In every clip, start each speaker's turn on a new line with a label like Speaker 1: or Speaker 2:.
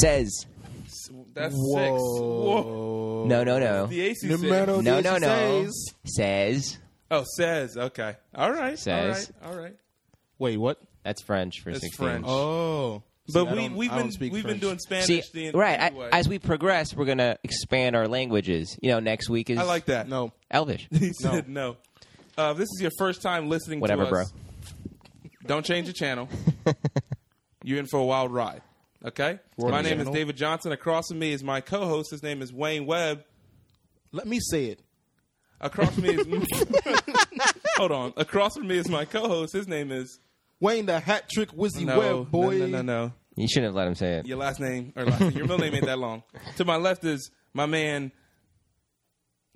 Speaker 1: says
Speaker 2: S- That's six. Whoa.
Speaker 3: Whoa.
Speaker 1: no, no, no.
Speaker 2: The AC
Speaker 3: No
Speaker 2: says-
Speaker 3: matter-
Speaker 1: No, no, no.
Speaker 3: Says.
Speaker 1: Says
Speaker 2: Oh, says. Okay. All right.
Speaker 1: Says.
Speaker 2: All right. All right.
Speaker 3: Wait, what?
Speaker 1: that's French for
Speaker 2: That's
Speaker 1: sixteen.
Speaker 2: French.
Speaker 3: Oh. See, I
Speaker 2: But we,
Speaker 3: don't-
Speaker 2: we've
Speaker 3: I don't
Speaker 2: been we've
Speaker 3: speak
Speaker 2: been
Speaker 3: French.
Speaker 2: doing Spanish
Speaker 1: See,
Speaker 2: the
Speaker 1: right? I,
Speaker 2: anyway.
Speaker 1: as we progress, we're gonna expand our languages. You know, next week is
Speaker 2: I like that.
Speaker 3: No.
Speaker 1: Elvish.
Speaker 2: He said no. Uh, if this is your first time listening
Speaker 1: Whatever,
Speaker 2: to
Speaker 1: bro.
Speaker 2: us, don't change the channel. You're in for a wild ride. Okay? my name
Speaker 3: channel.
Speaker 2: is David Johnson. Across from me is my co host. His name is Wayne Webb.
Speaker 3: Let me say it.
Speaker 2: Across from me is. Hold on. Across from me is my co host. His name is.
Speaker 3: Wayne the hat trick wizzy
Speaker 2: No,
Speaker 3: web boy.
Speaker 2: no, no, no, no.
Speaker 1: You shouldn't have let him say it.
Speaker 2: Your last name, or last, your middle name ain't that long. To my left is my man.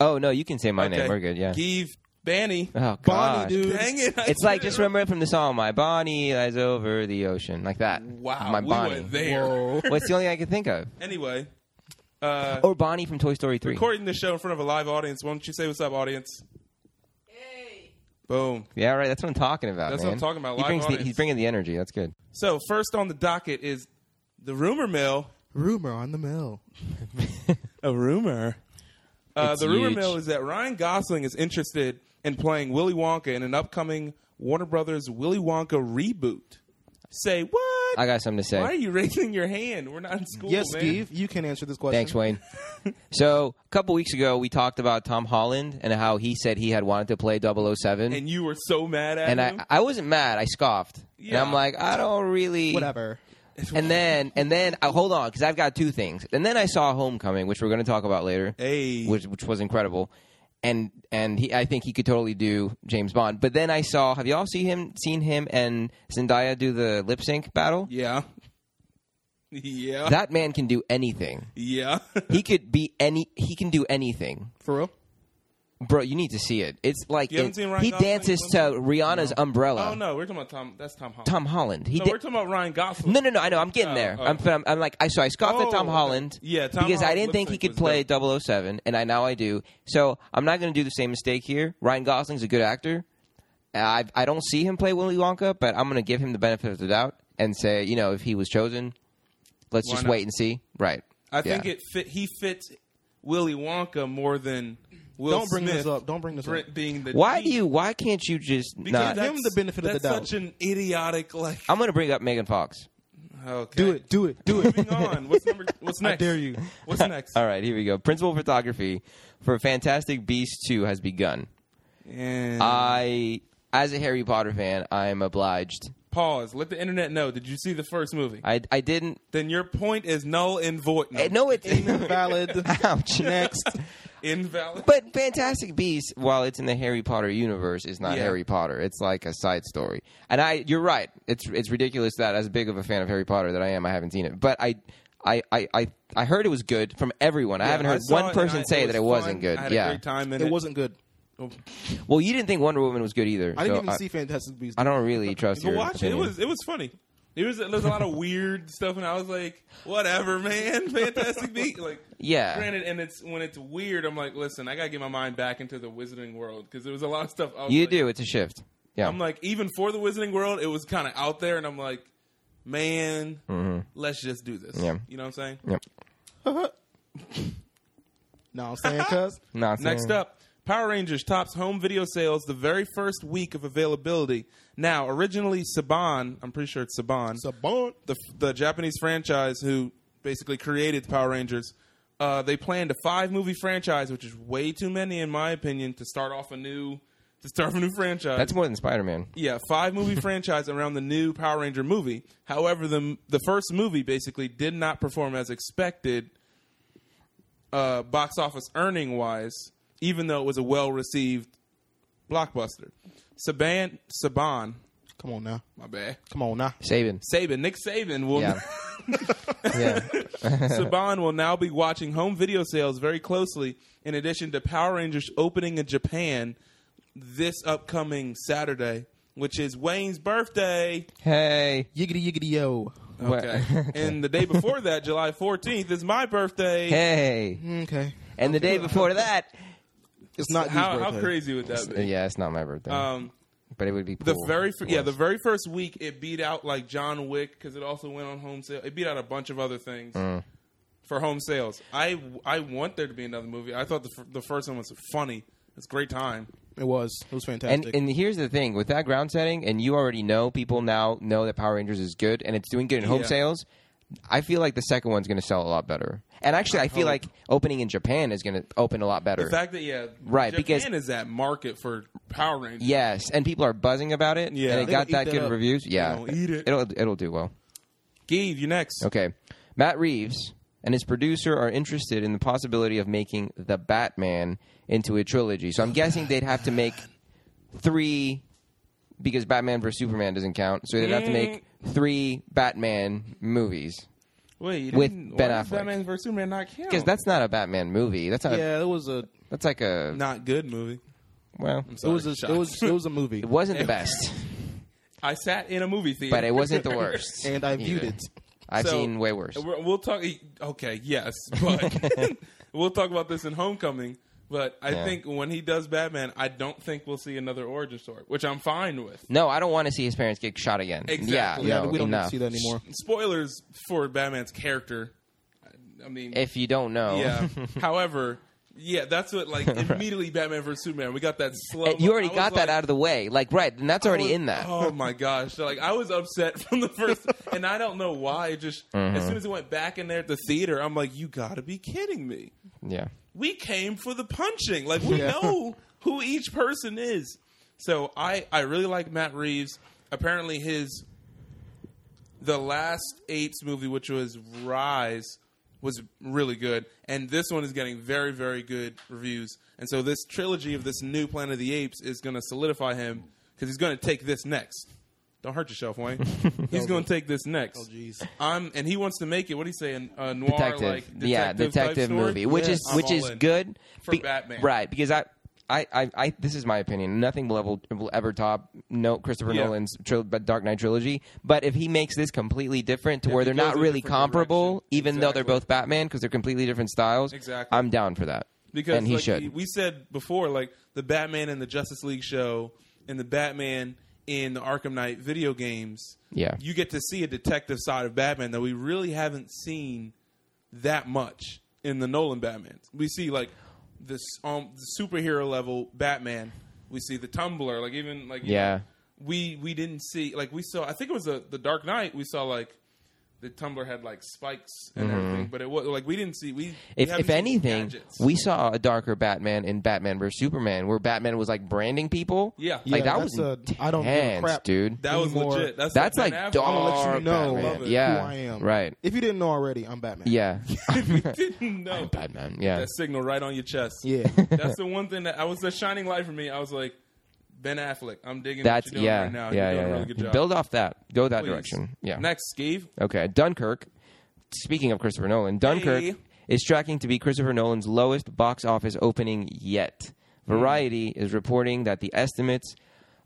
Speaker 1: Oh no, you can say my
Speaker 2: okay,
Speaker 1: name. We're good. Yeah.
Speaker 2: Give Banny.
Speaker 1: oh
Speaker 3: Bonnie,
Speaker 1: gosh.
Speaker 3: dude.
Speaker 2: Dang it. I
Speaker 1: It's like
Speaker 2: couldn't-
Speaker 1: just remember from the song, "My Bonnie lies over the ocean," like that.
Speaker 2: Wow.
Speaker 1: my
Speaker 2: we
Speaker 1: Bonnie.
Speaker 2: were there.
Speaker 3: Whoa.
Speaker 1: What's the only I can think of?
Speaker 2: Anyway. Uh,
Speaker 1: Or Bonnie from Toy Story Three.
Speaker 2: recording this show in front of a live audience. Why don't you say what's up, audience? Boom.
Speaker 1: Yeah, right. That's what I'm talking about.
Speaker 2: That's what I'm
Speaker 1: man.
Speaker 2: talking about,
Speaker 1: He
Speaker 2: live
Speaker 1: brings the,
Speaker 2: audience.
Speaker 1: he's bringing the energy. That's good.
Speaker 2: So first on the docket is the rumor mill.
Speaker 3: Rumor on the mill.
Speaker 2: A rumor. Uh,
Speaker 1: It's
Speaker 2: the rumor
Speaker 1: huge.
Speaker 2: mill is that Ryan Gosling is interested in playing Willy Wonka in an upcoming Warner Brothers Willy Wonka reboot. Say what?
Speaker 1: I got something to say.
Speaker 2: Why are you raising your hand? We're not in school,
Speaker 3: yes,
Speaker 2: man.
Speaker 3: Steve, you can answer this question.
Speaker 1: Thanks, Wayne. so a couple weeks ago, we talked about Tom Holland and how he said he had wanted to play 007.
Speaker 2: And you were so mad at
Speaker 1: and
Speaker 2: him.
Speaker 1: I, I wasn't mad. I scoffed.
Speaker 2: Yeah.
Speaker 1: And I'm like, I don't really.
Speaker 3: Whatever.
Speaker 1: And then, and then, uh, hold on, because I've got two things. And then I saw Homecoming, which we're going to talk about later,
Speaker 2: Hey.
Speaker 1: which which was incredible. And and he, I think he could totally do James Bond. But then I saw. Have you all seen him? Seen him and Zendaya do the lip sync battle?
Speaker 2: yeah. Yeah.
Speaker 1: That man can do anything.
Speaker 2: yeah.
Speaker 1: He could be any. He can do anything.
Speaker 3: For real?
Speaker 1: Bro, you need to see it. It's like
Speaker 2: You haven't
Speaker 1: it-
Speaker 2: seen Ryan
Speaker 1: he
Speaker 2: Gosling
Speaker 1: dances to
Speaker 2: Clemson?
Speaker 1: Rihanna's umbrella.
Speaker 2: oh no, we're talking about Tom. That's Tom Holland.
Speaker 1: Tom Holland. He
Speaker 2: no,
Speaker 1: da-
Speaker 2: we're talking about Ryan Gosling.
Speaker 1: no, no, no. I know. I'm getting
Speaker 2: Oh,
Speaker 1: there.
Speaker 2: oh.
Speaker 1: I'm, but I'm, I'm like, I so I scoffed
Speaker 2: Oh,
Speaker 1: at Tom
Speaker 2: okay.
Speaker 1: Holland.
Speaker 2: Yeah, Tom
Speaker 1: because I
Speaker 2: Holland
Speaker 1: didn't think
Speaker 2: looks
Speaker 1: he
Speaker 2: like
Speaker 1: could
Speaker 2: was
Speaker 1: play 007, and I now I do. So I'm not going to do the same mistake here. Ryan Gosling's a good actor. I I don't see him play Willy Wonka, but I'm going to give him the benefit of the doubt and say, you know, if he was chosen, let's
Speaker 2: Why
Speaker 1: just
Speaker 2: not?
Speaker 1: wait and see. Right.
Speaker 2: I think
Speaker 1: Yeah.
Speaker 2: it fit. He fits Willy Wonka more than Will
Speaker 3: Don't bring
Speaker 2: Smith
Speaker 3: this up. Don't bring this
Speaker 2: br-
Speaker 3: up.
Speaker 2: Being the
Speaker 1: Why do
Speaker 2: lead.
Speaker 1: you? Why can't you just
Speaker 2: Because
Speaker 3: that-
Speaker 1: not?
Speaker 2: that's-
Speaker 3: Him the benefit of the
Speaker 2: that's
Speaker 3: doubt.
Speaker 2: Such an idiotic like.
Speaker 1: I'm going to bring up Megan Fox. Uh,
Speaker 2: Okay.
Speaker 3: Do it. Do it. Do it.
Speaker 2: Moving on. What's number? What's
Speaker 3: I
Speaker 2: next?
Speaker 3: dare you.
Speaker 2: What's next?
Speaker 1: All right, here we go. Principal photography for Fantastic Beasts 2 has begun.
Speaker 2: And
Speaker 1: Uh, I, as a Harry Potter fan, I am obliged.
Speaker 2: pause. Let the internet know. Did you see the first movie?
Speaker 1: I, I didn't.
Speaker 2: then your point is null and void. No,
Speaker 1: eh, No, it's
Speaker 3: Invalid.
Speaker 1: ouch.
Speaker 3: Next.
Speaker 2: invalid.
Speaker 1: But Fantastic Beasts, while it's in the Harry Potter universe, is not
Speaker 2: Yeah.
Speaker 1: Harry Potter. It's like a side story. And I, you're right. It's it's ridiculous that as big of a fan of Harry Potter that I am, I haven't seen it. But I. I, I, I, I heard it was good from everyone. I haven't
Speaker 2: I
Speaker 1: heard
Speaker 2: saw it
Speaker 1: one
Speaker 2: and
Speaker 1: person
Speaker 2: I-
Speaker 1: say
Speaker 2: it
Speaker 1: that it
Speaker 2: was
Speaker 1: wasn't
Speaker 2: fun.
Speaker 1: good.
Speaker 2: I had
Speaker 1: yeah.
Speaker 2: a great time in
Speaker 3: It wasn't good.
Speaker 1: Well, you didn't think Wonder Woman was good either.
Speaker 3: I didn't
Speaker 1: so
Speaker 3: even see Fantastic Beasts.
Speaker 1: I don't really trust
Speaker 2: But
Speaker 1: your
Speaker 2: watch it. It
Speaker 1: opinion.
Speaker 2: was it was funny. It was there was a lot of weird stuff, and I was like, whatever, man. Fantastic beat. Like,
Speaker 1: Yeah.
Speaker 2: Granted, and it's when it's weird, I'm like, listen, I gotta get my mind back into the Wizarding world because there was a lot of stuff. I was
Speaker 1: You
Speaker 2: like-
Speaker 1: do. It's a shift. Yeah.
Speaker 2: I'm like, even for the Wizarding world, it was kind of out there, and I'm like, man, let's just do this.
Speaker 1: Yeah.
Speaker 2: You know what I'm saying?
Speaker 1: yep.
Speaker 3: No, I'm saying cuz.
Speaker 1: No, it's-
Speaker 2: Next up, Power Rangers tops home video sales the very first week of availability. Now, originally Saban, I'm pretty sure it's Saban.
Speaker 3: It's a bond.
Speaker 2: the the Japanese franchise who basically created Power Rangers. Uh, they planned a five movie franchise, which is way too many in my opinion to start off a new to start a new franchise.
Speaker 1: That's more than Spider Man.
Speaker 2: yeah, five movie franchise around the new Power Ranger movie. However, the the first movie basically did not perform as expected, uh, box office earning wise, even though it was a well received blockbuster. Saban Saban,
Speaker 3: Come on now.
Speaker 2: my bad.
Speaker 3: Come on now.
Speaker 1: Saban.
Speaker 2: Saban, Nick Saban will
Speaker 1: Yeah. yeah.
Speaker 2: Saban will now be watching home video sales very closely, in addition to Power Rangers opening in Japan this upcoming Saturday, which is Wayne's birthday.
Speaker 1: Hey.
Speaker 3: Yiggity yiggity yo.
Speaker 1: Wha-
Speaker 2: Okay. and the day before that, July 14th, is my birthday.
Speaker 1: Hey.
Speaker 3: Okay.
Speaker 1: And the day before that.
Speaker 3: It's not his
Speaker 2: how, how
Speaker 3: birthday.
Speaker 2: crazy would that be?
Speaker 1: Yeah, it's not my birthday.
Speaker 2: Um,
Speaker 1: but it would be
Speaker 2: The
Speaker 1: cool.
Speaker 2: very fir- yeah, the
Speaker 1: Yes.
Speaker 2: very first week it beat out like John Wick because it also went on home sale. It beat out a bunch of other things
Speaker 1: Mm.
Speaker 2: for home sales. I I want there to be another movie. I thought the f- the first one was funny. It's a great time.
Speaker 3: It was. It was
Speaker 1: and
Speaker 3: fantastic.
Speaker 1: and here's the thing with that ground setting, and you already know people now know that Power Rangers is good and it's doing good in home
Speaker 2: Yeah.
Speaker 1: sales. I feel like the second one's going to sell a lot better, and actually, I, feel
Speaker 2: hope.
Speaker 1: like opening in Japan is going to open a lot better.
Speaker 2: The fact that yeah,
Speaker 1: Right,
Speaker 2: Japan
Speaker 1: because-
Speaker 2: is that market for Power Rangers.
Speaker 1: Yes, and people are buzzing about it.
Speaker 2: Yeah.
Speaker 1: and it
Speaker 2: They
Speaker 1: got
Speaker 3: gonna eat
Speaker 1: that
Speaker 3: that
Speaker 1: good
Speaker 3: up.
Speaker 1: reviews. Yeah,
Speaker 2: gonna eat it.
Speaker 1: will it'll do well.
Speaker 2: Gabe, you next.
Speaker 1: Okay, Matt Reeves and his producer are interested in the possibility of making the Batman into a trilogy. So I'm guessing they'd have to make three because Batman vs Superman doesn't count. So they'd have to make three Batman movies
Speaker 3: Oh.
Speaker 2: Wait, you
Speaker 1: With
Speaker 2: didn't-
Speaker 1: Ben
Speaker 2: why does
Speaker 1: Affleck.
Speaker 2: Batman vs Superman not count?
Speaker 1: because that's not a Batman movie. That's not. A,
Speaker 3: yeah, it was a.
Speaker 1: That's like a
Speaker 2: not good movie.
Speaker 1: well.
Speaker 3: It was a.
Speaker 2: Sorry,
Speaker 3: It was.
Speaker 2: shocked.
Speaker 3: It was a movie,
Speaker 1: It wasn't the best,
Speaker 2: I sat in a movie theater,
Speaker 1: but it wasn't the worst.
Speaker 3: and I viewed
Speaker 1: either.
Speaker 3: it.
Speaker 1: I've
Speaker 2: So,
Speaker 1: seen way worse.
Speaker 2: We're- We'll talk. e, Okay, yes, but we'll talk about this in Homecoming. But I
Speaker 1: Yeah.
Speaker 2: think when he does Batman, I don't think we'll see another origin story, which I'm fine with.
Speaker 1: No, I don't want to see his parents get shot again.
Speaker 2: Exactly.
Speaker 1: Yeah,
Speaker 3: Yeah,
Speaker 1: no,
Speaker 3: we don't need
Speaker 1: enough.
Speaker 3: to see that anymore.
Speaker 2: Spoilers for Batman's character. I- I mean,
Speaker 1: If you don't know,
Speaker 2: yeah. However, yeah, that's what like immediately Batman versus Superman. We got that slow.
Speaker 1: you already got that out of the way. Like, right, and that's already
Speaker 2: was-
Speaker 1: in that.
Speaker 2: Oh my gosh! Like I was upset from the first, and I don't know why. It just
Speaker 1: Mm-hmm.
Speaker 2: as soon as it went back in there at the theater, I'm like, you got to be kidding me!
Speaker 1: Yeah,
Speaker 2: We came for the punching. Like we
Speaker 3: Yeah.
Speaker 2: know who each person is. So I I really like Matt Reeves. Apparently his the last eights movie, which was Rise, was really good, and this one is getting very very good reviews. And so this trilogy of this new Planet of the Apes is going to solidify him because he's going to take this next. Don't hurt yourself, Wayne. he's going to take this next.
Speaker 3: Oh, jeez.
Speaker 2: I'm and he wants to make it. What do you say? An- A noir
Speaker 1: detective.
Speaker 2: like detective
Speaker 1: yeah,
Speaker 2: type
Speaker 1: detective
Speaker 2: story?
Speaker 1: movie, which
Speaker 3: Yes.
Speaker 1: is
Speaker 2: I'm
Speaker 1: which
Speaker 2: all
Speaker 1: is
Speaker 2: in.
Speaker 1: good
Speaker 2: For Batman.
Speaker 1: right? Because I. I, I, I, this is my opinion. Nothing will ever, will ever top no Christopher
Speaker 2: Yeah.
Speaker 1: Nolan's tril- Dark Knight trilogy. But if he makes this completely different to where they're
Speaker 2: he goes
Speaker 1: not
Speaker 2: a
Speaker 1: really
Speaker 2: different
Speaker 1: comparable,
Speaker 2: direction.
Speaker 1: even though they're
Speaker 2: Exactly.
Speaker 1: both Batman because they're completely different styles,
Speaker 2: Exactly.
Speaker 1: I'm down for that.
Speaker 2: because
Speaker 1: and he
Speaker 2: like,
Speaker 1: should.
Speaker 2: we said before like the batman and the justice league show and the batman in the arkham knight video games
Speaker 1: Yeah.
Speaker 2: you get to see a detective side of batman that we really haven't seen that much in the nolan batman we see like this um the superhero level batman we see the tumbler like even like you
Speaker 1: Yeah.
Speaker 2: know, we we didn't see like we saw i think it was the the dark knight we saw like the tumbler had like spikes and everything, but it was like we didn't see we. we
Speaker 1: Mm-hmm. If,
Speaker 2: haven't
Speaker 1: if
Speaker 2: seen
Speaker 1: anything,
Speaker 2: gadgets.
Speaker 1: we saw a darker Batman in Batman vs Superman, where Batman was like branding people.
Speaker 2: Yeah.
Speaker 1: like
Speaker 3: Yeah,
Speaker 1: that
Speaker 3: that's
Speaker 1: was
Speaker 3: a- I don't give a
Speaker 1: intense,
Speaker 3: crap.
Speaker 1: dude.
Speaker 2: That was
Speaker 3: anymore.
Speaker 2: legit. That's,
Speaker 1: That's
Speaker 2: like
Speaker 1: like
Speaker 2: Ben Affleck.
Speaker 1: dark.
Speaker 3: I'm gonna let you Oh, know
Speaker 2: Batman. Love it.
Speaker 1: yeah,
Speaker 3: who I am.
Speaker 1: right.
Speaker 3: If you didn't know already, I'm Batman.
Speaker 1: Yeah,
Speaker 2: Didn't know
Speaker 1: Batman. Yeah,
Speaker 2: that signal right on your chest.
Speaker 3: Yeah.
Speaker 2: that's the one thing that I was the shining light for me. I was like, Ben Affleck, I'm digging
Speaker 1: that's
Speaker 2: what you're doing
Speaker 1: yeah,
Speaker 2: right now. you're
Speaker 1: yeah,
Speaker 2: doing
Speaker 1: yeah.
Speaker 2: a
Speaker 1: yeah.
Speaker 2: really good job.
Speaker 1: Build off that. Go that
Speaker 2: Please.
Speaker 1: direction. Yeah.
Speaker 2: Next, Steve.
Speaker 1: Okay, Dunkirk. Speaking of Christopher Nolan, Dunkirk
Speaker 2: Hey.
Speaker 1: is tracking to be Christopher Nolan's lowest box office opening yet.
Speaker 2: Hmm.
Speaker 1: Variety is reporting that the estimates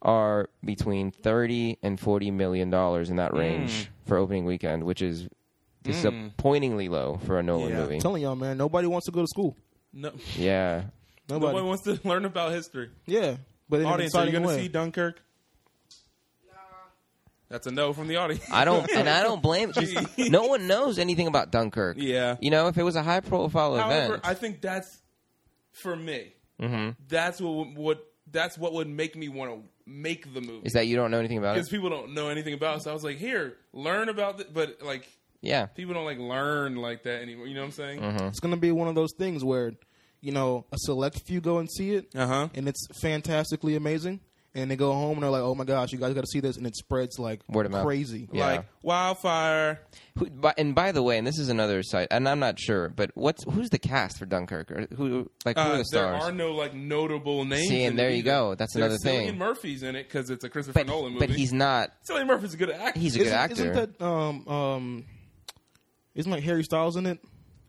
Speaker 1: are between 30 and 40 million dollars in
Speaker 2: Hmm.
Speaker 1: that range for opening weekend, which is disappointingly low for a Nolan
Speaker 2: Yeah.
Speaker 1: movie.
Speaker 3: I'm telling y'all, man, nobody wants to go to school.
Speaker 2: No,
Speaker 1: Yeah.
Speaker 3: Nobody.
Speaker 2: nobody wants to learn about history.
Speaker 3: yeah, but in an
Speaker 2: Audience, are you
Speaker 3: exciting
Speaker 2: going to
Speaker 3: way.
Speaker 2: see Dunkirk? That's a no from the audience.
Speaker 1: I don't and I don't blame no one knows anything about Dunkirk.
Speaker 2: Yeah.
Speaker 1: You know, if it was a high profile
Speaker 2: However,
Speaker 1: event. Mm-hmm.
Speaker 2: I think that's for me. That's what would that's what would make me want to make the movie.
Speaker 1: is that you don't know anything about
Speaker 2: because
Speaker 1: it?
Speaker 2: people don't know anything about. it. So I was like, here, learn about it. But like,
Speaker 1: Yeah.
Speaker 2: people don't like learn like that anymore. You know what I'm saying?
Speaker 1: Uh-huh. Mm-hmm.
Speaker 3: It's gonna be one of those things where, you know, a select few go and see it,
Speaker 2: Uh huh.
Speaker 3: and it's fantastically amazing. And they go home and they're like, "Oh my gosh, you guys got to see this!" And it spreads like
Speaker 1: Word of mouth.
Speaker 3: crazy.
Speaker 1: Yeah.
Speaker 2: Like wildfire.
Speaker 1: Who, by, and by the way, and this is another site, and I'm not sure, but what's who's the cast for Dunkirk? Or who like who
Speaker 2: Uh,
Speaker 1: are the
Speaker 2: there
Speaker 1: stars?
Speaker 2: are no like notable names.
Speaker 1: See, and
Speaker 2: in
Speaker 1: there
Speaker 2: it
Speaker 1: you
Speaker 2: either.
Speaker 1: go. That's
Speaker 2: There's
Speaker 1: another thing.
Speaker 2: Cillian Murphy's in it because it's a Christopher
Speaker 1: but,
Speaker 2: Nolan movie.
Speaker 1: but he's not.
Speaker 2: Cillian Murphy's a good actor.
Speaker 1: He's a good
Speaker 3: Isn't,
Speaker 1: actor.
Speaker 3: isn't that um um? Isn't like Harry Styles in it?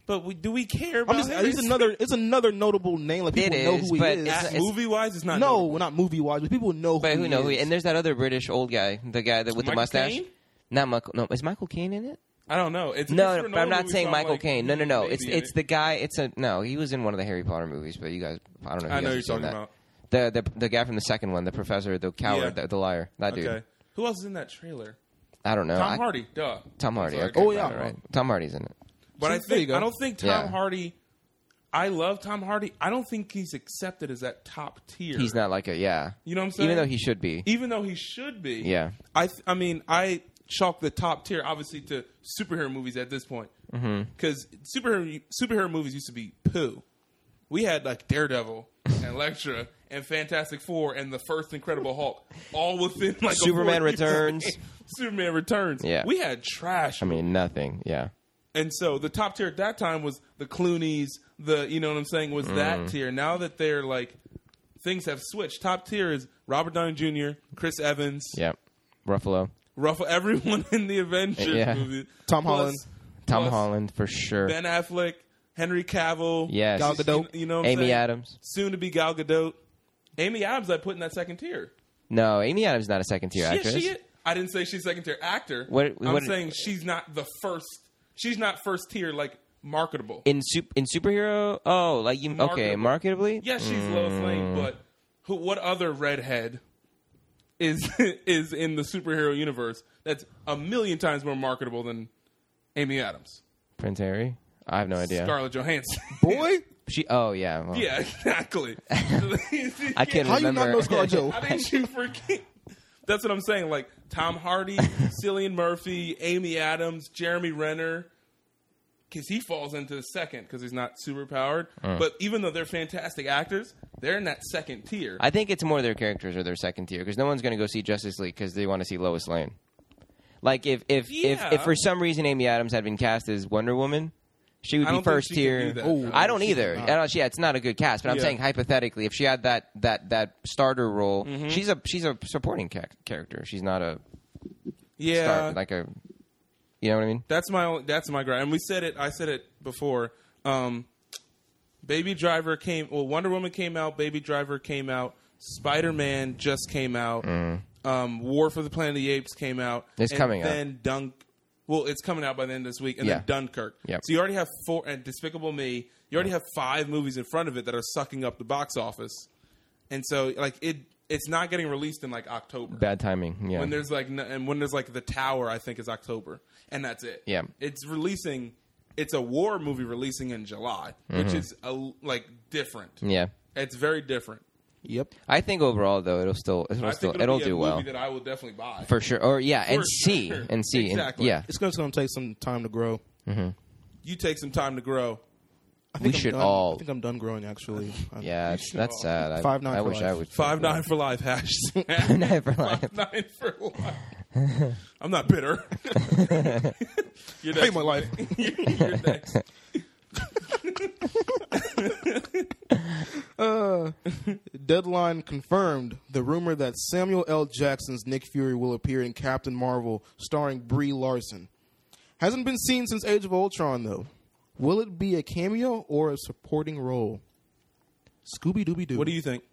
Speaker 2: but we, do we
Speaker 3: I'm
Speaker 2: care about?
Speaker 3: just.
Speaker 2: him?
Speaker 3: It's another. It's another notable name. Like people
Speaker 1: It
Speaker 3: know
Speaker 1: is,
Speaker 3: who he
Speaker 1: but
Speaker 3: is.
Speaker 1: it's- it's-
Speaker 2: movie wise. It's not.
Speaker 3: no,
Speaker 2: notable.
Speaker 3: well, not movie wise, but people know.
Speaker 1: but who
Speaker 3: he
Speaker 1: knows?
Speaker 3: Is.
Speaker 1: who he- And there's that other British old guy, the guy that with the
Speaker 2: Michael
Speaker 1: mustache.
Speaker 2: Caine?
Speaker 1: Not Michael. No, is Michael Caine in it?
Speaker 2: I don't know. It's a
Speaker 1: No,
Speaker 2: Christopher
Speaker 1: no, but
Speaker 2: Nolan
Speaker 1: I'm not
Speaker 2: movie,
Speaker 1: saying
Speaker 2: so I'm
Speaker 1: Michael
Speaker 2: like,
Speaker 1: Caine. No, no, no. It's
Speaker 2: maybe in
Speaker 1: it's
Speaker 2: it.
Speaker 1: the guy. It's a no. He was in one of the Harry Potter movies, but you guys, I don't know. If you
Speaker 2: I
Speaker 1: guys
Speaker 2: know
Speaker 1: have
Speaker 2: you're
Speaker 1: seen
Speaker 2: talking
Speaker 1: that.
Speaker 2: about.
Speaker 1: The, the the guy from the second one, the professor, the coward,
Speaker 2: Yeah.
Speaker 1: the, the liar, that dude.
Speaker 2: Okay. Who else is in that trailer?
Speaker 1: I don't know.
Speaker 2: Tom
Speaker 1: I-
Speaker 2: Hardy, duh.
Speaker 1: Tom Hardy.
Speaker 2: Sorry,
Speaker 1: Okay,
Speaker 3: Oh,
Speaker 1: right,
Speaker 3: yeah.
Speaker 1: right, right. Tom Hardy's in it.
Speaker 2: But I
Speaker 3: There you
Speaker 2: think
Speaker 3: go.
Speaker 2: I don't think Tom
Speaker 1: Yeah.
Speaker 2: Hardy. I love Tom Hardy. I don't think he's accepted as that top tier.
Speaker 1: He's not like a yeah.
Speaker 2: You know what I'm saying?
Speaker 1: Even though he should be.
Speaker 2: even though he should be.
Speaker 1: Yeah.
Speaker 2: I th- I mean I chalk the top tier obviously to superhero movies at this point
Speaker 1: Mm-hmm.
Speaker 2: because superhero superhero movies used to be poo. We had like Daredevil and Elektra and Fantastic Four and the first Incredible Hulk all within like a
Speaker 1: Superman
Speaker 2: four-year
Speaker 1: Returns.
Speaker 2: span. Superman Returns.
Speaker 1: Yeah.
Speaker 2: we had trash.
Speaker 1: I mean nothing. Yeah.
Speaker 2: And so the top tier at that time was the Clooney's, the you know what I'm saying was that
Speaker 1: Mm.
Speaker 2: tier. Now that they're like things have switched. Top tier is Robert Downey Jr., Chris Evans,
Speaker 1: Yeah. Ruffalo.
Speaker 2: ruffle everyone in the Avengers
Speaker 1: Yeah.
Speaker 2: movie.
Speaker 3: Tom
Speaker 2: Plus-
Speaker 3: Holland.
Speaker 1: Tom
Speaker 2: plus
Speaker 1: Holland for sure.
Speaker 2: Ben Affleck, Henry Cavill,
Speaker 1: yes.
Speaker 3: Gal Gadot.
Speaker 2: you, you know, what I'm
Speaker 1: Amy
Speaker 2: saying?
Speaker 1: Adams.
Speaker 2: soon to be Gal Gadot. Amy Adams, I put in that second tier.
Speaker 1: No, Amy Adams is not a second tier
Speaker 2: Yeah,
Speaker 1: actress.
Speaker 2: she. is. I didn't say she's second tier actor.
Speaker 1: What-
Speaker 2: I'm
Speaker 1: what-
Speaker 2: saying she's not the first. She's not first tier like marketable.
Speaker 1: in sup- in superhero. Oh, like you okay? Marketably.
Speaker 2: Yes, she's Lois
Speaker 1: Mm.
Speaker 2: Lane, but who? What other redhead is is in the superhero universe that's a million times more marketable than Amy Adams,
Speaker 1: Prince Harry. I have no idea.
Speaker 2: Scarlett Johansson?
Speaker 3: Boy,
Speaker 1: she. Oh yeah. well,
Speaker 2: yeah, exactly.
Speaker 1: I can't
Speaker 3: how you
Speaker 1: remember.
Speaker 3: not know ScarJo?
Speaker 2: How did you forget? That's what I'm saying. Like Tom Hardy, Cillian Murphy, Amy Adams, Jeremy Renner, because he falls into the second because he's not super powered.
Speaker 1: Uh.
Speaker 2: But even though they're fantastic actors, they're in that second tier.
Speaker 1: I think it's more their characters or their second tier because no one's going to go see Justice League because they want to see Lois Lane. Like if if, if if
Speaker 2: Yeah.
Speaker 1: for some reason Amy Adams had been cast as Wonder Woman, she would
Speaker 2: I
Speaker 1: be
Speaker 2: don't think
Speaker 1: first
Speaker 2: she could do
Speaker 1: tier.
Speaker 2: that.
Speaker 3: Ooh.
Speaker 1: I don't
Speaker 3: She
Speaker 1: either.
Speaker 3: could
Speaker 1: I
Speaker 3: not.
Speaker 1: don't, yeah, it's not a good cast, but I'm
Speaker 2: Yeah.
Speaker 1: saying hypothetically, if she had that that that starter role,
Speaker 2: Mm-hmm.
Speaker 1: she's a she's a supporting ca- character. She's not a
Speaker 2: yeah,
Speaker 1: star, like a you know what I mean.
Speaker 2: That's my only, that's my gripe. And we said it. I said it before. Um, Baby Driver came. Well, Wonder Woman came out. Baby Driver came out. Spider Man just came out. Um, War for the Planet of the Apes came out.
Speaker 1: Mm-hmm. It's
Speaker 2: and
Speaker 1: coming out.
Speaker 2: Then Dunk. Well, it's coming out by the end of this week, and
Speaker 1: Yeah.
Speaker 2: then Dunkirk.
Speaker 1: Yep.
Speaker 2: So you already have four and Despicable Me. You already have five movies in front of it that are sucking up the box office, and so like it, it's not getting released in like October
Speaker 1: Bad timing. Yeah.
Speaker 2: when there's like n- and when there's like the tower i think is october and that's it
Speaker 1: Yeah.
Speaker 2: it's releasing it's a war movie releasing in july which is a, like different
Speaker 1: Mm-hmm. yeah.
Speaker 2: it's very different
Speaker 3: Yep.
Speaker 1: I think overall though it'll still it'll
Speaker 2: i
Speaker 1: still
Speaker 2: think
Speaker 1: it'll,
Speaker 2: it'll, be
Speaker 1: do
Speaker 2: a
Speaker 1: well
Speaker 2: movie that i will definitely buy
Speaker 1: for sure. Or yeah, and
Speaker 2: For
Speaker 1: see
Speaker 2: sure.
Speaker 1: and see and-
Speaker 2: Exactly.
Speaker 1: yeah.
Speaker 3: It's going to take some time to grow.
Speaker 2: you take some time to grow
Speaker 3: I think
Speaker 1: We
Speaker 3: I'm
Speaker 1: should
Speaker 3: done-
Speaker 1: all-
Speaker 3: I think I'm done growing. Actually. I'm-
Speaker 1: Yeah,
Speaker 2: should
Speaker 1: that's
Speaker 2: all-
Speaker 1: sad. I,
Speaker 3: Five nine
Speaker 1: I
Speaker 3: for
Speaker 1: wish
Speaker 3: life.
Speaker 1: I would.
Speaker 2: five nine for life hashtag five
Speaker 1: nine for life.
Speaker 2: nine for life i'm not bitter you're next.
Speaker 3: Hate my life.
Speaker 2: you're next
Speaker 3: Deadline confirmed the rumor that Samuel L. Jackson's Nick Fury will appear in Captain Marvel, starring Brie Larson. Hasn't been seen since Age of Ultron, though. Will it be a cameo or a supporting role? Scooby Dooby Doo.
Speaker 2: what do you think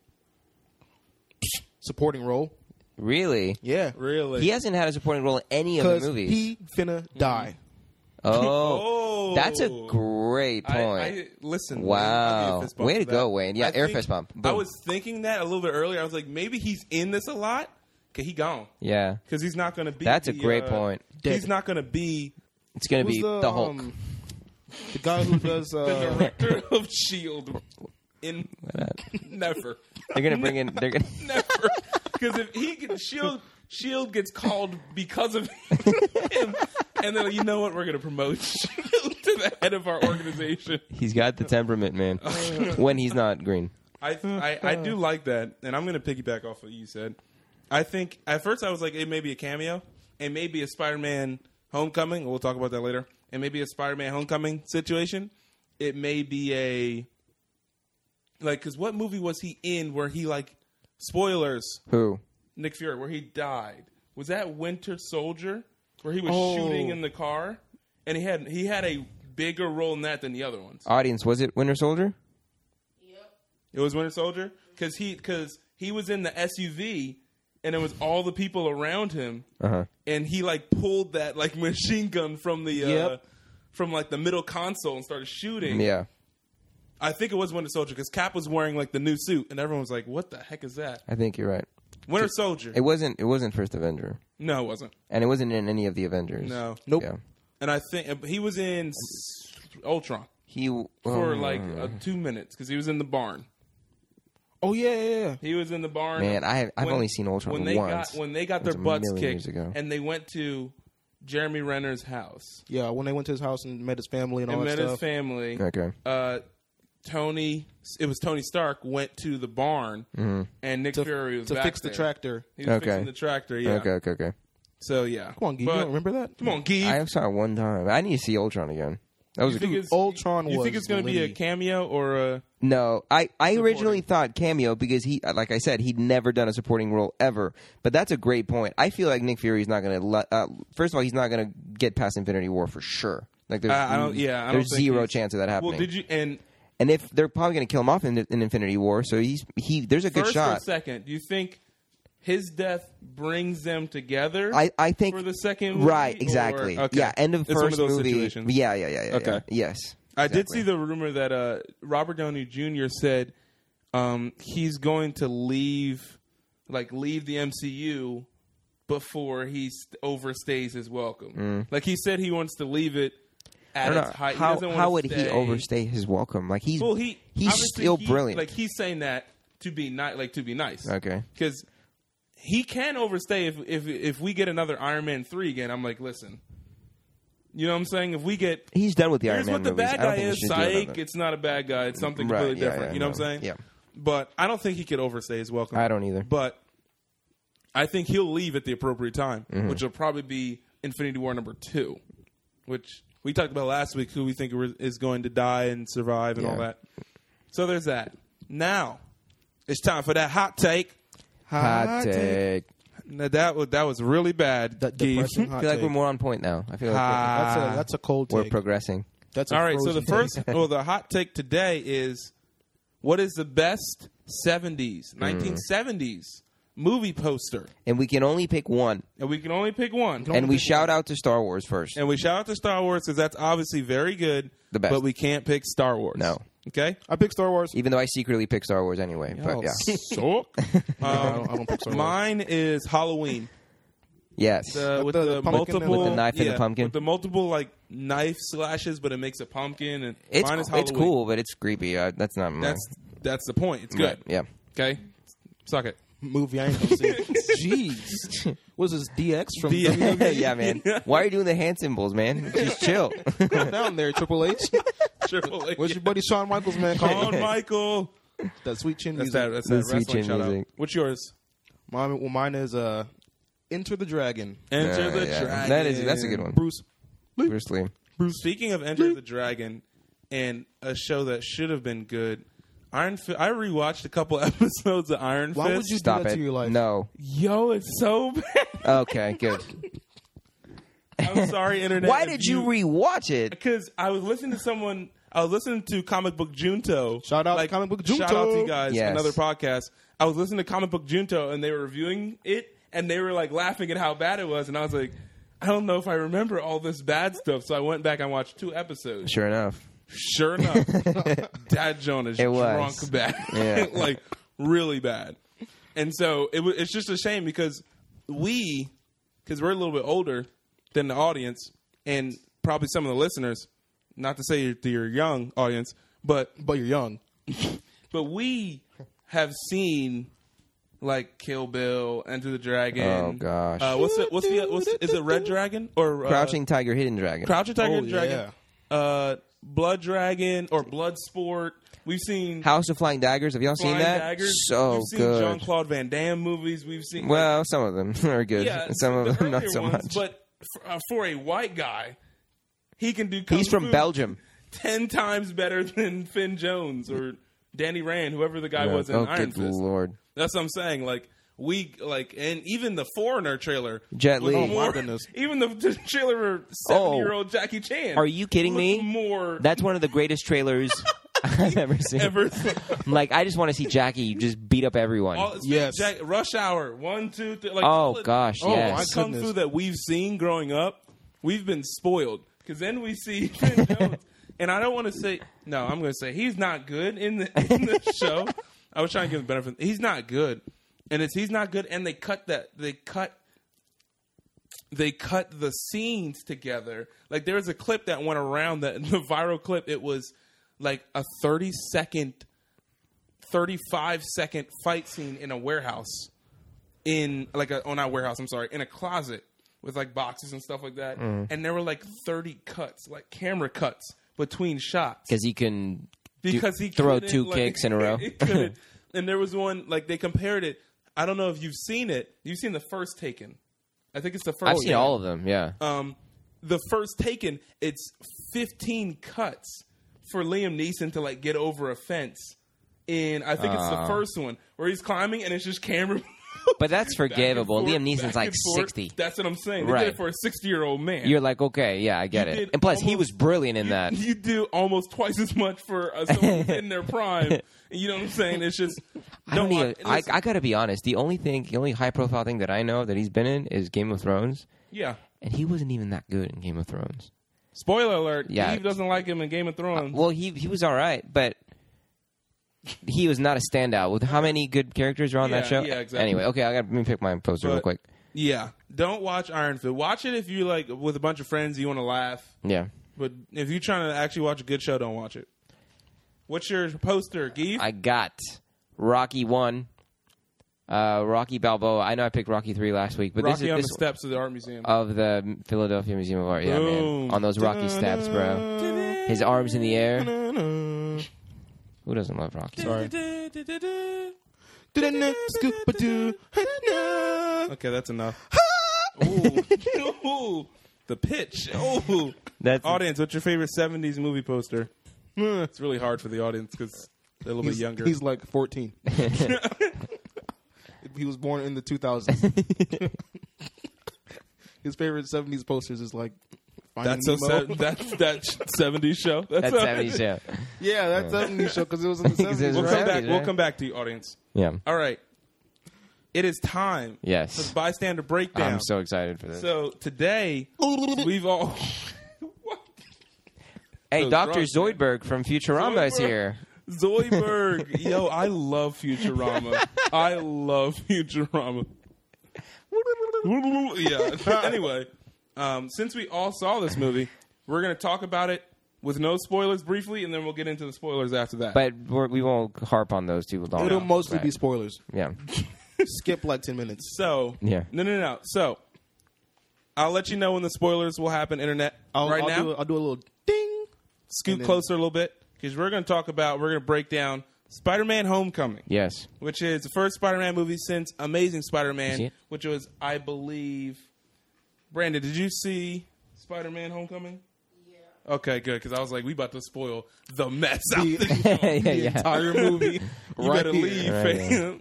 Speaker 3: supporting role?
Speaker 1: Really?
Speaker 3: Yeah,
Speaker 2: really
Speaker 1: He hasn't had a supporting role in any of
Speaker 3: because
Speaker 1: the movies. Mm-hmm.
Speaker 3: he finna die.
Speaker 1: oh,
Speaker 2: Oh.
Speaker 1: that's a great point.
Speaker 2: I- I, listen.
Speaker 1: Wow.
Speaker 2: Wayne, I'll give you a fist bump
Speaker 1: Way
Speaker 2: for
Speaker 1: to
Speaker 2: that.
Speaker 1: go, Wayne. Yeah,
Speaker 2: I
Speaker 1: air
Speaker 2: think-
Speaker 1: fist bump.
Speaker 2: I
Speaker 1: Boom.
Speaker 2: was thinking that a little bit earlier. I was like, maybe he's in this a lot. Okay, he gone
Speaker 1: yeah,
Speaker 2: because he's not going to be.
Speaker 1: That's a
Speaker 2: the,
Speaker 1: great
Speaker 2: uh,
Speaker 1: point.
Speaker 2: He's
Speaker 3: Dead.
Speaker 2: not going to be
Speaker 1: it's gonna be
Speaker 3: Who's
Speaker 1: the, Hulk.
Speaker 3: um, the guy who does
Speaker 2: the
Speaker 3: uh,
Speaker 2: director of Shield. E In never,
Speaker 1: they're gonna bring in. They're gonna.
Speaker 2: never. Because if he gets Shield, Shield E gets called because of him, and then you know what? We're going to promote Shield E to the head of our organization.
Speaker 1: he's got the temperament, man.
Speaker 2: Oh,
Speaker 1: when he's not green.
Speaker 2: I, I I do like that, and I'm going to piggyback off what you said. I think at first I was like, it may be a cameo, it may be a Spider-Man Homecoming. We'll talk about that later. It may be a Spider-Man Homecoming situation. It may be a like because what movie was he in where he like spoilers
Speaker 1: Who?
Speaker 2: Nick Fury where he died was that Winter Soldier where he was
Speaker 3: Oh.
Speaker 2: shooting in the car and he had he had a bigger role in that than the other ones.
Speaker 1: Audience was it Winter Soldier?
Speaker 2: It was Winter Soldier because he because he was in the SUV and it was all the people around him,
Speaker 1: Uh-huh.
Speaker 2: and he like pulled that like machine gun from the uh,
Speaker 3: Yep.
Speaker 2: from like the middle console and started shooting.
Speaker 1: Yeah.
Speaker 2: I think it was Winter Soldier because Cap was wearing like the new suit, and everyone was like, "What the heck is that?"
Speaker 1: I think you're right.
Speaker 2: Winter Soldier.
Speaker 1: It wasn't. It wasn't First Avenger,
Speaker 2: no, it wasn't.
Speaker 1: and it wasn't in any of the Avengers.
Speaker 2: No.
Speaker 3: Nope.
Speaker 1: Yeah.
Speaker 2: And I think he was in s-
Speaker 1: Um,
Speaker 2: Ultron
Speaker 1: He
Speaker 2: for
Speaker 1: um,
Speaker 2: like uh, two minutes because he was in the barn.
Speaker 3: Oh yeah, yeah, yeah.
Speaker 2: He was in the barn.
Speaker 1: Man, I have- I've only seen Ultron
Speaker 2: when they
Speaker 1: once.
Speaker 2: Got, when they got
Speaker 1: It was
Speaker 2: their
Speaker 1: a
Speaker 2: butts
Speaker 1: million years
Speaker 2: kicked,
Speaker 1: ago.
Speaker 2: and they went to Jeremy Renner's house
Speaker 3: Yeah, when they went to his house and met his family and all
Speaker 2: and
Speaker 3: that
Speaker 2: met
Speaker 3: stuff.
Speaker 2: his family.
Speaker 1: Okay.
Speaker 2: Uh, Tony, it was Tony Stark went to the barn, and Nick Fury was
Speaker 3: to
Speaker 2: back
Speaker 3: fix
Speaker 2: there.
Speaker 3: the tractor.
Speaker 2: He was
Speaker 1: Mm-hmm. Okay.
Speaker 2: fixing the tractor. Yeah.
Speaker 1: Okay. Okay. Okay.
Speaker 2: So yeah.
Speaker 3: Come on, Gee,
Speaker 2: But-
Speaker 3: you don't remember that?
Speaker 2: Come on, Gee.
Speaker 1: I saw it one time. I need to see Ultron again. That was a
Speaker 2: think it's-
Speaker 3: Ultron
Speaker 2: You think
Speaker 3: was
Speaker 2: it's going to be a
Speaker 3: Lee.
Speaker 2: cameo or a?
Speaker 1: No, I, I originally thought cameo because he, like I said, he'd never done a supporting role ever. But that's a great point. I feel like Nick Fury's not going to. let Uh, first of all, he's not going to get past Infinity War for sure. Like there's,
Speaker 2: Uh, I don't, yeah, I don't
Speaker 1: there's
Speaker 2: think
Speaker 1: zero
Speaker 2: he's-
Speaker 1: chance of that happening.
Speaker 2: Well, did you and
Speaker 1: and if they're probably going to kill him off in, in Infinity War, so he's he. There's a good
Speaker 2: first or
Speaker 1: shot.
Speaker 2: second? Do you think his death brings them together?
Speaker 1: I, I think
Speaker 2: for the second movie,
Speaker 1: right
Speaker 2: or-
Speaker 1: exactly
Speaker 2: okay.
Speaker 1: yeah end of
Speaker 2: It's
Speaker 1: first
Speaker 2: one of those
Speaker 1: movie
Speaker 2: situations.
Speaker 1: yeah yeah yeah yeah
Speaker 2: Okay.
Speaker 1: yeah. yes
Speaker 2: I did
Speaker 1: exactly.
Speaker 2: see the rumor that uh, Robert Downey Jr. said um, he's going to leave, like leave the MCU before he st- overstays his welcome. Like he said, he wants to leave it
Speaker 1: Mm. I
Speaker 2: at
Speaker 1: don't
Speaker 2: its
Speaker 1: know.
Speaker 2: height. He
Speaker 1: how
Speaker 2: doesn't
Speaker 1: how
Speaker 2: wanna
Speaker 1: would he
Speaker 2: stay-
Speaker 1: overstay his welcome like he's
Speaker 2: Well, he
Speaker 1: he's
Speaker 2: obviously
Speaker 1: still
Speaker 2: he-
Speaker 1: brilliant
Speaker 2: Like he's saying that to be not like to be nice.
Speaker 1: Okay.
Speaker 2: because he can overstay if if if we get another Iron Man three again. I'm like, listen, you know what I'm saying? If we get
Speaker 1: he's done with the Iron
Speaker 2: here's
Speaker 1: Man
Speaker 2: what the
Speaker 1: movies.
Speaker 2: bad
Speaker 1: I don't
Speaker 2: guy
Speaker 1: think we
Speaker 2: is,
Speaker 1: should do another.
Speaker 2: psych. It's not a bad guy. It's something
Speaker 1: Right,
Speaker 2: completely
Speaker 1: yeah,
Speaker 2: different.
Speaker 1: yeah,
Speaker 2: you know
Speaker 1: no,
Speaker 2: what I'm saying?
Speaker 1: yeah.
Speaker 2: But I don't think he could overstay his welcome.
Speaker 1: I don't either.
Speaker 2: But I think he'll leave at the appropriate time,
Speaker 1: Mm-hmm.
Speaker 2: which will probably be Infinity War number two, which we talked about last week. Who we think is going to die and survive and all
Speaker 1: Yeah.
Speaker 2: that. So there's that. Now it's time for that hot take.
Speaker 1: Hot take.
Speaker 2: Now, that was that was really bad.
Speaker 3: That
Speaker 2: Keith.
Speaker 3: depressing
Speaker 1: I
Speaker 3: hot
Speaker 1: feel like
Speaker 3: take.
Speaker 1: we're more on point now. I feel like we're-
Speaker 3: that's a that's a cold
Speaker 1: we're,
Speaker 3: take.
Speaker 1: progressing.
Speaker 3: that's a
Speaker 2: All right. So the
Speaker 3: frozen
Speaker 2: first,
Speaker 3: take.
Speaker 2: well, the hot take today is what is the best 70s,
Speaker 1: Mm.
Speaker 2: 1970s movie poster?
Speaker 1: And we can only pick one.
Speaker 2: And we can only pick one.
Speaker 3: Don't-
Speaker 1: And we shout out to Star Wars first.
Speaker 2: And we shout out to Star Wars because that's obviously very good.
Speaker 1: The best.
Speaker 2: But we can't pick Star Wars.
Speaker 1: No.
Speaker 2: Okay.
Speaker 3: I picked Star Wars.
Speaker 1: Even though I secretly pick Star Wars anyway. But yeah.
Speaker 2: Suck.
Speaker 3: No, Oh, I, don't, I
Speaker 2: um,
Speaker 3: don't pick Star Wars.
Speaker 2: mine is Halloween.
Speaker 1: Yes.
Speaker 2: The, with
Speaker 3: the
Speaker 2: the,
Speaker 3: pumpkin and the-
Speaker 2: multiple
Speaker 3: With the
Speaker 1: knife and the
Speaker 2: yeah,
Speaker 1: pumpkin.
Speaker 2: With the multiple like knife slashes, but it makes a pumpkin and
Speaker 1: it's,
Speaker 2: mine is
Speaker 1: it's
Speaker 2: Halloween.
Speaker 1: cool, but it's creepy. Uh, that's not mine.
Speaker 2: That's that's the point. It's good.
Speaker 1: Right, yeah.
Speaker 2: Okay. Suck it.
Speaker 3: movie I ain't gonna see. Jeez, what is this DX from
Speaker 2: DX.
Speaker 3: WWE?
Speaker 1: yeah, man. Why are you doing the hand symbols, man? Just chill.
Speaker 3: Calm down there, Triple H.
Speaker 2: Triple H.
Speaker 3: Where's your buddy Shawn Michaels, man? Call
Speaker 2: Shawn Michael.
Speaker 3: that sweet chin music.
Speaker 2: That's that. That's
Speaker 1: The
Speaker 2: that
Speaker 1: sweet
Speaker 2: wrestling
Speaker 1: chin
Speaker 2: shout out.
Speaker 1: music.
Speaker 2: What's yours?
Speaker 3: Mine, well, mine is uh, Enter the Dragon.
Speaker 2: Enter
Speaker 1: Yeah,
Speaker 2: the
Speaker 1: yeah.
Speaker 2: Dragon.
Speaker 1: That is that's a good one.
Speaker 3: Bruce,
Speaker 1: Bruce Lee.
Speaker 2: Speaking of Enter the Dragon, and a show that should have been good, Iron. Fi- I rewatched a couple episodes of Iron
Speaker 3: Why would
Speaker 2: Fist.
Speaker 3: you-
Speaker 1: Stop
Speaker 3: that
Speaker 1: it.
Speaker 3: to your life.
Speaker 1: No.
Speaker 2: Yo, it's so bad.
Speaker 1: Okay, good.
Speaker 2: I'm sorry, internet.
Speaker 1: Why did you rewatch it?
Speaker 2: Because I was listening to someone. I was listening to Comic Book Junto.
Speaker 3: Shout out Comic Book
Speaker 2: Shout out to
Speaker 3: Junto.
Speaker 2: you guys.
Speaker 1: Yes.
Speaker 2: Another podcast. I was listening to Comic Book Junto, and they were reviewing it, and they were like laughing at how bad it was, and I was like. I don't know if I remember all this bad stuff, so I went back and watched two episodes.
Speaker 1: Sure enough.
Speaker 2: Sure enough, Dad Joan is
Speaker 1: It was.
Speaker 2: drunk bad,
Speaker 1: Yeah.
Speaker 2: like really bad. And so it, wa- it's just a shame because we, because we're a little bit older than the audience and probably some of the listeners. Not to say you're, to your young audience, but
Speaker 3: but you're young.
Speaker 2: but we have seen like Kill Bill, Enter the Dragon.
Speaker 1: Oh, gosh.
Speaker 2: uh, what's the, what's the what's is it Red Dragon or uh,
Speaker 1: Crouching Tiger, Hidden Dragon.
Speaker 2: Crouching Tiger
Speaker 3: Oh,
Speaker 2: and Dragon, uh, Blood Dragon or Blood Sport. We've seen
Speaker 1: House of Flying Daggers. Have y'all
Speaker 2: Flying
Speaker 1: seen that?
Speaker 2: Daggers.
Speaker 1: So
Speaker 2: We've seen
Speaker 1: good.
Speaker 2: Jean Claude Van Damme movies. We've seen
Speaker 1: Well, some of them are good.
Speaker 2: yeah,
Speaker 1: some
Speaker 2: the
Speaker 1: of them not
Speaker 2: earlier
Speaker 1: so
Speaker 2: ones,
Speaker 1: much.
Speaker 2: But for, uh, for a white guy, he can do. Kung
Speaker 1: He's from
Speaker 2: Fu
Speaker 1: Belgium.
Speaker 2: Ten times better than Finn Jones or Danny Rand, whoever the guy
Speaker 1: Yeah.
Speaker 2: was in
Speaker 1: oh,
Speaker 2: Iron
Speaker 1: good
Speaker 2: Fist.
Speaker 1: lord!
Speaker 2: That's what I'm saying. Like we like, and even the foreigner trailer,
Speaker 1: Jet
Speaker 2: looked
Speaker 1: Li.
Speaker 2: more-
Speaker 1: Oh,
Speaker 3: my goodness.
Speaker 2: even the, the trailer for seven
Speaker 1: Oh.
Speaker 2: year old Jackie Chan.
Speaker 1: Are you kidding
Speaker 2: looked
Speaker 1: me?
Speaker 2: More
Speaker 1: That's one of the greatest trailers I've ever seen.
Speaker 2: ever.
Speaker 1: Like, I just want to see Jackie just beat up everyone.
Speaker 2: All,
Speaker 3: Yes.
Speaker 2: Jack, Rush Hour. One, two, three. Like, all
Speaker 1: oh
Speaker 2: the-
Speaker 1: gosh,
Speaker 3: Oh,
Speaker 1: yes.
Speaker 3: I
Speaker 2: the kung
Speaker 3: Goodness.
Speaker 2: fu that we've seen growing up, we've been spoiled. Because then we see Finn Jones and I don't want to say no. I'm going to say he's not good in the, in the show. I was trying to give him the benefit. He's not good, and it's he's not good. And they cut that. They cut. They cut the scenes together. Like there was a clip that went around that the viral clip. It was like a 30 second, 35 second fight scene in a warehouse in like a, on our warehouse. I'm sorry, in a closet with like boxes and stuff like that.
Speaker 1: Mm-hmm.
Speaker 2: And there were like 30 cuts, like camera cuts between shots
Speaker 1: because he can do-
Speaker 2: because he
Speaker 1: throw
Speaker 2: couldn't,
Speaker 1: two
Speaker 2: like-
Speaker 1: kicks in a row.
Speaker 2: he couldn't. and there was one like they compared it. I don't know if you've seen it. You've seen the first Taken. I think it's the first.
Speaker 1: I've seen all of them. Yeah,
Speaker 2: Um, the first Taken. It's 15 cuts for Liam Neeson to like get over a fence. And I think it's the
Speaker 1: Ah.
Speaker 2: first one where he's climbing and it's just camera.
Speaker 1: but that's
Speaker 2: back and
Speaker 1: forgivable.
Speaker 2: forth,
Speaker 1: Liam Neeson's
Speaker 2: back
Speaker 1: like
Speaker 2: and forth.
Speaker 1: sixty.
Speaker 2: That's what I'm saying. They did
Speaker 1: Right.
Speaker 2: it for a 60 year old man.
Speaker 1: You're like, okay, yeah, I get
Speaker 2: You
Speaker 1: it.
Speaker 2: did
Speaker 1: And plus, he
Speaker 2: almost-
Speaker 1: was brilliant in that.
Speaker 2: you do almost twice as much for uh, someone who's in their prime. You know what I'm saying? It's just
Speaker 1: I don't
Speaker 2: want-
Speaker 1: even. I,
Speaker 2: listen,
Speaker 1: I gotta be honest. The only thing, the only high profile thing that I know that he's been in is Game of Thrones,
Speaker 2: yeah.
Speaker 1: and he wasn't even that good in Game of Thrones.
Speaker 2: Spoiler alert.
Speaker 1: Yeah. Uh,
Speaker 2: Eve doesn't like him in Game of Thrones.
Speaker 1: Well, he he was all right, but he was not a standout. With how many good characters are on that
Speaker 2: Yeah,
Speaker 1: show?
Speaker 2: yeah, exactly.
Speaker 1: Anyway, okay, I gotta let me pick my poster real
Speaker 2: But-
Speaker 1: quick.
Speaker 2: yeah. Don't watch Iron Fist. Watch it if you like with a bunch of friends. You want to laugh,
Speaker 1: Yeah,
Speaker 2: but if you're trying to actually watch a good show, don't watch it. What's your poster, Geef?
Speaker 1: I got Rocky one, uh, Rocky Balboa. I know I picked Rocky three last week, but
Speaker 2: Rocky
Speaker 1: this is
Speaker 2: on
Speaker 1: this
Speaker 2: the steps of the art museum.
Speaker 1: of the Philadelphia Museum of Art. Yeah,
Speaker 2: Boom.
Speaker 1: man, on those Rocky steps, bro. Uh, His arms in the air. Who doesn't love Rocky?
Speaker 3: Sorry. Scoop-a-doo.
Speaker 2: Okay, that's enough. Ooh. Ooh. The pitch. Ooh.
Speaker 1: That's
Speaker 2: Audience, what's your favorite 70s movie poster? It's really hard for the audience because they're a little
Speaker 3: He's,
Speaker 2: bit younger.
Speaker 3: he's like 14. he was born in the 2000s. His favorite 70s posters is like Finding
Speaker 2: that's so
Speaker 3: Nemo.
Speaker 2: sad. That's that sh- 70s show.
Speaker 1: that's
Speaker 2: how-
Speaker 1: seventy show.
Speaker 3: Yeah, that 70s show because it was in the 70s.
Speaker 1: Because it was
Speaker 2: We'll
Speaker 3: right?
Speaker 2: come back.
Speaker 1: Right.
Speaker 2: We'll come back to you, audience.
Speaker 1: Yeah.
Speaker 2: All right. It is time. for the
Speaker 1: Yes.
Speaker 2: bystander breakdown.
Speaker 1: I'm so excited for this.
Speaker 2: So today we've all. what?
Speaker 1: hey,
Speaker 2: so
Speaker 1: Doctor
Speaker 2: drunk,
Speaker 1: Zoidberg from Futurama is
Speaker 2: Zoidberg.
Speaker 1: here.
Speaker 2: Zoidberg, yo, I love Futurama. I love Futurama. yeah. anyway, um, since we all saw this movie, we're gonna talk about it with no spoilers briefly, and then we'll get into the spoilers after that.
Speaker 1: But we're, we won't harp on those too long.
Speaker 3: It'll mostly
Speaker 1: Right.
Speaker 3: be spoilers.
Speaker 1: yeah.
Speaker 3: Skip like 10 minutes.
Speaker 2: so
Speaker 1: Yeah.
Speaker 2: no, no, no. So I'll let you know when the spoilers will happen. Internet
Speaker 3: I'll,
Speaker 2: right
Speaker 3: I'll
Speaker 2: now.
Speaker 3: do a, I'll do a little ding.
Speaker 2: scoot
Speaker 3: And then-
Speaker 2: closer a little bit because we're going to talk about we're going to break down spider-man homecoming
Speaker 1: Yes.
Speaker 2: which is the first spider-man movie since amazing
Speaker 1: See
Speaker 2: spider-man
Speaker 1: it?
Speaker 2: which was i believe brandon did you see spider-man homecoming yeah. okay good because i was like we about to spoil the mess out
Speaker 3: The-
Speaker 2: this
Speaker 1: yeah,
Speaker 2: show.
Speaker 3: The
Speaker 1: yeah.
Speaker 3: entire movie.
Speaker 2: you
Speaker 3: right
Speaker 2: better
Speaker 3: here.
Speaker 2: leave
Speaker 1: Right here.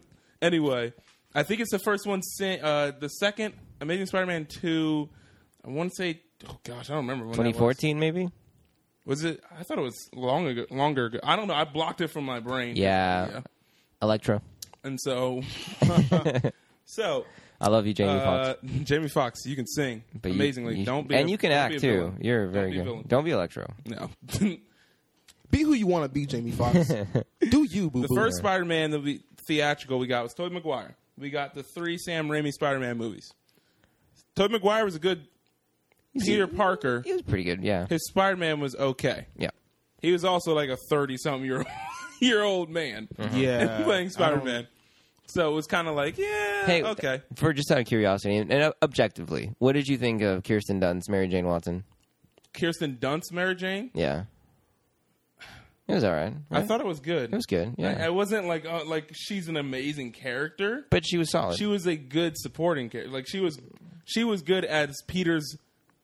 Speaker 2: anyway i think it's the first one sin- uh, the second amazing spider-man 2 i want to say oh gosh i don't remember when that was.
Speaker 1: 2014 maybe.
Speaker 2: Was it? I thought it was long ago, longer ago. I don't know. I blocked it from my brain.
Speaker 1: Yeah. Electro.
Speaker 2: And so, so
Speaker 1: I love you, Jamie
Speaker 2: uh,
Speaker 1: Foxx.
Speaker 2: Jamie Fox, you can sing
Speaker 1: But you-
Speaker 2: amazingly.
Speaker 1: you-
Speaker 2: don't be
Speaker 1: and
Speaker 2: a-
Speaker 1: you can
Speaker 2: don't be
Speaker 1: act
Speaker 2: a
Speaker 1: too.
Speaker 2: villain.
Speaker 1: You're very
Speaker 2: be a
Speaker 1: good.
Speaker 2: villain.
Speaker 1: Don't be Electro.
Speaker 2: No.
Speaker 3: Be who you want to be, Jamie Foxx. do you, boo
Speaker 2: the first Spider-Man that we theatrical we got was Tobey Maguire. We got the three Sam Raimi Spider-Man movies. Tobey Maguire was a good Peter Parker.
Speaker 1: He was pretty good. Yeah.
Speaker 2: His Spider-Man was okay.
Speaker 1: Yeah.
Speaker 2: He was also like a thirty-something year old year old man.
Speaker 1: Mm-hmm.
Speaker 3: Yeah.
Speaker 2: playing Spider Man. So it was kind of like, yeah,
Speaker 1: Hey,
Speaker 2: Uh, okay.
Speaker 1: For just out of curiosity and, and uh, objectively, what did you think of Kirsten Dunst, Mary Jane Watson?
Speaker 2: Kirsten Dunst, Mary Jane.
Speaker 1: Yeah. It was all right.
Speaker 2: I
Speaker 1: right?
Speaker 2: thought it was good.
Speaker 1: it was good. Yeah.
Speaker 2: I, I wasn't like uh, like she's an amazing character.
Speaker 1: but she was solid.
Speaker 2: She was a good supporting character. Like she was, she was good as Peter's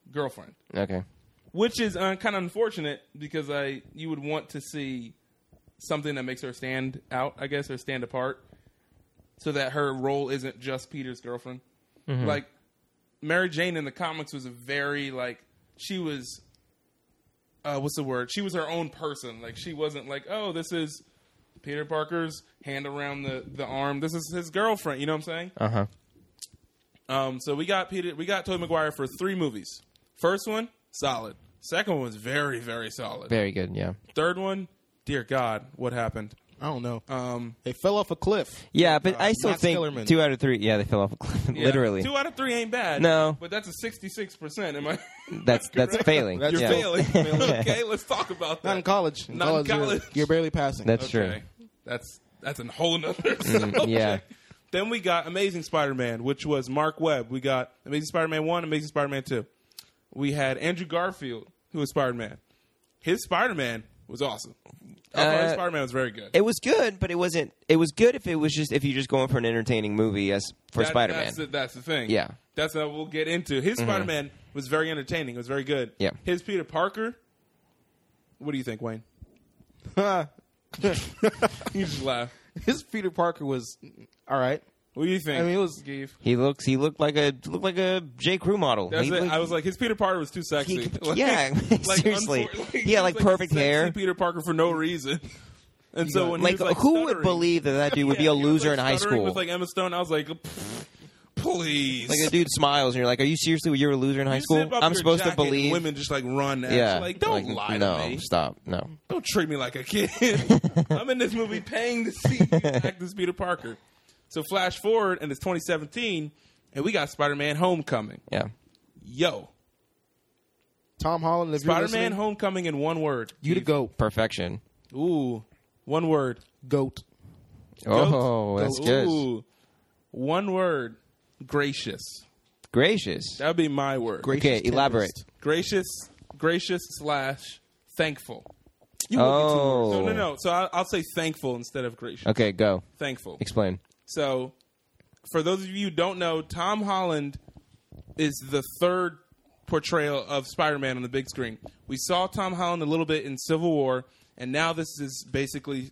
Speaker 2: girlfriend,
Speaker 1: okay.
Speaker 2: which is uh, kind of unfortunate because I you would want to see something that makes her stand out, I guess, or stand apart, so that her role isn't just Peter's girlfriend. Like Mary Jane in the comics was a very like she was uh what's the word? She was her own person. Like she wasn't like, "Oh, this is Peter Parker's hand around the the arm. This is his girlfriend." You know what I'm saying?
Speaker 1: Uh huh.
Speaker 2: Um so we got Peter we got Tobey Maguire for 3 movies. First one, solid. Second one's very, very solid.
Speaker 1: Very good. Yeah.
Speaker 2: Third one, dear God, what happened?
Speaker 3: I don't know.
Speaker 2: Um,
Speaker 3: they fell off a cliff.
Speaker 1: Yeah, but I still
Speaker 3: Max
Speaker 1: think
Speaker 3: Kellerman.
Speaker 1: two out of three. Yeah, they fell off a cliff.
Speaker 2: Uh, yeah,
Speaker 1: Literally,
Speaker 2: two out of three ain't bad.
Speaker 1: No.
Speaker 2: but that's a sixty-six percent. Am I?
Speaker 1: that's that's failing.
Speaker 3: That's
Speaker 2: You're
Speaker 1: yeah.
Speaker 2: failing. okay, let's talk about that.
Speaker 3: Not in college. In
Speaker 2: Not in
Speaker 3: college, you're-
Speaker 2: college.
Speaker 3: You're, barely passing.
Speaker 1: That's true. Mm,
Speaker 2: Okay. That's that's a whole nother subject.
Speaker 1: yeah.
Speaker 2: Then we got Amazing Spider-Man, which was Mark Webb. We got Amazing Spider-Man one, Amazing Spider-Man two. We had Andrew Garfield, who was Spider-Man. His Spider-Man was awesome. I thought his
Speaker 1: Uh,
Speaker 2: Spider-Man was very good.
Speaker 1: It was good, but it wasn't. It was good if it was just if you're just going for an entertaining movie as for
Speaker 2: That-
Speaker 1: Spider Man.
Speaker 2: That's the, that's the thing.
Speaker 1: Yeah. Mm-hmm.
Speaker 2: that's what we'll get into. His Spider-Man was very entertaining. It was very good.
Speaker 1: Yeah.
Speaker 2: His Peter Parker. What do you think, Wayne? You just laugh.
Speaker 3: His Peter Parker was all right.
Speaker 2: What do you think?
Speaker 3: I mean, it was-
Speaker 2: Geef?
Speaker 1: He looks. He looked like a looked like a J Crew model.
Speaker 2: That's
Speaker 1: He
Speaker 2: it.
Speaker 1: looked-
Speaker 2: I was like, his Peter Parker was too sexy.
Speaker 1: He-
Speaker 2: Like-
Speaker 1: yeah, seriously.
Speaker 2: unfor-
Speaker 1: He had,
Speaker 2: he was
Speaker 1: like,
Speaker 2: a
Speaker 1: perfect
Speaker 2: sexy
Speaker 1: hair.
Speaker 2: Peter Parker for no reason. And so when
Speaker 1: like,
Speaker 2: he was, like
Speaker 1: who would
Speaker 2: stuttering-
Speaker 1: believe that that dude would
Speaker 2: Yeah,
Speaker 1: be a
Speaker 2: he was,
Speaker 1: loser
Speaker 2: like,
Speaker 1: in high
Speaker 2: stuttering
Speaker 1: school?
Speaker 2: With like Emma Stone, I was like, "Pff, please.
Speaker 1: Like a dude smiles and you're like, "Are you seriously you're a loser in high
Speaker 2: You
Speaker 1: school?"
Speaker 2: zip up
Speaker 1: I'm
Speaker 2: your
Speaker 1: supposed to
Speaker 2: jacket and
Speaker 1: believe.
Speaker 2: women just like run at
Speaker 1: yeah,
Speaker 2: you. Like, don't lie
Speaker 1: no,
Speaker 2: to me.
Speaker 1: stop, no.
Speaker 2: Don't treat me like a kid. I'm in this movie paying to see you act as Peter Parker. So flash forward, and it's 2017, and we got Spider-Man: Homecoming.
Speaker 1: Yeah,
Speaker 2: Yo,
Speaker 3: Tom Holland. If
Speaker 2: Spider-Man:
Speaker 3: you're listening,
Speaker 2: Homecoming in one word.
Speaker 3: you the goat.
Speaker 1: perfection.
Speaker 2: Ooh, one word.
Speaker 3: Goat.
Speaker 1: Oh, that's good.
Speaker 2: Ooh, one word. Gracious.
Speaker 1: Gracious.
Speaker 2: That'd be my word.
Speaker 3: Gracious
Speaker 1: Okay, elaborate.
Speaker 3: tempest.
Speaker 2: gracious, gracious slash thankful.
Speaker 3: You
Speaker 1: Oh,
Speaker 2: No, no, no. So I, I'll say thankful instead of gracious.
Speaker 1: Okay, go
Speaker 2: Thankful.
Speaker 1: explain.
Speaker 2: So, for those of you who don't know, Tom Holland is the third portrayal of Spider-Man on the big screen. We saw Tom Holland a little bit in Civil War, and now this is basically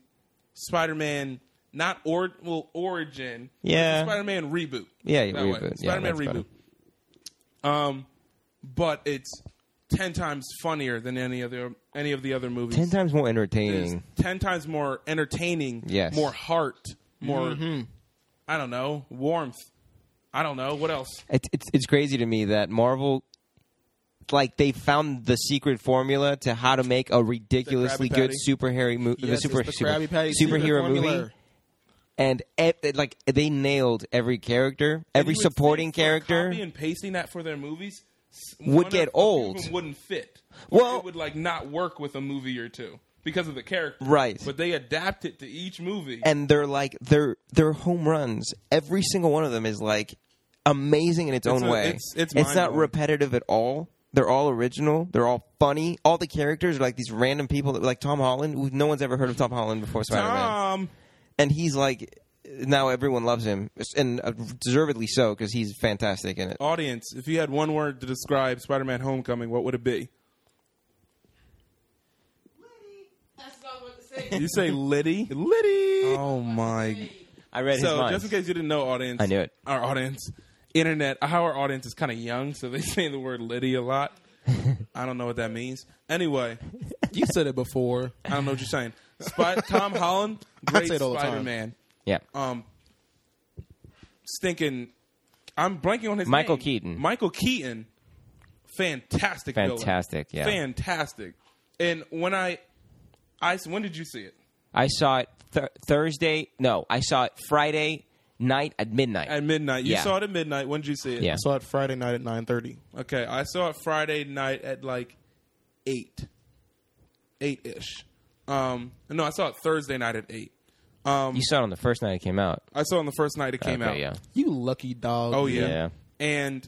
Speaker 2: Spider-Man not or well origin.
Speaker 1: Yeah.
Speaker 2: Spider-Man reboot.
Speaker 1: Yeah,
Speaker 2: That way.
Speaker 1: reboot. Yeah,
Speaker 2: Spider-Man
Speaker 1: that's
Speaker 2: reboot. Um, but it's ten times funnier than any other any of the other movies
Speaker 1: Ten times more
Speaker 2: is
Speaker 1: entertaining.
Speaker 2: ten times more entertaining.
Speaker 1: Yes.
Speaker 2: More heart. More. I don't know. Warmth. I don't know. What else?
Speaker 1: It's, it's it's crazy to me that Marvel, like they found the secret formula to how to make a ridiculously
Speaker 2: Krabby
Speaker 1: good
Speaker 2: Patty.
Speaker 1: super hairy mo- the
Speaker 3: Yes,
Speaker 1: super,
Speaker 3: it's the
Speaker 1: super-
Speaker 3: Krabby Patty
Speaker 1: superhero
Speaker 3: secret formula.
Speaker 1: movie, and e- like they nailed every character, every
Speaker 2: You would
Speaker 1: supporting
Speaker 2: think for
Speaker 1: character.
Speaker 2: Copy and pasting that for their movies s-
Speaker 1: Would
Speaker 2: one or-
Speaker 1: get
Speaker 2: a few of
Speaker 1: old.
Speaker 2: them Wouldn't fit.
Speaker 1: Well-
Speaker 2: Or it would like not work with a movie or two because of the character.
Speaker 1: Right.
Speaker 2: But they adapt it to each movie.
Speaker 1: and they're like they're they're home runs. Every single one of them is like amazing in its, own
Speaker 2: a-
Speaker 1: way.
Speaker 2: it's- it's
Speaker 1: not
Speaker 2: mind-blowing.
Speaker 1: repetitive at all. They're all original. They're all funny. All the characters are like these random people that like Tom Holland. who- No one's ever heard of Tom Holland before Spider Man,
Speaker 2: Tom.
Speaker 1: and he's like now everyone loves him and uh, deservedly so because he's fantastic in it.
Speaker 2: Audience, if you had one word to describe Spider-Man: Homecoming, what would it be?
Speaker 4: That's all I want to say.
Speaker 2: You say Liddy. Liddy.
Speaker 3: Oh my.
Speaker 1: I read his
Speaker 2: so
Speaker 1: mind.
Speaker 2: just in case you didn't know audience
Speaker 1: I knew it.
Speaker 2: our audience internet our audience is kind of young so they say the word liddy a lot i don't know what that means anyway
Speaker 3: You said it before.
Speaker 2: i don't know what you're saying Spy- tom holland
Speaker 3: I
Speaker 2: great
Speaker 3: say it all the time.
Speaker 2: spider-man
Speaker 1: yeah,
Speaker 2: um stinking i'm blanking on his
Speaker 1: Michael
Speaker 2: name.
Speaker 1: Keaton.
Speaker 2: michael keaton fantastic villain.
Speaker 1: fantastic. Yeah,
Speaker 2: fantastic and when i i when did you see it
Speaker 1: I saw it th- Thursday. No, I saw it Friday night at midnight.
Speaker 2: at midnight you
Speaker 1: Yeah.
Speaker 2: saw it at midnight when did you see it
Speaker 1: yeah,
Speaker 3: I saw it Friday night at nine thirty.
Speaker 2: Okay, I saw it Friday night at like eight, eight ish. Um, no, I saw it Thursday night at eight. Um,
Speaker 1: you saw it on the first night it came out.
Speaker 2: I saw it on the first night it came
Speaker 1: Okay,
Speaker 2: out.
Speaker 1: Yeah.
Speaker 3: You lucky dog.
Speaker 2: Oh yeah.
Speaker 1: Yeah.
Speaker 2: And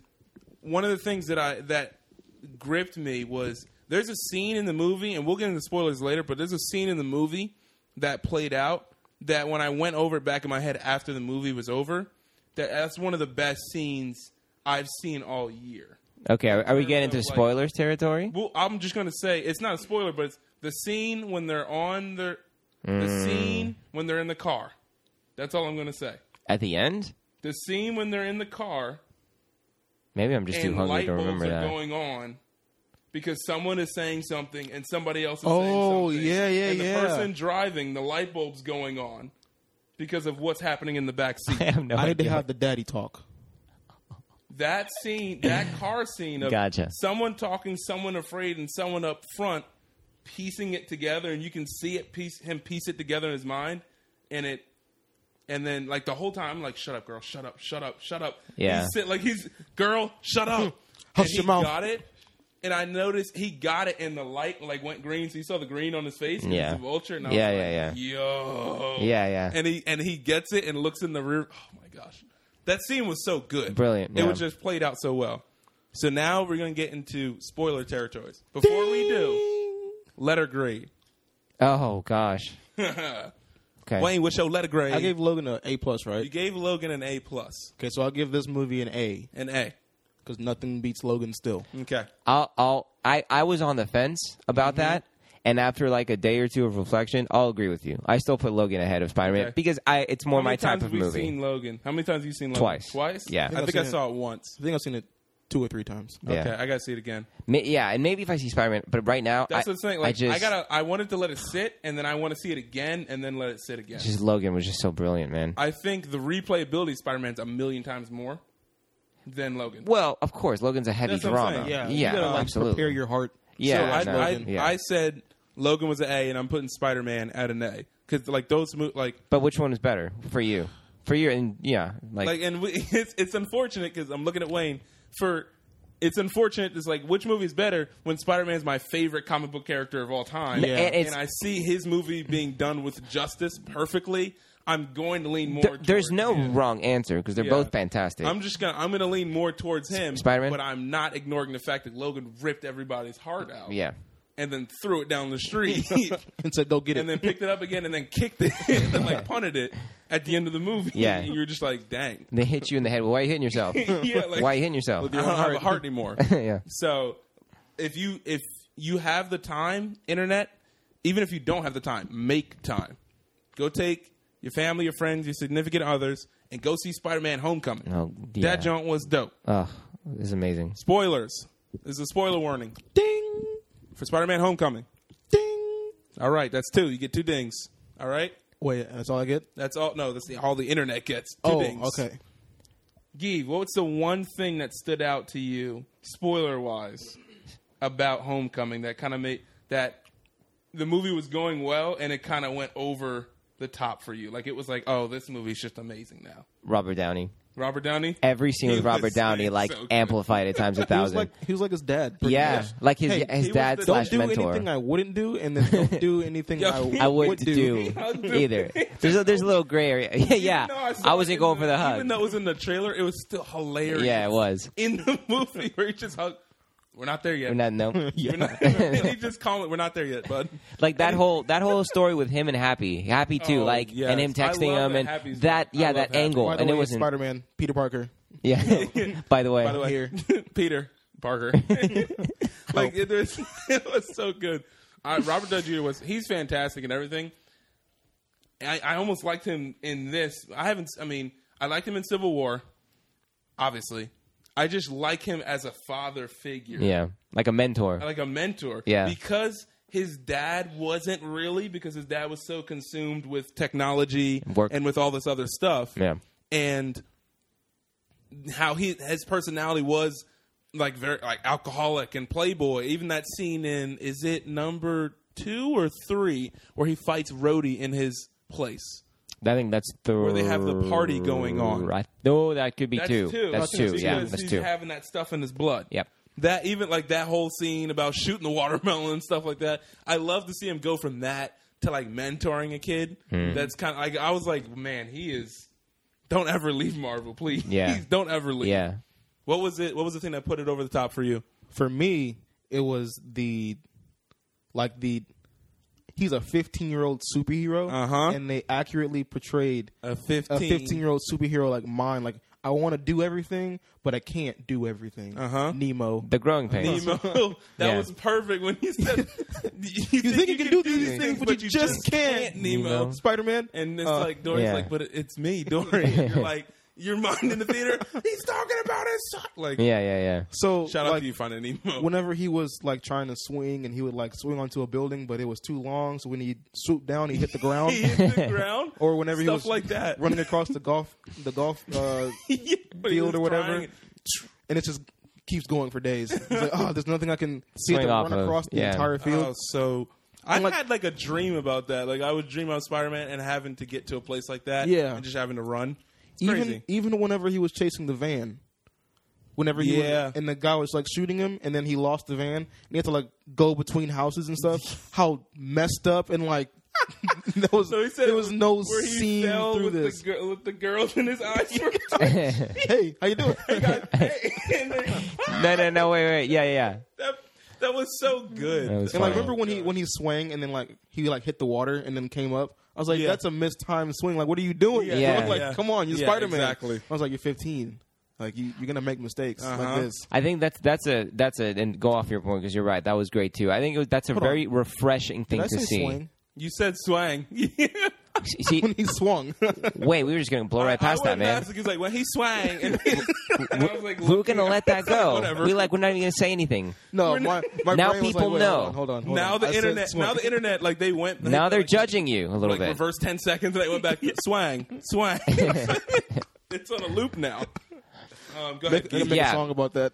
Speaker 2: one of the things that I that gripped me was there's a scene in the movie, and we'll get into spoilers later, but there's a scene in the movie that played out that when I went over it back in my head after the movie was over, that that's one of the best scenes I've seen all year.
Speaker 1: Okay, are, are we getting into
Speaker 2: Like-
Speaker 1: spoilers territory?
Speaker 2: Well, I'm just gonna say it's not a spoiler, but it's the scene when they're on their
Speaker 1: Mm.
Speaker 2: the scene when they're in the car. That's all I'm gonna say.
Speaker 1: At the end?
Speaker 2: The scene when they're in the car
Speaker 1: Maybe I'm just too
Speaker 2: and
Speaker 1: hungry
Speaker 2: light
Speaker 1: to
Speaker 2: bulbs
Speaker 1: remember
Speaker 2: are
Speaker 1: that.
Speaker 2: going on because someone is saying something and somebody else is saying
Speaker 3: Oh,
Speaker 2: something.
Speaker 3: yeah, yeah,
Speaker 2: and the
Speaker 3: yeah.
Speaker 2: person driving, the light bulb's going on because of what's happening in the back seat.
Speaker 1: I have no
Speaker 3: I need to
Speaker 1: idea.
Speaker 3: have the daddy talk.
Speaker 2: that scene, that car scene of
Speaker 1: Gotcha.
Speaker 2: someone talking, someone afraid, and someone up front piecing it together, and you can see it piece him piece it together in his mind, and it, and then like the whole time, I'm like, shut up, girl, shut up, shut up, shut up.
Speaker 1: Yeah.
Speaker 2: he's sit, like he's girl, shut up.
Speaker 3: Hush
Speaker 2: and he
Speaker 3: your mouth.
Speaker 2: got it. And I noticed he got it, and the light like went green, so you saw the green on his face. and
Speaker 1: Yeah.
Speaker 2: it's a vulture, and I
Speaker 1: Yeah,
Speaker 2: was
Speaker 1: yeah,
Speaker 2: like, yo,
Speaker 1: Yeah, yeah.
Speaker 2: and he and he gets it and looks in the rear. Oh my gosh, that scene was so good,
Speaker 1: Brilliant,
Speaker 2: It
Speaker 1: yeah.
Speaker 2: was just played out so well. So now we're gonna get into spoiler territories. Before we do, letter grade.
Speaker 1: Oh gosh. okay.
Speaker 2: Wayne, what's your letter grade?
Speaker 3: I gave Logan a A plus,
Speaker 2: you
Speaker 3: right?
Speaker 2: gave Logan an A plus,
Speaker 3: Okay, so I'll give this movie an A
Speaker 2: an A.
Speaker 3: because nothing beats Logan still.
Speaker 2: Okay,
Speaker 1: I'll, I'll, I, I was on the fence about
Speaker 2: Mm-hmm.
Speaker 1: that. And after like a day or two of reflection, I'll agree with you. I still put Logan ahead of Spider Man
Speaker 2: Okay.
Speaker 1: because I it's more
Speaker 2: How
Speaker 1: my
Speaker 2: many
Speaker 1: type
Speaker 2: times
Speaker 1: of
Speaker 2: have we
Speaker 1: movie.
Speaker 2: Seen Logan? How many times have you seen Logan?
Speaker 1: Twice.
Speaker 2: Twice.
Speaker 1: Yeah. I
Speaker 2: I
Speaker 1: think
Speaker 2: think I
Speaker 3: I've seen
Speaker 2: saw it once.
Speaker 3: I think I've seen it two or three times.
Speaker 1: Yeah.
Speaker 2: Okay, I gotta see it again.
Speaker 1: Ma- yeah, and maybe if I see Spider Man, but right now
Speaker 2: That's
Speaker 1: I,
Speaker 2: the thing.
Speaker 1: I
Speaker 2: Like I,
Speaker 1: just
Speaker 2: gotta. I wanted to let it sit, and then I want to see it again, and then let it sit again.
Speaker 1: just Logan was just so brilliant, man.
Speaker 2: I think the replayability of Spider Man's a million times more than Logan.
Speaker 1: well, of course, Logan's a heavy
Speaker 2: That's what I'm
Speaker 1: drama.
Speaker 2: saying, yeah.
Speaker 3: You gotta, like,
Speaker 1: absolutely.
Speaker 3: Prepare your heart.
Speaker 2: so
Speaker 1: yeah,
Speaker 2: I,
Speaker 1: no,
Speaker 2: I,
Speaker 1: yeah.
Speaker 2: I said Logan was an A, and I'm putting Spider Man at an A because like those mo- like
Speaker 1: but which one is better for you? For you, and yeah, like,
Speaker 2: like and we, it's it's unfortunate because I'm looking at Wayne for. It's unfortunate. It's like which movie is better when Spider Man's my favorite comic book character of all time,
Speaker 1: Yeah. and
Speaker 2: and,
Speaker 1: it's-
Speaker 2: I see his movie being done with justice perfectly. I'm going to lean more.
Speaker 1: there- there's
Speaker 2: towards
Speaker 1: no
Speaker 2: him.
Speaker 1: wrong answer because they're
Speaker 2: Yeah.
Speaker 1: both fantastic.
Speaker 2: I'm just gonna I'm gonna lean more towards him,
Speaker 1: Spider-Man?
Speaker 2: But I'm not ignoring the fact that Logan ripped everybody's heart out,
Speaker 1: yeah,
Speaker 2: and then threw it down the street,
Speaker 3: And said, go get it.
Speaker 2: and then picked it up again, and then kicked it, and then like punted it at the end of the movie.
Speaker 1: Yeah.
Speaker 2: and you're just like, dang,
Speaker 1: they hit you in the head. Well, why are you hitting yourself?
Speaker 2: yeah, like,
Speaker 1: why are you hitting yourself?
Speaker 2: I don't have a heart anymore.
Speaker 1: yeah,
Speaker 2: So if you if you have the time, internet, even if you don't have the time, make time. Go take your family, your friends, your significant others, and go see Spider-Man: Homecoming.
Speaker 1: Oh, yeah.
Speaker 2: That junk was dope.
Speaker 1: oh, this is amazing.
Speaker 2: Spoilers. This is a spoiler warning
Speaker 3: ding,
Speaker 2: for Spider-Man: Homecoming.
Speaker 3: ding.
Speaker 2: All right, that's two. You get two dings. All right,
Speaker 3: Wait, that's all I get?
Speaker 2: that's all. No, that's the, all the internet gets. Two
Speaker 3: Oh,
Speaker 2: dings.
Speaker 3: okay.
Speaker 2: Give, what's the one thing that stood out to you, spoiler wise, about Homecoming that kind of made that the movie was going well and it kind of went over the top for you? Like it was like, oh, this movie's just amazing now.
Speaker 1: Robert Downey.
Speaker 2: Robert Downey.
Speaker 1: Every scene
Speaker 2: He
Speaker 1: with Robert
Speaker 2: was
Speaker 1: Downey
Speaker 2: so
Speaker 1: like
Speaker 2: good.
Speaker 1: amplified it times
Speaker 3: He
Speaker 1: a
Speaker 3: was
Speaker 1: thousand.
Speaker 3: like he was like his dad. pretty
Speaker 1: yeah,
Speaker 3: much.
Speaker 1: like his
Speaker 3: Hey,
Speaker 1: his
Speaker 2: he was
Speaker 1: dad
Speaker 2: the-
Speaker 1: slash
Speaker 3: don't do
Speaker 1: mentor.
Speaker 3: anything I wouldn't do, and then don't do anything
Speaker 2: Yo,
Speaker 3: I,
Speaker 2: he-
Speaker 1: I wouldn't
Speaker 3: would
Speaker 1: do,
Speaker 2: I'll do
Speaker 1: either. There's a, there's a little gray area. yeah, yeah.
Speaker 2: Even though saw
Speaker 1: I,
Speaker 2: it
Speaker 1: wasn't
Speaker 2: in
Speaker 1: going for the hug.
Speaker 2: Even though it was in the trailer, it was still hilarious.
Speaker 1: yeah, it was.
Speaker 2: in the movie where he just hugged. We're not there yet.
Speaker 1: And that no,
Speaker 2: We're not- he just called it. We're not there yet, bud.
Speaker 1: like that whole that whole story with him and Happy, Happy too,
Speaker 2: Oh,
Speaker 1: like
Speaker 2: yes.
Speaker 1: and him
Speaker 2: I
Speaker 1: texting
Speaker 2: love
Speaker 1: him
Speaker 2: that
Speaker 1: and
Speaker 2: Happy's-
Speaker 1: that
Speaker 2: I
Speaker 1: yeah
Speaker 2: love
Speaker 1: that
Speaker 2: Happy.
Speaker 1: angle
Speaker 3: By the
Speaker 1: and
Speaker 3: way,
Speaker 1: it wasn't
Speaker 3: Spider Man, Peter Parker.
Speaker 1: yeah. by the way,
Speaker 2: By the way,
Speaker 3: Here.
Speaker 2: Peter Parker. like it was, it was so good. Uh, Robert Downey Jr. was he's fantastic and everything. I, I almost liked him in this. I haven't. I mean, I liked him in Civil War. Obviously, I just like him as a father figure.
Speaker 1: yeah, like a mentor.
Speaker 2: like a mentor.
Speaker 1: Yeah.
Speaker 2: Because his dad wasn't really because his dad was so consumed with technology
Speaker 1: Work.
Speaker 2: and with all this other stuff.
Speaker 1: Yeah.
Speaker 2: And how he his personality was like very like alcoholic and playboy. Even that scene in is it number two or three where he fights Rhodey in his place.
Speaker 1: I think that's the
Speaker 2: Where they have the party going on.
Speaker 1: I, no, that could be
Speaker 2: That's
Speaker 1: two.
Speaker 2: two.
Speaker 1: That's two.
Speaker 2: Because
Speaker 1: Yeah, that's
Speaker 2: he's
Speaker 1: two.
Speaker 2: having that stuff in his blood.
Speaker 1: Yep.
Speaker 2: That even like that whole scene about shooting the watermelon and stuff like that. I love to see him go from that to like mentoring a kid.
Speaker 1: Hmm.
Speaker 2: That's kind of like I was like, man, he is. Don't ever leave Marvel, please.
Speaker 1: Yeah.
Speaker 2: don't ever leave.
Speaker 1: yeah,
Speaker 2: What was it? What was the thing that put it over the top for you?
Speaker 3: For me, it was the like the he's a 15 year old superhero,
Speaker 2: Uh-huh.
Speaker 3: and they accurately portrayed
Speaker 2: A
Speaker 3: a
Speaker 2: fifteen.
Speaker 3: 15 year old superhero like mine. Like I want to do everything, but I can't do everything.
Speaker 2: Uh-huh.
Speaker 3: Nemo.
Speaker 1: the growing pains.
Speaker 2: Nemo. That
Speaker 1: Yeah.
Speaker 2: was perfect when he said, "You,
Speaker 3: think you can do these things, but you just can't,
Speaker 2: Nemo.
Speaker 1: Nemo.
Speaker 3: Spider Man,
Speaker 2: And it's like Dory's
Speaker 1: yeah.
Speaker 2: like, but it- it's me, Dory. And you're like, your mind in the theater. He's talking about his son. Like,
Speaker 1: Yeah, yeah, yeah.
Speaker 3: so
Speaker 2: shout out
Speaker 3: like,
Speaker 2: to you, Finding Nemo.
Speaker 3: whenever he was like trying to swing and he would like swing onto a building, but it was too long. So when he swooped down, he hit the ground.
Speaker 2: he hit the ground,
Speaker 3: or whenever
Speaker 2: stuff
Speaker 3: he was
Speaker 2: like that,
Speaker 3: running across the golf, the golf. Uh,
Speaker 2: But he
Speaker 3: field or
Speaker 2: was
Speaker 3: whatever.
Speaker 2: trying-
Speaker 3: and it just keeps going for days. It's like, oh, there's nothing I can see
Speaker 1: Swing
Speaker 3: to
Speaker 1: off
Speaker 3: run
Speaker 1: of,
Speaker 3: across the
Speaker 1: yeah.
Speaker 3: entire field.
Speaker 2: Oh, so I
Speaker 3: like-
Speaker 2: had like a dream about that. Like I would dream about Spider Man and having to get to a place like that.
Speaker 3: Yeah.
Speaker 2: and just having to run. It's
Speaker 3: even
Speaker 2: crazy.
Speaker 3: even whenever he was chasing the van, whenever he
Speaker 2: Yeah.
Speaker 3: was, and the guy was like shooting him, and then he lost the van, and he had to like go between houses and stuff. How messed up and like there was
Speaker 2: so he said
Speaker 3: there was no
Speaker 2: where he
Speaker 3: scene
Speaker 2: fell
Speaker 3: through
Speaker 2: with
Speaker 3: this.
Speaker 2: The girl, with the girls in his eyes. were touching.
Speaker 3: hey, how you doing?
Speaker 2: and then,
Speaker 1: no, no, no, wait, wait, yeah, yeah.
Speaker 2: that, that was so good.
Speaker 1: That was
Speaker 3: And like,
Speaker 1: Fine.
Speaker 3: remember when
Speaker 2: Oh,
Speaker 3: he when he swung and then like he like hit the water and then came up. I was like,
Speaker 2: Yeah.
Speaker 3: that's a mistimed swing. Like, what are you doing?
Speaker 2: Yeah.
Speaker 1: Yeah.
Speaker 3: Like,
Speaker 2: Yeah.
Speaker 3: come on, you're
Speaker 2: Yeah,
Speaker 3: Spider Man.
Speaker 2: exactly.
Speaker 3: I was like, you're 15. Like, you, you're gonna make mistakes
Speaker 2: Uh-huh.
Speaker 3: like this.
Speaker 1: I think that's that's a that's a and go off your point because you're right. That was great too. I think it was, that's a
Speaker 3: on.
Speaker 1: very refreshing thing
Speaker 3: Did I
Speaker 1: to
Speaker 3: say
Speaker 1: see.
Speaker 3: swing?
Speaker 2: You said swang.
Speaker 1: see,
Speaker 3: When he swung,
Speaker 1: wait, we were just gonna blow right past
Speaker 2: I
Speaker 1: that,
Speaker 2: went
Speaker 1: man.
Speaker 2: past it, He's like, when he swang, and, and I was like,
Speaker 1: We were gonna
Speaker 2: looking
Speaker 1: let
Speaker 2: at-
Speaker 1: that go.
Speaker 2: Whatever.
Speaker 1: we like we're not even gonna say anything.
Speaker 3: no, my, my
Speaker 1: Now
Speaker 3: brain was
Speaker 1: people
Speaker 3: like, Wait, Hold
Speaker 1: know.
Speaker 3: on, hold on. hold
Speaker 2: now
Speaker 3: on. I
Speaker 2: the
Speaker 3: said
Speaker 2: internet.
Speaker 3: swing.
Speaker 2: Now the internet. Like they went.
Speaker 1: Now they're
Speaker 2: like,
Speaker 1: judging you a little
Speaker 2: Like
Speaker 1: bit.
Speaker 2: reverse ten seconds. They went back. swang, swang. it's on a loop now. Um, go
Speaker 3: Make,
Speaker 2: ahead.
Speaker 3: make
Speaker 1: Yeah.
Speaker 3: a song about that.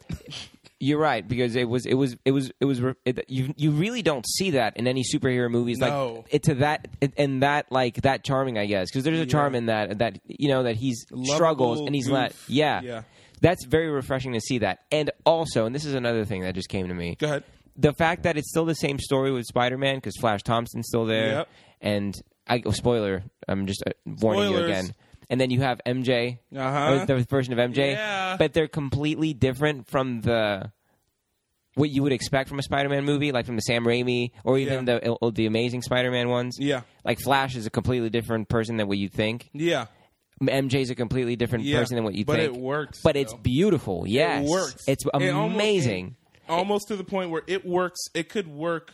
Speaker 1: You're right because it was it was it was it was re- it, you you really don't see that in any superhero movies
Speaker 2: No.
Speaker 1: like it to that it, and that like that charming I guess because there's a charm in that that you know that he's struggles and he's not
Speaker 2: goof.
Speaker 1: yeah
Speaker 2: Yeah.
Speaker 1: that's very refreshing to see that and also and this is another thing that just came to me
Speaker 2: Go ahead.
Speaker 1: the fact that it's still the same story with Spider-Man because Flash Thompson's still there
Speaker 2: Yep.
Speaker 1: and I oh, spoiler I'm just uh, warning you
Speaker 2: Spoilers.
Speaker 1: again and then you have MJ
Speaker 2: Uh-huh.
Speaker 1: or the version of MJ
Speaker 2: Yeah.
Speaker 1: but they're completely different from the what you would expect from a Spider-Man movie, like from the Sam Raimi or even
Speaker 2: Yeah.
Speaker 1: the uh, the Amazing Spider-Man ones.
Speaker 2: Yeah.
Speaker 1: like Flash is a completely different person than what you think.
Speaker 2: Yeah.
Speaker 1: MJ's a completely different
Speaker 2: Yeah.
Speaker 1: person than what you
Speaker 2: But
Speaker 1: think.
Speaker 2: it works,
Speaker 1: But it's
Speaker 2: though.
Speaker 1: beautiful. Yes,
Speaker 2: It works.
Speaker 1: It's
Speaker 2: It almost-
Speaker 1: amazing.
Speaker 2: it- almost to the point where it works. It could work.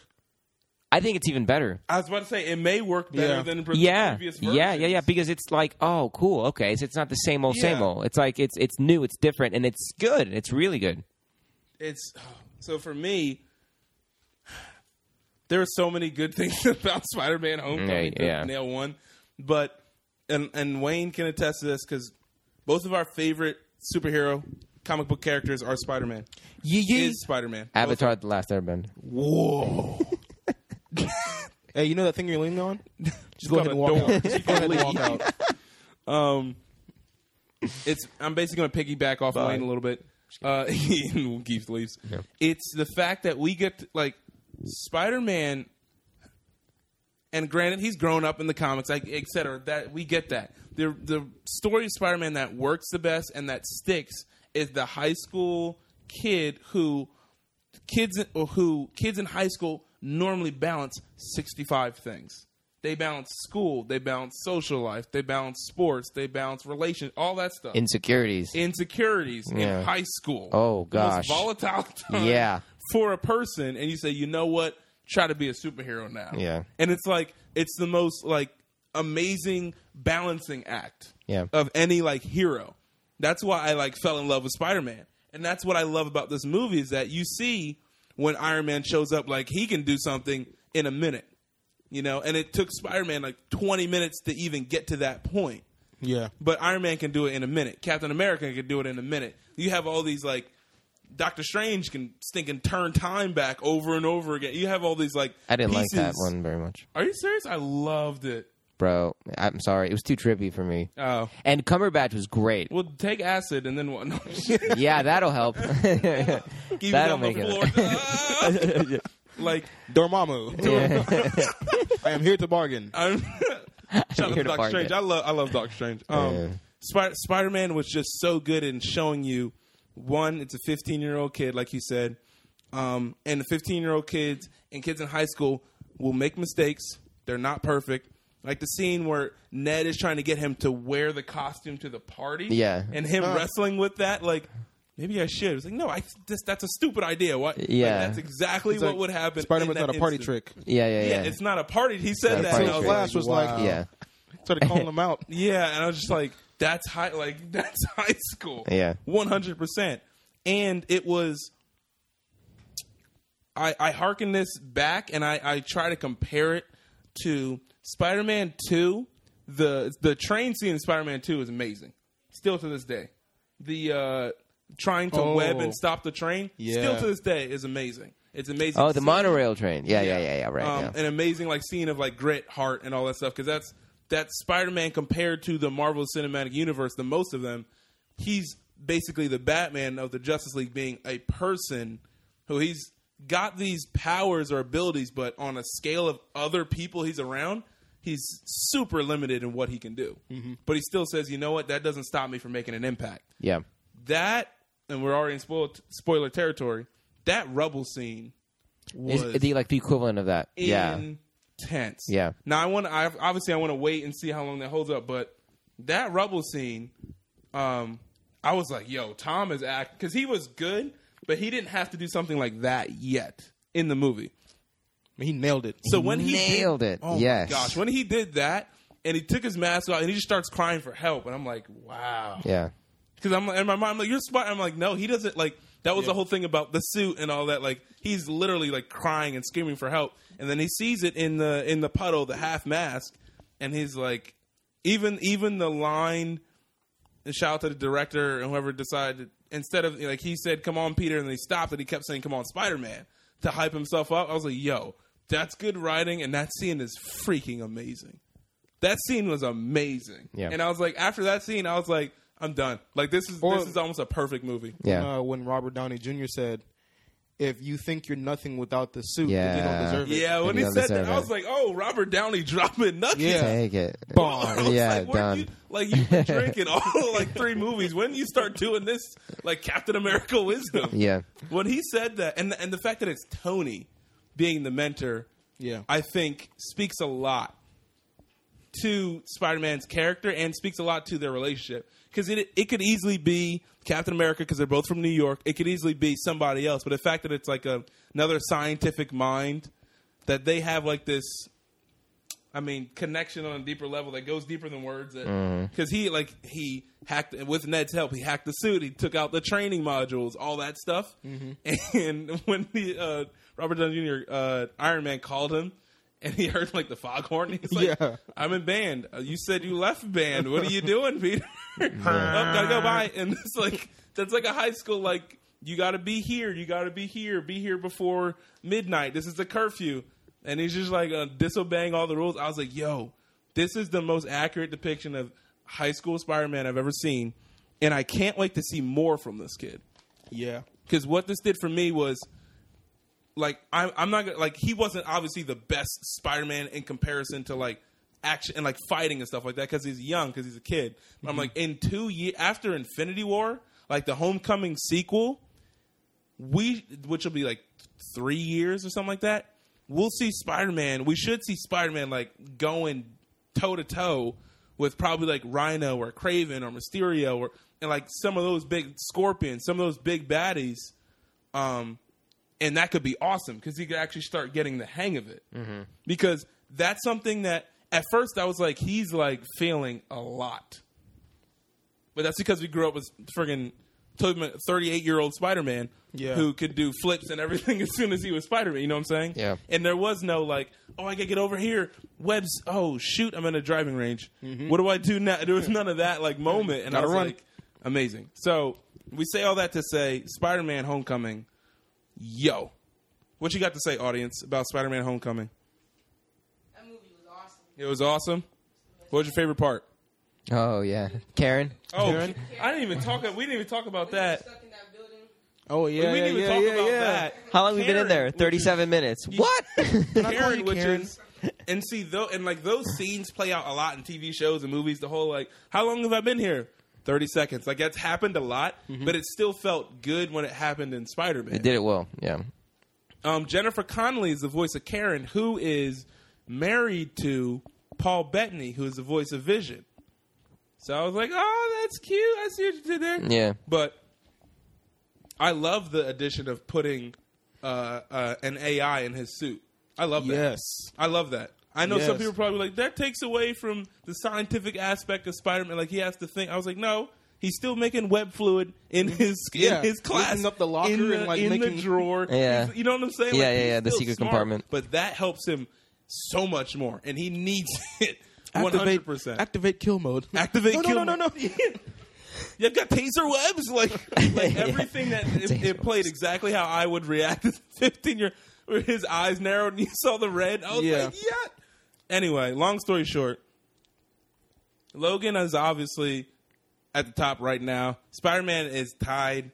Speaker 1: I think it's even better.
Speaker 2: I was about to say it may work better
Speaker 3: Yeah.
Speaker 2: than pre-
Speaker 1: yeah,
Speaker 2: previous versions.
Speaker 1: yeah, yeah, yeah. Because it's like, oh, cool, okay. So it's not the same old, same
Speaker 2: Yeah.
Speaker 1: old. It's like it's it's new, it's different, and it's good. It's really good.
Speaker 2: It's so for me. There are so many good things about Spider-Man: Homecoming.
Speaker 1: Yeah, yeah.
Speaker 2: nail one, but and and Wayne can attest to this because both of our favorite superhero comic book characters are Spider-Man. Is Spider-Man
Speaker 1: Avatar: The Last Airbender.
Speaker 2: Whoa!
Speaker 3: hey, you know that thing you're leaning on? Just go
Speaker 2: got
Speaker 3: ahead and
Speaker 2: a
Speaker 3: walk
Speaker 2: door.
Speaker 3: out. Just go ahead and walk out.
Speaker 2: Um, it's I'm basically going to piggyback off Wayne a little bit. Uh, Keith leaves. It's the fact that we get to- like Spider-Man, and granted he's grown up in the comics, like etc. That we get that the the story of Spider-Man that works the best and that sticks is the high school kid who kids or who kids in high school normally balance 65 things. They balance school, they balance social life, they balance sports, they balance relation, all that stuff.
Speaker 1: Insecurities.
Speaker 2: Insecurities
Speaker 1: Yeah.
Speaker 2: in high school.
Speaker 1: Oh,
Speaker 2: The most
Speaker 1: gosh.
Speaker 2: volatile time
Speaker 1: Yeah.
Speaker 2: for a person and you say, "You know what? Try to be a superhero now."
Speaker 1: Yeah.
Speaker 2: And it's like it's the most like amazing balancing act
Speaker 1: Yeah.
Speaker 2: of any like hero. That's why I like fell in love with Spider Man, and that's what I love about this movie is that you see when Iron Man shows up, like he can do something in a minute, you know. And it took Spider Man like twenty minutes to even get to that point,
Speaker 3: Yeah.
Speaker 2: but Iron Man can do it in a minute. Captain America can do it in a minute. You have all these like Doctor Strange can stink and turn time back over and over again. You have all these like
Speaker 1: I didn't like that
Speaker 2: pieces.
Speaker 1: one very much,
Speaker 2: Are you serious? I loved it.
Speaker 1: bro. I'm sorry, it was too trippy for me.
Speaker 2: Oh.
Speaker 1: And Cumberbatch was great.
Speaker 2: Well, take acid and then what? No,
Speaker 1: yeah, that'll help.
Speaker 2: Keep
Speaker 1: That'll
Speaker 2: it on the
Speaker 1: make it-
Speaker 2: floor. Ah! like
Speaker 3: Dormammu. I am here to bargain.
Speaker 2: I'm shout out
Speaker 1: You're
Speaker 2: to
Speaker 1: the
Speaker 2: Doctor
Speaker 1: bargain.
Speaker 2: Strange. I love I love Doctor Strange. Um,
Speaker 1: Yeah.
Speaker 2: Spider Spider Man was just so good in showing you one, it's a 15 year old kid, like you said, um, and the 15 year old kids and kids in high school will make mistakes. They're not perfect. Like the scene where Ned is trying to get him to wear the costume to the party,
Speaker 1: Yeah.
Speaker 2: and him wrestling with that, like. Maybe I should. It's like, no, I this, that's a stupid idea. What? like,
Speaker 1: Yeah.
Speaker 2: that's exactly
Speaker 3: It's
Speaker 2: what
Speaker 3: like,
Speaker 2: would happen. in
Speaker 3: Spider-Man's
Speaker 2: that
Speaker 3: not a party
Speaker 2: instant.
Speaker 3: trick.
Speaker 1: yeah, yeah,
Speaker 2: Yeah,
Speaker 1: yeah.
Speaker 2: it's uh, not a party. He said
Speaker 1: Not a
Speaker 2: that. and I
Speaker 1: party
Speaker 2: was
Speaker 1: trick.
Speaker 2: like,
Speaker 3: Flash was
Speaker 2: wow.
Speaker 3: like,
Speaker 1: yeah,
Speaker 3: started calling him out.
Speaker 2: Yeah, and I was just like, that's high, like that's high school.
Speaker 1: Yeah.
Speaker 2: one hundred percent. And it was, I I hearken this back, and I I try to compare it to Spider Man Two. The the train scene in Spider Man Two is amazing, still to this day. The uh trying to
Speaker 3: Oh.
Speaker 2: web and stop the train,
Speaker 3: Yeah.
Speaker 2: still to this day is amazing. It's amazing.
Speaker 1: Oh,
Speaker 2: to
Speaker 1: the
Speaker 2: see.
Speaker 1: monorail train. Yeah, yeah, yeah, yeah. Right.
Speaker 2: Um,
Speaker 1: yeah.
Speaker 2: An amazing like scene of like grit, heart, and all that stuff because that's that's Spider-Man compared to the Marvel Cinematic Universe. The most of them, he's basically the Batman of the Justice League, being a person who he's got these powers or abilities, but on a scale of other people he's around. He's super limited in what he can do,
Speaker 1: Mm-hmm.
Speaker 2: but he still says, "You know what? That doesn't stop me from making an impact."
Speaker 1: yeah.
Speaker 2: That, and we're already in spoil- spoiler territory. That rubble scene was
Speaker 1: Is the like the equivalent of that? Yeah.
Speaker 2: intense.
Speaker 1: Yeah.
Speaker 2: Now I want. I obviously I want to wait and see how long that holds up, but that rubble scene, um, I was like, "Yo, Tom is act because he was good, but he didn't have to do something like that yet in the movie."
Speaker 3: He nailed it.
Speaker 2: So when he
Speaker 1: Nailed
Speaker 2: did,
Speaker 1: it.
Speaker 2: Oh my
Speaker 1: Yes.
Speaker 2: gosh, when he did that and he took his mask off and he just starts crying for help, and I'm like, "Wow."
Speaker 1: Yeah.
Speaker 2: Because I'm in my mind, I'm like, you're smart. I'm like, no, he doesn't. Like that was the whole thing about the suit and all that. Like he's literally like crying and screaming for help, and then he sees it in the in the puddle, the half mask, and he's like, even even the line, shout out to the director and whoever decided instead of like he said, "Come on, Peter," and then he stopped and he kept saying, "Come on, Spider Man," to hype himself up. I was like, yo, that's good writing, and that scene is freaking amazing. That scene was amazing.
Speaker 1: Yeah.
Speaker 2: And I was like, after that scene, I was like, I'm done. Like this is
Speaker 3: Or-
Speaker 2: this is almost a perfect movie.
Speaker 1: Yeah.
Speaker 3: uh, when Robert Downey Jr. said, "If you think you're nothing without the suit, then you
Speaker 1: Yeah.
Speaker 3: don't deserve it."
Speaker 2: Yeah, when
Speaker 1: Maybe
Speaker 2: he
Speaker 1: on the
Speaker 2: said that, I
Speaker 1: survey.
Speaker 2: was like, "Oh, Robert Downey dropping nuggets."
Speaker 3: Yeah.
Speaker 1: Take it.
Speaker 2: I was
Speaker 1: Yeah.
Speaker 2: like, when
Speaker 1: done.
Speaker 2: you, like you've been drinking all like three movies. When you start doing this, like Captain America wisdom.
Speaker 1: Yeah.
Speaker 2: When he said that, and and the fact that it's Tony being the mentor,
Speaker 3: Yeah.
Speaker 2: I think speaks a lot to Spider-Man's character and speaks a lot to their relationship because it it could easily be Captain America because they're both from New York. It could easily be somebody else, but the fact that it's like a, another scientific mind that they have like this. I mean, connection on a deeper level that goes deeper than words. Because he, like, he hacked with Ned's help. He hacked the suit. He took out the training modules, all that stuff. And when the uh, Robert Downey Jr. Uh, Iron Man called him, and he heard like the foghorn. He's like,
Speaker 3: Yeah.
Speaker 2: I'm in band. Uh, You said you left band. What are you doing, Peter? oh, gotta go by. And it's like that's like a high school like you gotta be here. You gotta be here. Be here before midnight. This is the curfew. And he's just like uh, disobeying all the rules. I was like, yo, this is the most accurate depiction of high school Spider-Man I've ever seen, and I can't wait to see more from this kid
Speaker 3: yeah.
Speaker 2: because what this did for me was like I, I'm not gonna like he wasn't obviously the best Spider-Man in comparison to like action and like fighting and stuff like that because he's young because he's a kid. But I'm like in two year after Infinity War, like the Homecoming sequel, we which will be like three years or something like that. We'll see Spider-Man. We should see Spider-Man like going toe to toe with probably like Rhino or Craven or Mysterio or and like some of those big scorpions, some of those big baddies um, and that could be awesome because he could actually start getting the hang of it. Because that's something that at first I was like, he's like failing a lot, but that's because we grew up with friggin' thirty-eight year old Spider Man
Speaker 3: Yeah.
Speaker 2: who could do flips and everything as soon as he was Spider Man. You know what I'm saying?
Speaker 1: Yeah.
Speaker 2: And there was no like, oh, I gotta get over here. Webs. Oh shoot, I'm in a driving range. What do I do now? There was none of that like moment, and I
Speaker 3: Gotta
Speaker 2: was
Speaker 3: run.
Speaker 2: like, amazing. So we say all that to say, Spider-Man: Homecoming. Yo, what you got to say, audience, about Spider-Man: Homecoming?
Speaker 4: That movie was awesome.
Speaker 2: It was awesome. What was your favorite part?
Speaker 1: Oh yeah. Karen.
Speaker 2: Oh,
Speaker 3: Karen?
Speaker 2: I didn't even talk. We didn't even talk about
Speaker 4: We were
Speaker 2: that.
Speaker 4: stuck in that building.
Speaker 3: Oh yeah.
Speaker 2: we
Speaker 3: yeah,
Speaker 2: didn't even
Speaker 3: yeah,
Speaker 2: talk
Speaker 3: yeah,
Speaker 2: about
Speaker 3: yeah.
Speaker 2: that.
Speaker 1: How long we been in there?
Speaker 2: Karen, which is-
Speaker 1: Thirty-seven minutes. What?
Speaker 3: I call you
Speaker 2: Karen, which
Speaker 3: Karen?
Speaker 2: is and see though, and like those scenes play out a lot in TV shows and movies. The whole like, how long have I been here? Thirty seconds. Like that's happened a lot,
Speaker 3: Mm-hmm.
Speaker 2: but it still felt good when it happened in Spider Man.
Speaker 1: It did it well. Yeah.
Speaker 2: Um, Jennifer Connelly is the voice of Karen, who is married to Paul Bettany, who is the voice of Vision. So I was like, oh, that's cute. I see what you did there.
Speaker 1: Yeah.
Speaker 2: But I love the addition of putting uh, uh, an AI in his suit. I love that.
Speaker 3: Yes.
Speaker 2: I love that. I know some
Speaker 3: Yes.
Speaker 2: people probably like that takes away from the scientific aspect of Spider-Man. Like he has to think. I was like, no, he's still making web fluid in his
Speaker 3: Yeah,
Speaker 2: in his class,
Speaker 3: lifting up the locker
Speaker 2: in the,
Speaker 3: and, like,
Speaker 2: in the
Speaker 3: making-
Speaker 2: drawer.
Speaker 1: Yeah.
Speaker 2: He's- you know what I'm saying?
Speaker 1: Yeah,
Speaker 2: Like,
Speaker 1: yeah,
Speaker 2: he's
Speaker 1: yeah, the
Speaker 2: still
Speaker 1: secret
Speaker 2: smart,
Speaker 1: compartment.
Speaker 2: But that helps him so much more, and he needs it 100.
Speaker 3: Activate.
Speaker 2: percent
Speaker 3: Activate kill mode.
Speaker 2: Activate
Speaker 3: No,
Speaker 2: kill
Speaker 3: No, no, no, no.
Speaker 2: You got taser webs, like like everything that it, it played exactly how I would react as a fifteen year. Where his eyes narrowed and you saw the red. I was
Speaker 3: Yeah.
Speaker 2: like, yeah. Anyway, long story short, Logan is obviously at the top right now. Spider Man is tied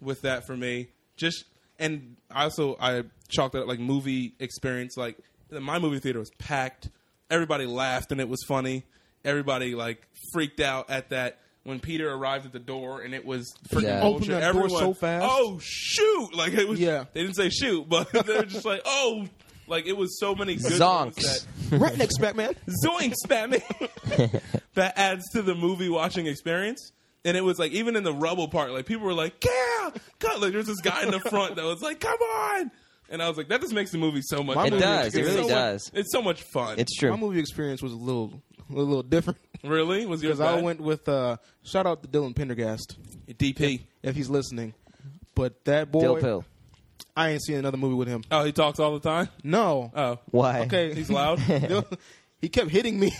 Speaker 2: with that for me. Just and I also I chalked it up like movie experience. Like my movie theater was packed. Everybody laughed and it was funny. Everybody like freaked out at that when Peter arrived at the door and it was freaking
Speaker 1: Yeah.
Speaker 2: bullshit.
Speaker 3: Opened that door
Speaker 2: Everyone,
Speaker 3: so fast.
Speaker 2: Oh shoot! Like it was.
Speaker 3: Yeah.
Speaker 2: They didn't say shoot, but they were just like oh. Like it was so many good ones
Speaker 1: Zonks.
Speaker 2: that-
Speaker 3: right next Batman.
Speaker 2: Zoinks, Batman. that adds to the movie watching experience. And it was like even in the rubble part, like people were like, "Yeah, God!" Like there's this guy in the front that was like, "Come on!" And I was like, "That just makes the movie so much."
Speaker 3: It
Speaker 2: better.
Speaker 3: does, it
Speaker 2: It's
Speaker 3: really
Speaker 2: so
Speaker 1: does.
Speaker 2: Much, it's so much fun.
Speaker 1: It's
Speaker 3: My
Speaker 1: true.
Speaker 3: movie experience was a little, a little different
Speaker 2: really was yours.
Speaker 3: because I
Speaker 2: bad?
Speaker 3: went with uh, shout out to Dylan Pendergast
Speaker 2: DP.
Speaker 3: if he's listening. But that
Speaker 1: Dill
Speaker 3: boy,
Speaker 1: pill.
Speaker 3: I ain't seen another movie with him.
Speaker 2: Oh, he talks all the time.
Speaker 3: No,
Speaker 2: Oh,
Speaker 1: Why?
Speaker 3: okay,
Speaker 2: he's loud.
Speaker 3: Dylan- he kept hitting me.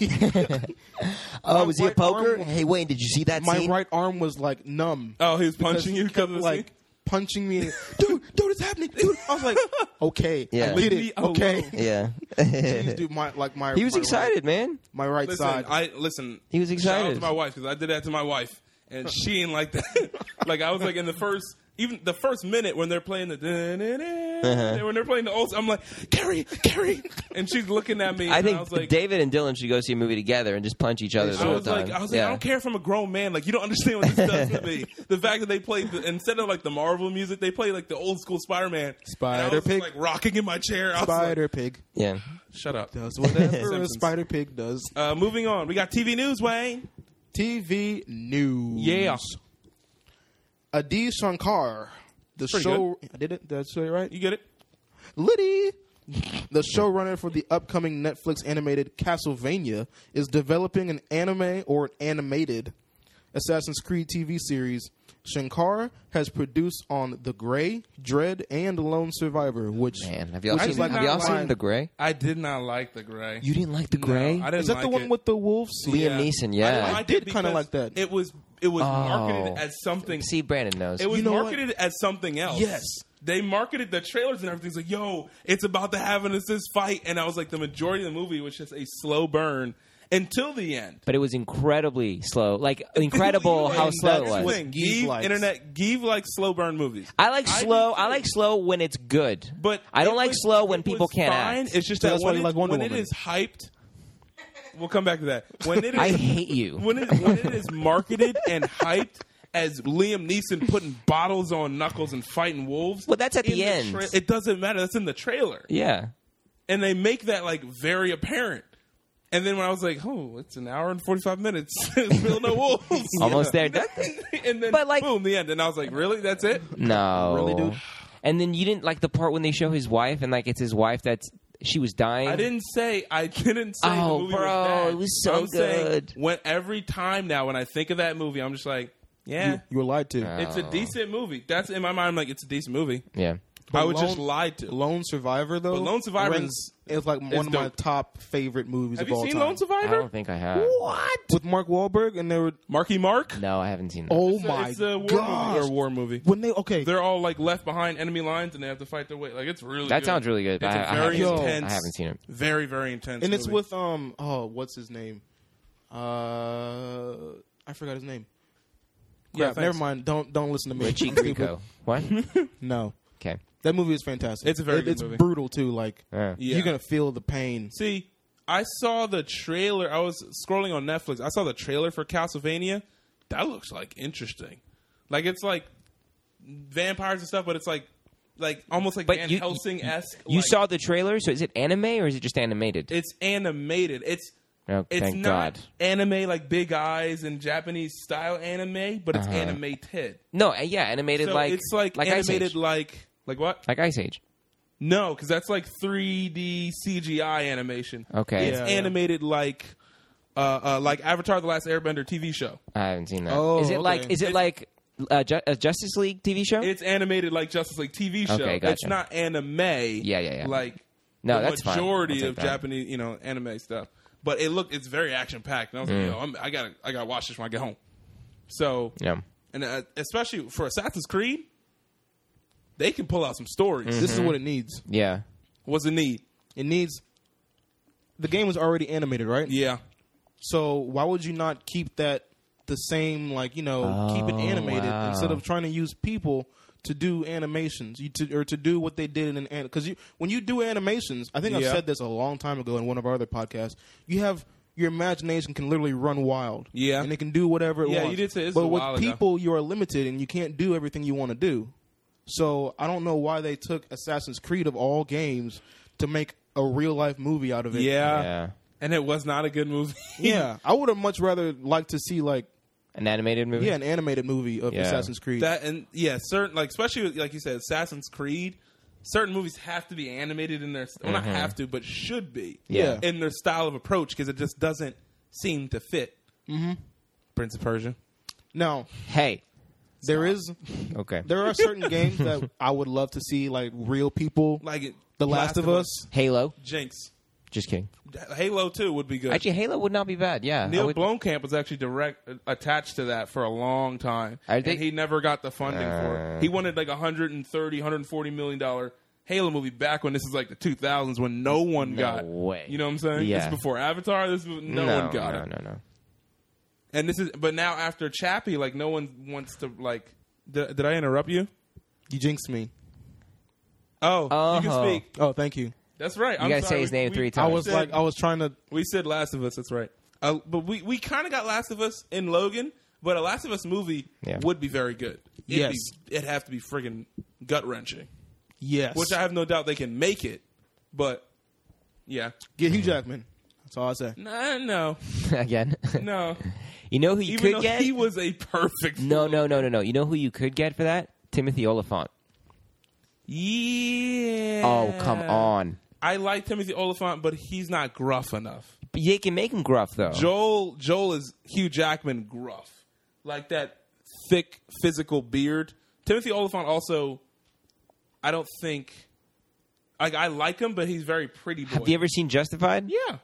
Speaker 1: Oh, was he a
Speaker 3: My right
Speaker 1: poker?
Speaker 3: arm-
Speaker 1: Hey, Wayne, did you see that
Speaker 3: My
Speaker 1: scene?
Speaker 3: right arm was like numb.
Speaker 2: Oh, he was punching
Speaker 3: he
Speaker 2: you because
Speaker 3: kept,
Speaker 2: of the
Speaker 3: like
Speaker 2: scene?
Speaker 3: punching me. Dude, dude, it's happening. Dude, I was like, okay,
Speaker 1: Yeah.
Speaker 3: I
Speaker 1: Leave
Speaker 3: get
Speaker 2: me
Speaker 3: it. Okay,
Speaker 2: alone.
Speaker 1: yeah.
Speaker 3: Please do my like my.
Speaker 1: he was
Speaker 3: my
Speaker 1: excited, man.
Speaker 3: Right, my right
Speaker 2: Listen,
Speaker 3: side.
Speaker 2: I listen.
Speaker 1: He was
Speaker 2: Shout out to
Speaker 1: excited.
Speaker 2: my wife because I did that to my wife, and she ain't like that. like I was like in the first, even the first minute when they're playing the
Speaker 1: Uh-huh.
Speaker 2: when they're playing the old, I'm like Carrie, Carrie, and she's looking at me.
Speaker 1: I
Speaker 2: and
Speaker 1: think
Speaker 2: I was like.
Speaker 1: David and Dylan should go see a movie together and just punch each other the
Speaker 2: I
Speaker 1: whole
Speaker 2: was
Speaker 1: time.
Speaker 2: like, I was like,
Speaker 1: yeah.
Speaker 2: I don't care if I'm a grown man. Like, you don't understand what this does to me. The fact that they played the, instead of like the Marvel music, they play like the old school Spider-Man. And I was just,
Speaker 3: Spider-Pig.
Speaker 2: like rocking in my chair. I was like,
Speaker 3: Spider Pig
Speaker 1: Yeah.
Speaker 2: Shut up.
Speaker 3: does whatever a
Speaker 2: Simpsons.
Speaker 3: Spider Pig does.
Speaker 2: Uh, moving on, we got TV news, Wayne.
Speaker 3: TV news.
Speaker 2: Yeah.
Speaker 3: Adi Shankar, the
Speaker 2: Pretty
Speaker 3: show. I did it. Did I say it right?
Speaker 2: You get it?
Speaker 3: Liddy, the showrunner for the upcoming Netflix animated Castlevania, is developing an anime or animated Assassin's Creed TV series. Shankar has produced on The Gray, Dread, and Lone Survivor, which
Speaker 1: Man, have y'all
Speaker 3: which
Speaker 1: seen,
Speaker 3: is like
Speaker 1: have y'all
Speaker 3: online-
Speaker 1: seen The Gray?
Speaker 2: I did not like the gray.
Speaker 1: You didn't like The Gray?
Speaker 2: No, I didn't
Speaker 3: Is that the
Speaker 2: like
Speaker 3: one
Speaker 2: it.
Speaker 3: with the wolves?
Speaker 1: Liam Neeson, yeah.
Speaker 2: didn't
Speaker 1: I
Speaker 2: like
Speaker 3: did
Speaker 2: it
Speaker 3: kinda
Speaker 2: because
Speaker 3: like that.
Speaker 2: It was it was marketed
Speaker 1: Oh.
Speaker 2: as something.
Speaker 1: see, Brandon knows.
Speaker 2: it was
Speaker 3: You know what?
Speaker 2: marketed as something else.
Speaker 3: Yes.
Speaker 2: They marketed the trailers and everything's like, "Yo, it's about to happen. It's this fight." And I was like, the majority of the movie was just a slow burn until the end.
Speaker 1: but it was incredibly slow. Like, incredible
Speaker 2: You
Speaker 1: how
Speaker 2: like
Speaker 1: slow
Speaker 2: that
Speaker 1: it was.
Speaker 2: swing.
Speaker 3: Geeve
Speaker 2: Geeve
Speaker 3: likes.
Speaker 2: internet give like slow burn movies.
Speaker 1: I like
Speaker 2: I do
Speaker 1: slow. I
Speaker 2: too.
Speaker 1: like slow when it's good.
Speaker 2: But
Speaker 1: I don't
Speaker 2: it
Speaker 1: like
Speaker 2: was-
Speaker 1: slow when
Speaker 2: it
Speaker 1: people
Speaker 2: was
Speaker 1: can't
Speaker 2: fine.
Speaker 1: act.
Speaker 2: It's just
Speaker 3: So
Speaker 2: that
Speaker 3: that's why
Speaker 2: when,
Speaker 3: you
Speaker 2: it,
Speaker 3: like Wonder
Speaker 2: when it
Speaker 3: Woman.
Speaker 2: is hyped, we'll come back to that. When it is,
Speaker 1: I hate you.
Speaker 2: When it, when it is marketed and hyped as Liam Neeson putting bottles on knuckles and fighting wolves.
Speaker 1: Well, that's at
Speaker 2: in
Speaker 1: the end.
Speaker 2: tra- it doesn't matter. That's in the trailer,
Speaker 1: yeah.
Speaker 2: and they make that like very apparent. And then when I was like, "Oh, it's an hour and forty-five minutes," still no wolves.
Speaker 1: Almost there.
Speaker 2: and then,
Speaker 1: But, like-
Speaker 2: boom, the end. And I was like, "Really? That's it?"
Speaker 1: No.
Speaker 3: Really, dude?
Speaker 1: And then you didn't like the part when they show his wife and like it's his wife that's she was dying.
Speaker 2: I didn't say I didn't say
Speaker 1: Oh,
Speaker 2: the movie
Speaker 1: bro,
Speaker 2: was bad.
Speaker 1: it was so
Speaker 2: I'm saying
Speaker 1: good.
Speaker 2: When every time now when I think of that movie, I'm just like, yeah,
Speaker 3: You, you were lied to.
Speaker 1: Uh,
Speaker 2: it's a decent movie. That's in my mind. I'm like, it's a decent movie.
Speaker 1: Yeah.
Speaker 2: I was just
Speaker 3: Lone-
Speaker 2: lied to.
Speaker 3: Lone Survivor though.
Speaker 2: But Lone Survivor
Speaker 3: ranks-
Speaker 2: is-
Speaker 3: is like one of my
Speaker 2: dope.
Speaker 3: top favorite movies
Speaker 2: Have
Speaker 3: of
Speaker 2: you
Speaker 3: all
Speaker 2: seen
Speaker 3: time.
Speaker 2: Lone
Speaker 1: I
Speaker 2: Survivor?
Speaker 1: don't think I have.
Speaker 3: What with Mark Wahlberg and they were
Speaker 2: Marky Mark.
Speaker 1: No, I haven't seen that.
Speaker 3: oh
Speaker 2: It's a-
Speaker 3: my
Speaker 2: it's a war
Speaker 3: gosh
Speaker 2: movie. Or a war movie.
Speaker 3: when they okay
Speaker 2: They're all like left behind enemy lines and they have to fight their way. Like it's really
Speaker 1: that
Speaker 2: good.
Speaker 1: sounds really good. but
Speaker 2: It's
Speaker 1: I,
Speaker 2: a
Speaker 1: I
Speaker 2: very
Speaker 1: haven't, seen it.
Speaker 2: intense.
Speaker 1: I haven't seen it.
Speaker 2: Very very intense.
Speaker 3: and it's
Speaker 2: movie.
Speaker 3: with um oh what's his name uh I forgot his name
Speaker 2: Yeah,
Speaker 3: Crap,
Speaker 2: thanks.
Speaker 3: never mind don't don't listen to me
Speaker 1: Richie
Speaker 3: Stupid.
Speaker 1: Grieco. What?
Speaker 3: no
Speaker 1: Okay.
Speaker 3: that movie is fantastic
Speaker 2: It's a very
Speaker 3: It-
Speaker 2: good
Speaker 3: it's
Speaker 2: movie.
Speaker 3: brutal too like
Speaker 1: Yeah.
Speaker 2: Yeah.
Speaker 3: you're gonna feel the pain
Speaker 2: See, I saw the trailer. I was scrolling on Netflix. I saw the trailer for Castlevania. That looks like interesting. Like it's like vampires and stuff, but it's like like almost like
Speaker 1: But
Speaker 2: Van
Speaker 1: you-
Speaker 2: Helsing esque.
Speaker 1: You saw the trailer, so is it anime or is it just animated?
Speaker 2: it's animated. It's
Speaker 1: oh,
Speaker 2: it's
Speaker 1: thank
Speaker 2: not
Speaker 1: God.
Speaker 2: anime like big eyes and Japanese style anime, but it's
Speaker 1: Uh-huh.
Speaker 2: animated.
Speaker 1: No, uh, yeah, animated
Speaker 2: So
Speaker 1: like
Speaker 2: it's like,
Speaker 1: Ice
Speaker 2: animated
Speaker 1: Age.
Speaker 2: like like what?
Speaker 1: like Ice Age.
Speaker 2: No, because that's like 3D CGI animation.
Speaker 1: Okay.
Speaker 2: it's
Speaker 3: Yeah, yeah.
Speaker 2: animated like uh, uh, like Avatar: The Last Airbender TV show.
Speaker 1: I haven't seen that. Is
Speaker 3: Oh,
Speaker 1: it like
Speaker 3: okay.
Speaker 1: is it
Speaker 2: It's-
Speaker 1: like uh, Ju- a Justice League TV show?
Speaker 2: It's animated like Justice League TV show.
Speaker 1: Okay, gotcha.
Speaker 2: It's not anime. Yeah,
Speaker 1: yeah, yeah.
Speaker 2: Like
Speaker 1: No,
Speaker 2: the
Speaker 1: that's fine.
Speaker 2: majority
Speaker 1: I'll take
Speaker 2: of
Speaker 1: that.
Speaker 2: Japanese, you know,
Speaker 1: Mm.
Speaker 2: anime stuff. But it looked it's very action packed, and I was like, yo, I'm, I gotta I gotta watch this when I get home. So
Speaker 1: Yeah.
Speaker 2: and uh, especially for Assassin's Creed, they can pull out some stories.
Speaker 1: Mm-hmm.
Speaker 3: This is what it needs.
Speaker 1: Yeah.
Speaker 2: What's the need?
Speaker 3: It needs. The game was already animated, right?
Speaker 2: Yeah,
Speaker 3: So why would you not keep that the same? Like you know, keep it
Speaker 1: Oh,
Speaker 3: animated
Speaker 1: wow.
Speaker 3: instead of trying to use people to do animations you to, or to do what they did in an because you when you do animations, I think I've
Speaker 2: Yeah.
Speaker 3: said this a long time ago in one of our other podcasts. You have your imagination can literally run wild,
Speaker 2: Yeah.
Speaker 3: and it can do whatever it
Speaker 2: Yeah,
Speaker 3: wants.
Speaker 2: you did say this
Speaker 3: but
Speaker 2: a
Speaker 3: with
Speaker 2: while ago.
Speaker 3: people, you are limited and you can't do everything you want to do. So I don't know why they took Assassin's Creed of all games to make a real life movie out of it.
Speaker 2: yeah,
Speaker 1: yeah.
Speaker 2: and it was not a good movie.
Speaker 3: Yeah, I would have much rather liked to see like
Speaker 1: An animated movie.
Speaker 3: yeah an animated movie of
Speaker 1: Yeah.
Speaker 3: Assassin's Creed.
Speaker 2: that and yeah, certain like especially with, like you said, Assassin's Creed. Certain movies have to be animated in their well, not have to, but should be
Speaker 1: Yeah.
Speaker 2: in their style of approach because it just doesn't seem to fit. Mm-hmm. Prince of Persia.
Speaker 3: now
Speaker 1: Hey.
Speaker 3: there is
Speaker 1: Okay.
Speaker 3: there are certain games that I would love to see like real people like
Speaker 2: like it,
Speaker 3: The Last, of Us.
Speaker 1: Halo.
Speaker 2: Jinx,
Speaker 1: Just kidding.
Speaker 2: Halo Two would be good.
Speaker 1: Actually, Halo would not be bad. Yeah. I
Speaker 2: Neil
Speaker 1: would-
Speaker 2: Blomkamp was actually direct attached to that for a long time,
Speaker 1: I
Speaker 2: and
Speaker 1: think-
Speaker 2: he never got the funding for
Speaker 1: Uh.
Speaker 2: it. He wanted like a 130, 140 million dollar Halo movie back when this is like the two thousands when no one
Speaker 1: No
Speaker 2: got.
Speaker 1: way.
Speaker 2: You know what I'm saying?
Speaker 1: Yeah.
Speaker 2: This is before Avatar. This is, no, one got
Speaker 1: no,
Speaker 2: it.
Speaker 1: No, no,
Speaker 2: And this is but now after Chappie, like no one wants to like. Did, did I interrupt you?
Speaker 3: You jinxed me.
Speaker 2: Oh, you
Speaker 1: Oh.
Speaker 2: can speak.
Speaker 3: Oh, thank you.
Speaker 2: That's right.
Speaker 1: You
Speaker 2: I'm
Speaker 1: gotta
Speaker 2: sorry.
Speaker 1: say his
Speaker 2: We-
Speaker 1: name
Speaker 2: we-
Speaker 1: three
Speaker 3: I
Speaker 1: times.
Speaker 3: was
Speaker 2: said-
Speaker 3: like I was trying to.
Speaker 2: We said Last of Us. That's right. Uh, but we we kind of got Last of Us in Logan. But a Last of Us movie
Speaker 1: Yeah.
Speaker 2: would be very good. It'd
Speaker 3: Yes.
Speaker 2: be, it'd have to be friggin' gut wrenching.
Speaker 3: Yes,
Speaker 2: Which I have no doubt they can make it. But yeah,
Speaker 3: get Hugh Jackman. That's all I say.
Speaker 2: nah, no,
Speaker 1: no. Again.
Speaker 2: no.
Speaker 1: You know who you
Speaker 2: Even though
Speaker 1: could get?
Speaker 2: he was a perfect.
Speaker 1: no, no, no, no, no. You know who you could get for that? Timothy Oliphant.
Speaker 2: Yeah.
Speaker 1: Oh, come on.
Speaker 2: I like Timothy Oliphant, but he's not gruff enough.
Speaker 1: But you can make him gruff though.
Speaker 2: Joel Joel is Hugh Jackman gruff, like that thick physical beard. Timothy Oliphant also, I don't think, like I like him, but he's very pretty boy.
Speaker 1: Have you ever seen Justified?
Speaker 2: yeah,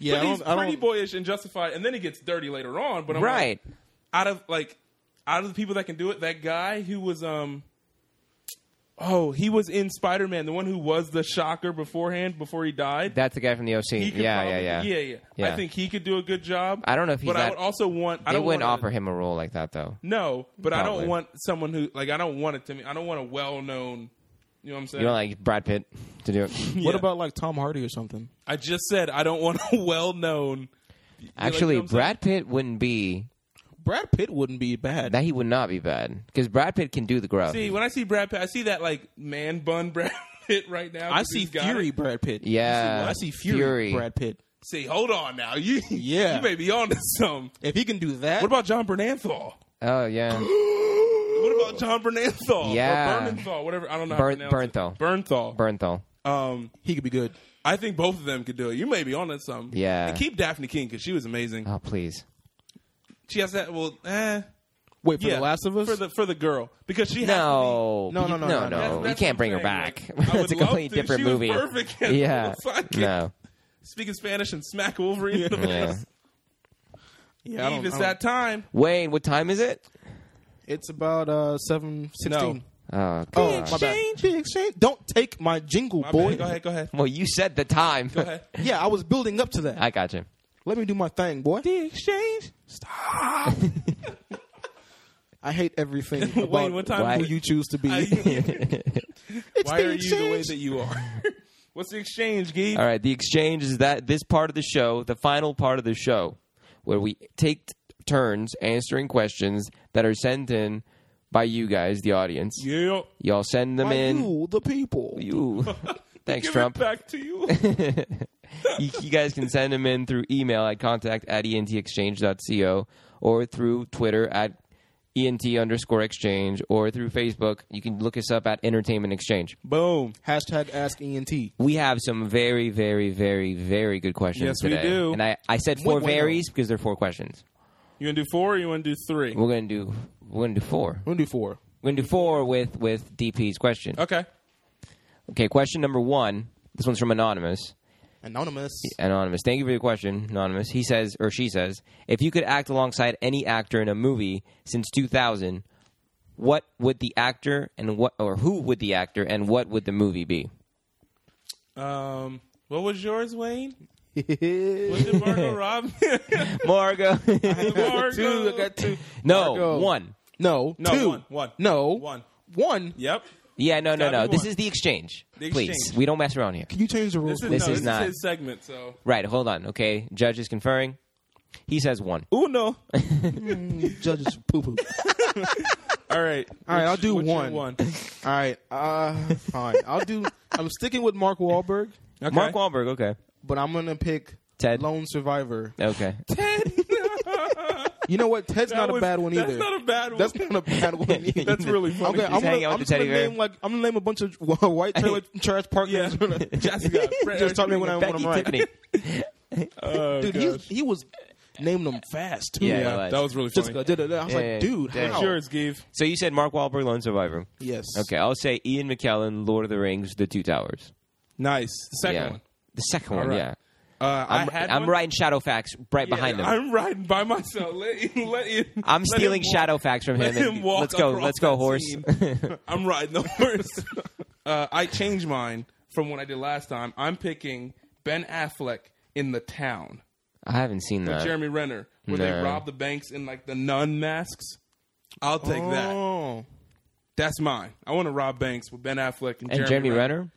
Speaker 3: Yeah,
Speaker 2: but
Speaker 3: I don't-
Speaker 2: he's
Speaker 3: I don't-
Speaker 2: pretty boyish and justified, and then he gets dirty later on. But I'm like,
Speaker 1: Right.
Speaker 2: out of like out of the people that can do it, that guy who was um. Oh, he was in Spider Man, the one who was the shocker beforehand before he died.
Speaker 1: That's the guy from the OC.
Speaker 2: He could
Speaker 1: Yeah,
Speaker 2: probably-
Speaker 1: yeah, yeah,
Speaker 2: yeah, I
Speaker 1: Yeah.
Speaker 2: think he could do a good job.
Speaker 1: I don't know if he's
Speaker 2: but I
Speaker 1: that-
Speaker 2: would also want. I
Speaker 1: They
Speaker 2: don't
Speaker 1: wouldn't
Speaker 2: want a-
Speaker 1: offer him a role like that though.
Speaker 2: No, but I
Speaker 1: Probably.
Speaker 2: don't want someone who like I don't want it to me. I don't want a well-known. You know what I'm saying?
Speaker 1: You don't like Brad Pitt to do it.
Speaker 3: What
Speaker 2: Yeah.
Speaker 3: about like Tom Hardy or something?
Speaker 2: I just said I don't want a well-known.
Speaker 1: Actually,
Speaker 2: you know what I'm
Speaker 1: Brad Pitt wouldn't be
Speaker 3: Brad Pitt wouldn't be bad.
Speaker 1: that. He would not be bad because Brad Pitt can do the gruff.
Speaker 2: See, when I see Brad Pitt, I see that like man bun Brad Pitt right now.
Speaker 3: I
Speaker 2: 'cause
Speaker 3: see
Speaker 2: he's got
Speaker 3: Fury
Speaker 2: it.
Speaker 3: Brad Pitt.
Speaker 1: Yeah.
Speaker 3: I see Fury,
Speaker 1: Fury.
Speaker 3: Brad Pitt.
Speaker 2: See, hold on now. You
Speaker 3: Yeah.
Speaker 2: you may be on to some.
Speaker 3: If he can do that,
Speaker 2: What about John Bernanthal?
Speaker 1: oh yeah,
Speaker 2: What about John Bernanthal?
Speaker 1: Yeah.
Speaker 2: or Bernanthal, whatever. I don't know.
Speaker 1: Bern-
Speaker 2: how to pronounce it. Bernthal.
Speaker 1: Bernthal.
Speaker 2: Um,
Speaker 3: he could be good?
Speaker 2: I think both of them could do it. You may be on to some.
Speaker 1: Yeah.
Speaker 2: And keep Daphne King because she was amazing.
Speaker 1: Oh please.
Speaker 2: She has that. Well, eh.
Speaker 3: Wait Uh-huh. for The Last of Us.
Speaker 2: for the for the girl because she has to
Speaker 1: No,
Speaker 3: No, no, no, no, no.
Speaker 2: That's-
Speaker 1: You
Speaker 2: that's
Speaker 1: can't
Speaker 2: the
Speaker 1: bring her
Speaker 2: thing,
Speaker 1: back.
Speaker 2: like, I would
Speaker 1: That's a
Speaker 2: love
Speaker 1: completely
Speaker 2: to.
Speaker 1: different
Speaker 2: She was
Speaker 1: movie.
Speaker 2: perfect as
Speaker 1: yeah,
Speaker 2: the fucking-
Speaker 1: no,
Speaker 2: be speaking Spanish and smack Wolverine in the
Speaker 1: Yeah.
Speaker 2: face.
Speaker 3: yeah, I don't,
Speaker 2: Eve, it's
Speaker 3: I don't-
Speaker 2: that time.
Speaker 1: Wayne, what time is it?
Speaker 3: It's about uh seven sixteen.
Speaker 2: No.
Speaker 1: Oh,
Speaker 3: Oh,
Speaker 1: God.
Speaker 3: my bad. Big Shane. Don't take my jingle,
Speaker 2: My
Speaker 3: boy.
Speaker 2: bad. Go ahead. Go ahead.
Speaker 1: well, you said the time.
Speaker 2: Go ahead.
Speaker 3: Yeah, I was building up to that.
Speaker 1: I got you.
Speaker 3: Let me do my thing, boy. The exchange. Stop. I hate everything about
Speaker 2: Wayne, what time
Speaker 1: Why-
Speaker 3: who you choose to be.
Speaker 2: Are you-
Speaker 3: it's
Speaker 2: Why
Speaker 3: the
Speaker 2: are you the way
Speaker 3: exchange.
Speaker 2: that you are? What's the exchange, Gee?
Speaker 1: All right, the exchange is that this part of the show, the final part of the show, where we take t- turns answering questions that are sent in by you guys, the audience.
Speaker 2: Yeah.
Speaker 1: Y'all send them
Speaker 3: By
Speaker 1: in.
Speaker 3: you, the people.
Speaker 1: You. Thanks,
Speaker 2: Give
Speaker 1: Trump.
Speaker 2: it back to you.
Speaker 1: you, you guys can send them in through email at contact at E entexchange.co or through Twitter at ent underscore exchange or through Facebook. You can look us up at Entertainment Exchange.
Speaker 2: Boom.
Speaker 3: Hashtag ask E ENT.
Speaker 1: We have some very, very, very, very good questions
Speaker 2: Yes, we
Speaker 1: today.
Speaker 2: do.
Speaker 1: And I, I said four
Speaker 3: Wait, wait,
Speaker 1: varies because they're four questions.
Speaker 2: You gonna do four? or You wanna do three?
Speaker 1: We're gonna do we're gonna do four.
Speaker 3: We'll do four.
Speaker 1: We're gonna do four with with DP's question.
Speaker 2: Okay.
Speaker 1: Okay, question number one. This one's from anonymous.
Speaker 3: Anonymous.
Speaker 1: Anonymous. Thank you for your question, Anonymous. He says, or she says, if you could act alongside any actor in a movie since 2000, what would the actor and what, or who would the actor and what would the movie be?
Speaker 2: Um, what was yours, Wayne? Was it Margot Robbie?
Speaker 1: Margo.
Speaker 2: Margot.
Speaker 3: two. I got two.
Speaker 1: no,
Speaker 3: Margot.
Speaker 1: one.
Speaker 3: No,
Speaker 2: No,
Speaker 3: two.
Speaker 2: one, one.
Speaker 3: No,
Speaker 2: One.
Speaker 3: One.
Speaker 2: Yep.
Speaker 1: Yeah, no, no,
Speaker 2: Gotta
Speaker 1: no.
Speaker 2: be
Speaker 1: This
Speaker 2: one.
Speaker 1: is the exchange.
Speaker 2: The
Speaker 1: Please,
Speaker 2: exchange.
Speaker 1: we don't mess around here.
Speaker 3: Can you change the rules?
Speaker 2: This is,
Speaker 1: This
Speaker 2: no,
Speaker 1: is
Speaker 2: this
Speaker 1: not-
Speaker 2: is his segment, so.
Speaker 1: Right, hold on. Okay, judge is conferring. He says one.
Speaker 2: Uno.
Speaker 3: please? judges poo poo.
Speaker 2: All right.
Speaker 3: All right, I'll do
Speaker 2: What's your
Speaker 3: one.
Speaker 2: one.
Speaker 3: All right, uh, fine. I'll do. I'm sticking with Mark Wahlberg,
Speaker 2: Okay.
Speaker 1: Mark Wahlberg. Okay.
Speaker 3: but I'm gonna pick
Speaker 1: Ted.
Speaker 3: Lone Survivor.
Speaker 1: Okay.
Speaker 3: You know what? Ted's
Speaker 2: That
Speaker 3: not a
Speaker 2: was-
Speaker 3: bad one
Speaker 2: that's
Speaker 3: either.
Speaker 2: not a bad one.
Speaker 3: That's not a bad one. Either.
Speaker 2: That's really funny.
Speaker 3: Okay, I'm
Speaker 1: Just
Speaker 3: gonna,
Speaker 1: hang out
Speaker 3: I'm
Speaker 1: with
Speaker 3: just
Speaker 1: the
Speaker 3: gonna
Speaker 1: teddy bear.
Speaker 3: name like I'm gonna name a bunch of white trailer trash parkers.
Speaker 2: Jessica. Fred-
Speaker 3: Just tell me when I want
Speaker 1: Becky
Speaker 3: them right.
Speaker 1: Tiffany.
Speaker 2: Oh,
Speaker 3: Dude,
Speaker 2: gosh.
Speaker 3: he's, he was naming them fast too.
Speaker 1: Yeah,
Speaker 2: Yeah, that was really funny.
Speaker 3: Jessica, da, da, da. I was
Speaker 1: Yeah,
Speaker 3: like,
Speaker 1: yeah,
Speaker 3: dude,
Speaker 1: yeah.
Speaker 3: how?
Speaker 2: Yours, Give.
Speaker 1: So you said Mark Wahlberg, Lone Survivor.
Speaker 3: Yes.
Speaker 1: Okay, I'll say Ian McKellen, Lord of the Rings, The Two Towers.
Speaker 2: Nice. The second
Speaker 1: yeah.
Speaker 2: one.
Speaker 1: The second one,
Speaker 2: right.
Speaker 1: yeah.
Speaker 2: Uh, I
Speaker 1: I'm,
Speaker 2: had
Speaker 1: I'm
Speaker 2: one.
Speaker 1: writing shadow facts right
Speaker 2: Yeah,
Speaker 1: behind him. I'm,
Speaker 2: I'm riding by myself. Let, let him, let
Speaker 1: stealing
Speaker 2: him walk.
Speaker 1: shadow facts from him.
Speaker 2: Let him
Speaker 1: and
Speaker 2: walk
Speaker 1: let's go.
Speaker 2: across
Speaker 1: Let's go,
Speaker 2: that
Speaker 1: horse.
Speaker 2: scene. I'm riding the horse. Uh, I changed mine from what I did last time. I'm picking Ben Affleck in The Town.
Speaker 1: I haven't seen that.
Speaker 2: Jeremy Renner, where they
Speaker 1: No.
Speaker 2: rob the banks in like the nun masks. I'll take that.
Speaker 3: Oh.
Speaker 2: That's mine. I want to rob banks with Ben Affleck and,
Speaker 1: and Jeremy, Renner.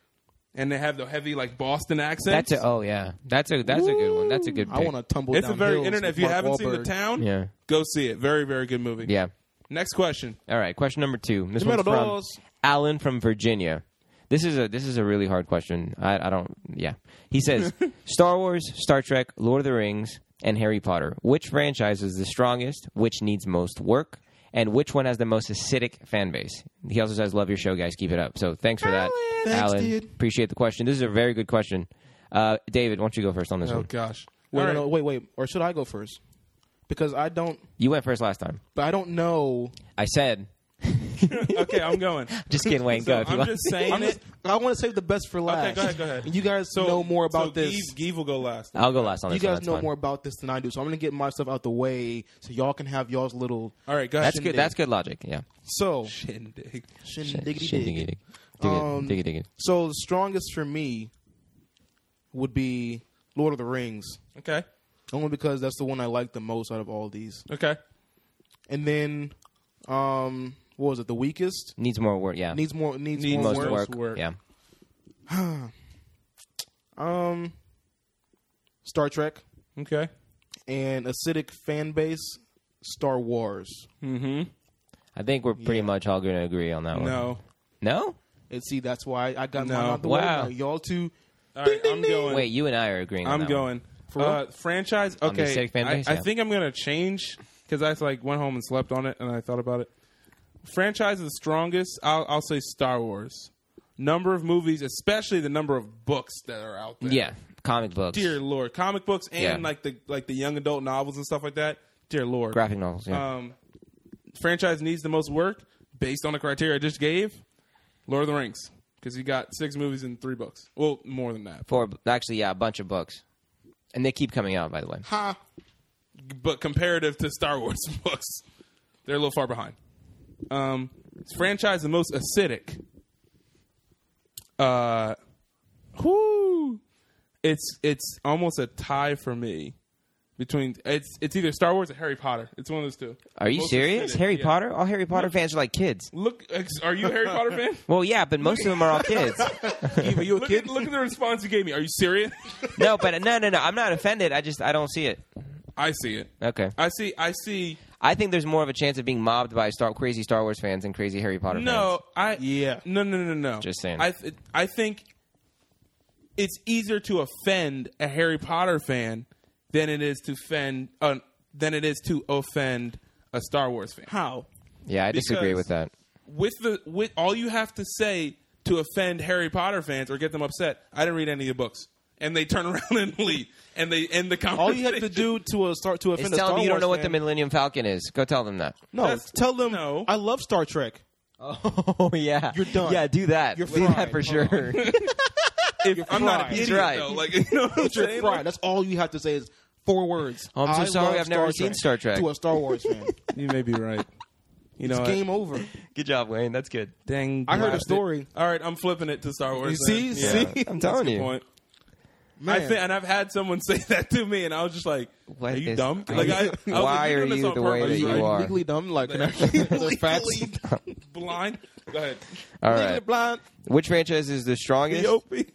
Speaker 2: And they have the heavy like Boston accent.
Speaker 1: That's a. Oh yeah. That's a. That's a good one. That's a good. Pick.
Speaker 3: I want to tumble
Speaker 2: it's a
Speaker 3: down
Speaker 2: very
Speaker 3: hills
Speaker 2: internet.
Speaker 3: with
Speaker 2: If you
Speaker 3: Mark
Speaker 2: haven't seen The
Speaker 3: Wahlberg.
Speaker 2: Town,
Speaker 1: Yeah.
Speaker 2: go see it. Very very good movie.
Speaker 1: Yeah.
Speaker 2: Next question.
Speaker 1: All right. Question number two. This
Speaker 3: Tomato
Speaker 1: one's from
Speaker 3: dolls.
Speaker 1: Alan from Virginia. This is a this is a really hard question. I, I don't. Yeah. He says Star Wars, Star Trek, Lord of the Rings, and Harry Potter. Which franchise is the strongest? Which needs most work? And which one has the most acidic fan base? He also says, "Love your show, guys. Keep it up." So thanks for that,
Speaker 3: Thanks,
Speaker 1: Alan.
Speaker 3: dude.
Speaker 1: Appreciate the question. This is a very good question. Uh, David, why don't you go first on this
Speaker 2: Oh
Speaker 1: one?
Speaker 2: gosh.
Speaker 3: Wait,
Speaker 2: All
Speaker 3: no,
Speaker 2: right.
Speaker 3: no, wait, wait. Or should I go first? Because I don't,
Speaker 1: You went first last time.
Speaker 3: but I don't know.
Speaker 1: I said,
Speaker 2: okay, I'm going.
Speaker 1: "Just kidding, Wayne.
Speaker 2: So
Speaker 1: go." If you
Speaker 2: I'm
Speaker 1: want.
Speaker 2: just saying
Speaker 3: I'm
Speaker 2: it.
Speaker 3: just, I want to save the best for last.
Speaker 2: go ahead, go ahead.
Speaker 3: And You guys
Speaker 2: So
Speaker 3: know more about
Speaker 2: so
Speaker 3: this.
Speaker 2: Give, Give will go last.
Speaker 1: I'll go last on
Speaker 3: you
Speaker 1: this. one.
Speaker 3: guys
Speaker 1: That's
Speaker 3: know
Speaker 1: fine.
Speaker 3: more about this than I do, so I'm gonna get my stuff out the way so y'all can have y'all's little.
Speaker 2: All right, go ahead.
Speaker 1: That's good. That's good logic. Yeah.
Speaker 3: So
Speaker 2: Shindig.
Speaker 3: shindiggity dig.
Speaker 1: Shindiggy-dig. Dig it,
Speaker 3: Um,
Speaker 1: dig it, dig it.
Speaker 3: So the strongest for me would be Lord of the Rings,
Speaker 2: Okay.
Speaker 3: only because that's the one I like the most out of all these.
Speaker 2: Okay.
Speaker 3: And then, um, what was it? The weakest
Speaker 1: Needs more work. Yeah.
Speaker 3: needs more needs,
Speaker 2: Needs
Speaker 3: more
Speaker 1: most
Speaker 3: work.
Speaker 2: work.
Speaker 1: Yeah.
Speaker 3: Um, Star Trek
Speaker 2: Okay.
Speaker 3: and acidic fan base. Star Wars.
Speaker 2: Mm-hmm.
Speaker 1: I think we're pretty much all going to agree on that one.
Speaker 2: No.
Speaker 1: No?
Speaker 3: And see, that's why I got
Speaker 2: No.
Speaker 3: mine out the way.
Speaker 1: Wow.
Speaker 3: Now y'all two.
Speaker 2: All right, I'm going.
Speaker 1: Wait, you and I are agreeing. on
Speaker 2: I'm
Speaker 1: that
Speaker 2: going.
Speaker 3: real?
Speaker 2: Uh, franchise.
Speaker 1: the
Speaker 2: Okay.
Speaker 1: sick fan
Speaker 2: I,
Speaker 1: base,
Speaker 2: I
Speaker 1: yeah.
Speaker 2: think I'm gonna change because I like went home and slept on it, and I thought about it. Franchise is the strongest. I'll, I'll say Star Wars. Number of movies, especially the number of books that are out there.
Speaker 1: One. Yeah. Comic books.
Speaker 2: Dear Lord, comic books and
Speaker 1: Yeah.
Speaker 2: like the like the young adult novels and stuff like that. Dear Lord,
Speaker 1: Graphic novels. Yeah.
Speaker 2: um, franchise needs the most work based on the criteria I just gave. Lord of the Rings, because you got six movies and three books. Well, more than that,
Speaker 1: Four. Actually, yeah, a bunch of books. And they keep coming out, by the way.
Speaker 3: Ha.
Speaker 2: but comparative to Star Wars books, they're a little far behind. Um, franchise the most acidic. Uh, whoo, it's it's almost a tie for me between it's it's either Star Wars or Harry Potter. It's one of those two.
Speaker 1: Are you
Speaker 2: Most
Speaker 1: serious?
Speaker 2: acidic,
Speaker 1: Harry
Speaker 2: yeah.
Speaker 1: Potter? All Harry Potter fans are like kids.
Speaker 2: Look, ex- are you a Harry Potter fan?
Speaker 1: Well, yeah, but most of them are all kids.
Speaker 3: Eva, you a
Speaker 2: Look
Speaker 3: kid?
Speaker 2: at, look at the response you gave me. Are you serious?
Speaker 1: No, but no, no, no. I'm not offended. I just, I don't see it.
Speaker 2: I see it.
Speaker 1: Okay.
Speaker 2: I see. I see.
Speaker 1: I think there's more of a chance of being mobbed by Star crazy Star Wars fans than crazy Harry Potter
Speaker 2: No,
Speaker 1: fans.
Speaker 2: I.
Speaker 3: Yeah.
Speaker 2: No, no, no, no.
Speaker 1: Just saying.
Speaker 2: I. Th- I think it's easier to offend a Harry Potter fan than it is to offend uh, than it is to offend a Star Wars fan.
Speaker 3: How?
Speaker 1: Yeah, I disagree
Speaker 2: because-
Speaker 1: with that.
Speaker 2: With the with all you have to say to offend Harry Potter fans or get them upset. I didn't read any of the books, and they turn around and leave, and they end the conversation.
Speaker 3: All you have to do to uh, start to
Speaker 1: It's
Speaker 3: offend a Star
Speaker 1: telling me you don't
Speaker 3: Wars
Speaker 1: know what the
Speaker 3: fan-
Speaker 1: Millennium Falcon is. Go tell them that.
Speaker 3: No,
Speaker 2: That's-
Speaker 3: tell them
Speaker 2: no.
Speaker 3: I love Star Trek.
Speaker 1: Oh yeah,
Speaker 3: You're done.
Speaker 1: Yeah, do that.
Speaker 3: You're
Speaker 1: do
Speaker 3: fried.
Speaker 1: that for
Speaker 3: Hold
Speaker 1: sure.
Speaker 2: if I'm not an
Speaker 3: fried.
Speaker 2: idiot
Speaker 1: That's right.
Speaker 2: though, like you know what I'm
Speaker 3: You're
Speaker 2: saying?
Speaker 3: fried. That's all you have to say is four words.
Speaker 1: Oh, I'm so
Speaker 3: I
Speaker 1: sorry,
Speaker 3: love
Speaker 1: I've never
Speaker 3: Star
Speaker 1: seen
Speaker 3: Trek
Speaker 1: Star Trek.
Speaker 3: To a Star Wars fan,
Speaker 2: You may be right. You know,
Speaker 3: it's
Speaker 2: what?
Speaker 3: game over.
Speaker 1: Good job, Wayne. That's good.
Speaker 2: dang.
Speaker 3: I heard a
Speaker 2: blasted.
Speaker 3: story.
Speaker 2: All right, I'm flipping it to Star Wars.
Speaker 3: You
Speaker 2: then.
Speaker 3: see?
Speaker 2: Yeah.
Speaker 3: See?
Speaker 1: I'm
Speaker 2: That's a
Speaker 1: telling
Speaker 2: good
Speaker 1: you.
Speaker 2: point. I
Speaker 3: Man,
Speaker 2: think, and I've had someone say that to me, and I was just like,
Speaker 1: What
Speaker 2: "Are you
Speaker 1: is-
Speaker 2: dumb?
Speaker 1: are
Speaker 2: like,
Speaker 1: you-
Speaker 2: I, I was like,
Speaker 1: why
Speaker 2: "You're
Speaker 1: are
Speaker 2: doing this
Speaker 1: you
Speaker 2: on
Speaker 1: the way
Speaker 2: purpose,
Speaker 1: that
Speaker 2: right?
Speaker 1: you are.
Speaker 3: legally dumb. Like, can I- the facts.
Speaker 2: Legally blind. Go ahead.
Speaker 1: All
Speaker 3: Legally
Speaker 1: right.
Speaker 3: blind.
Speaker 1: Which franchise is the strongest?
Speaker 2: P.O.P.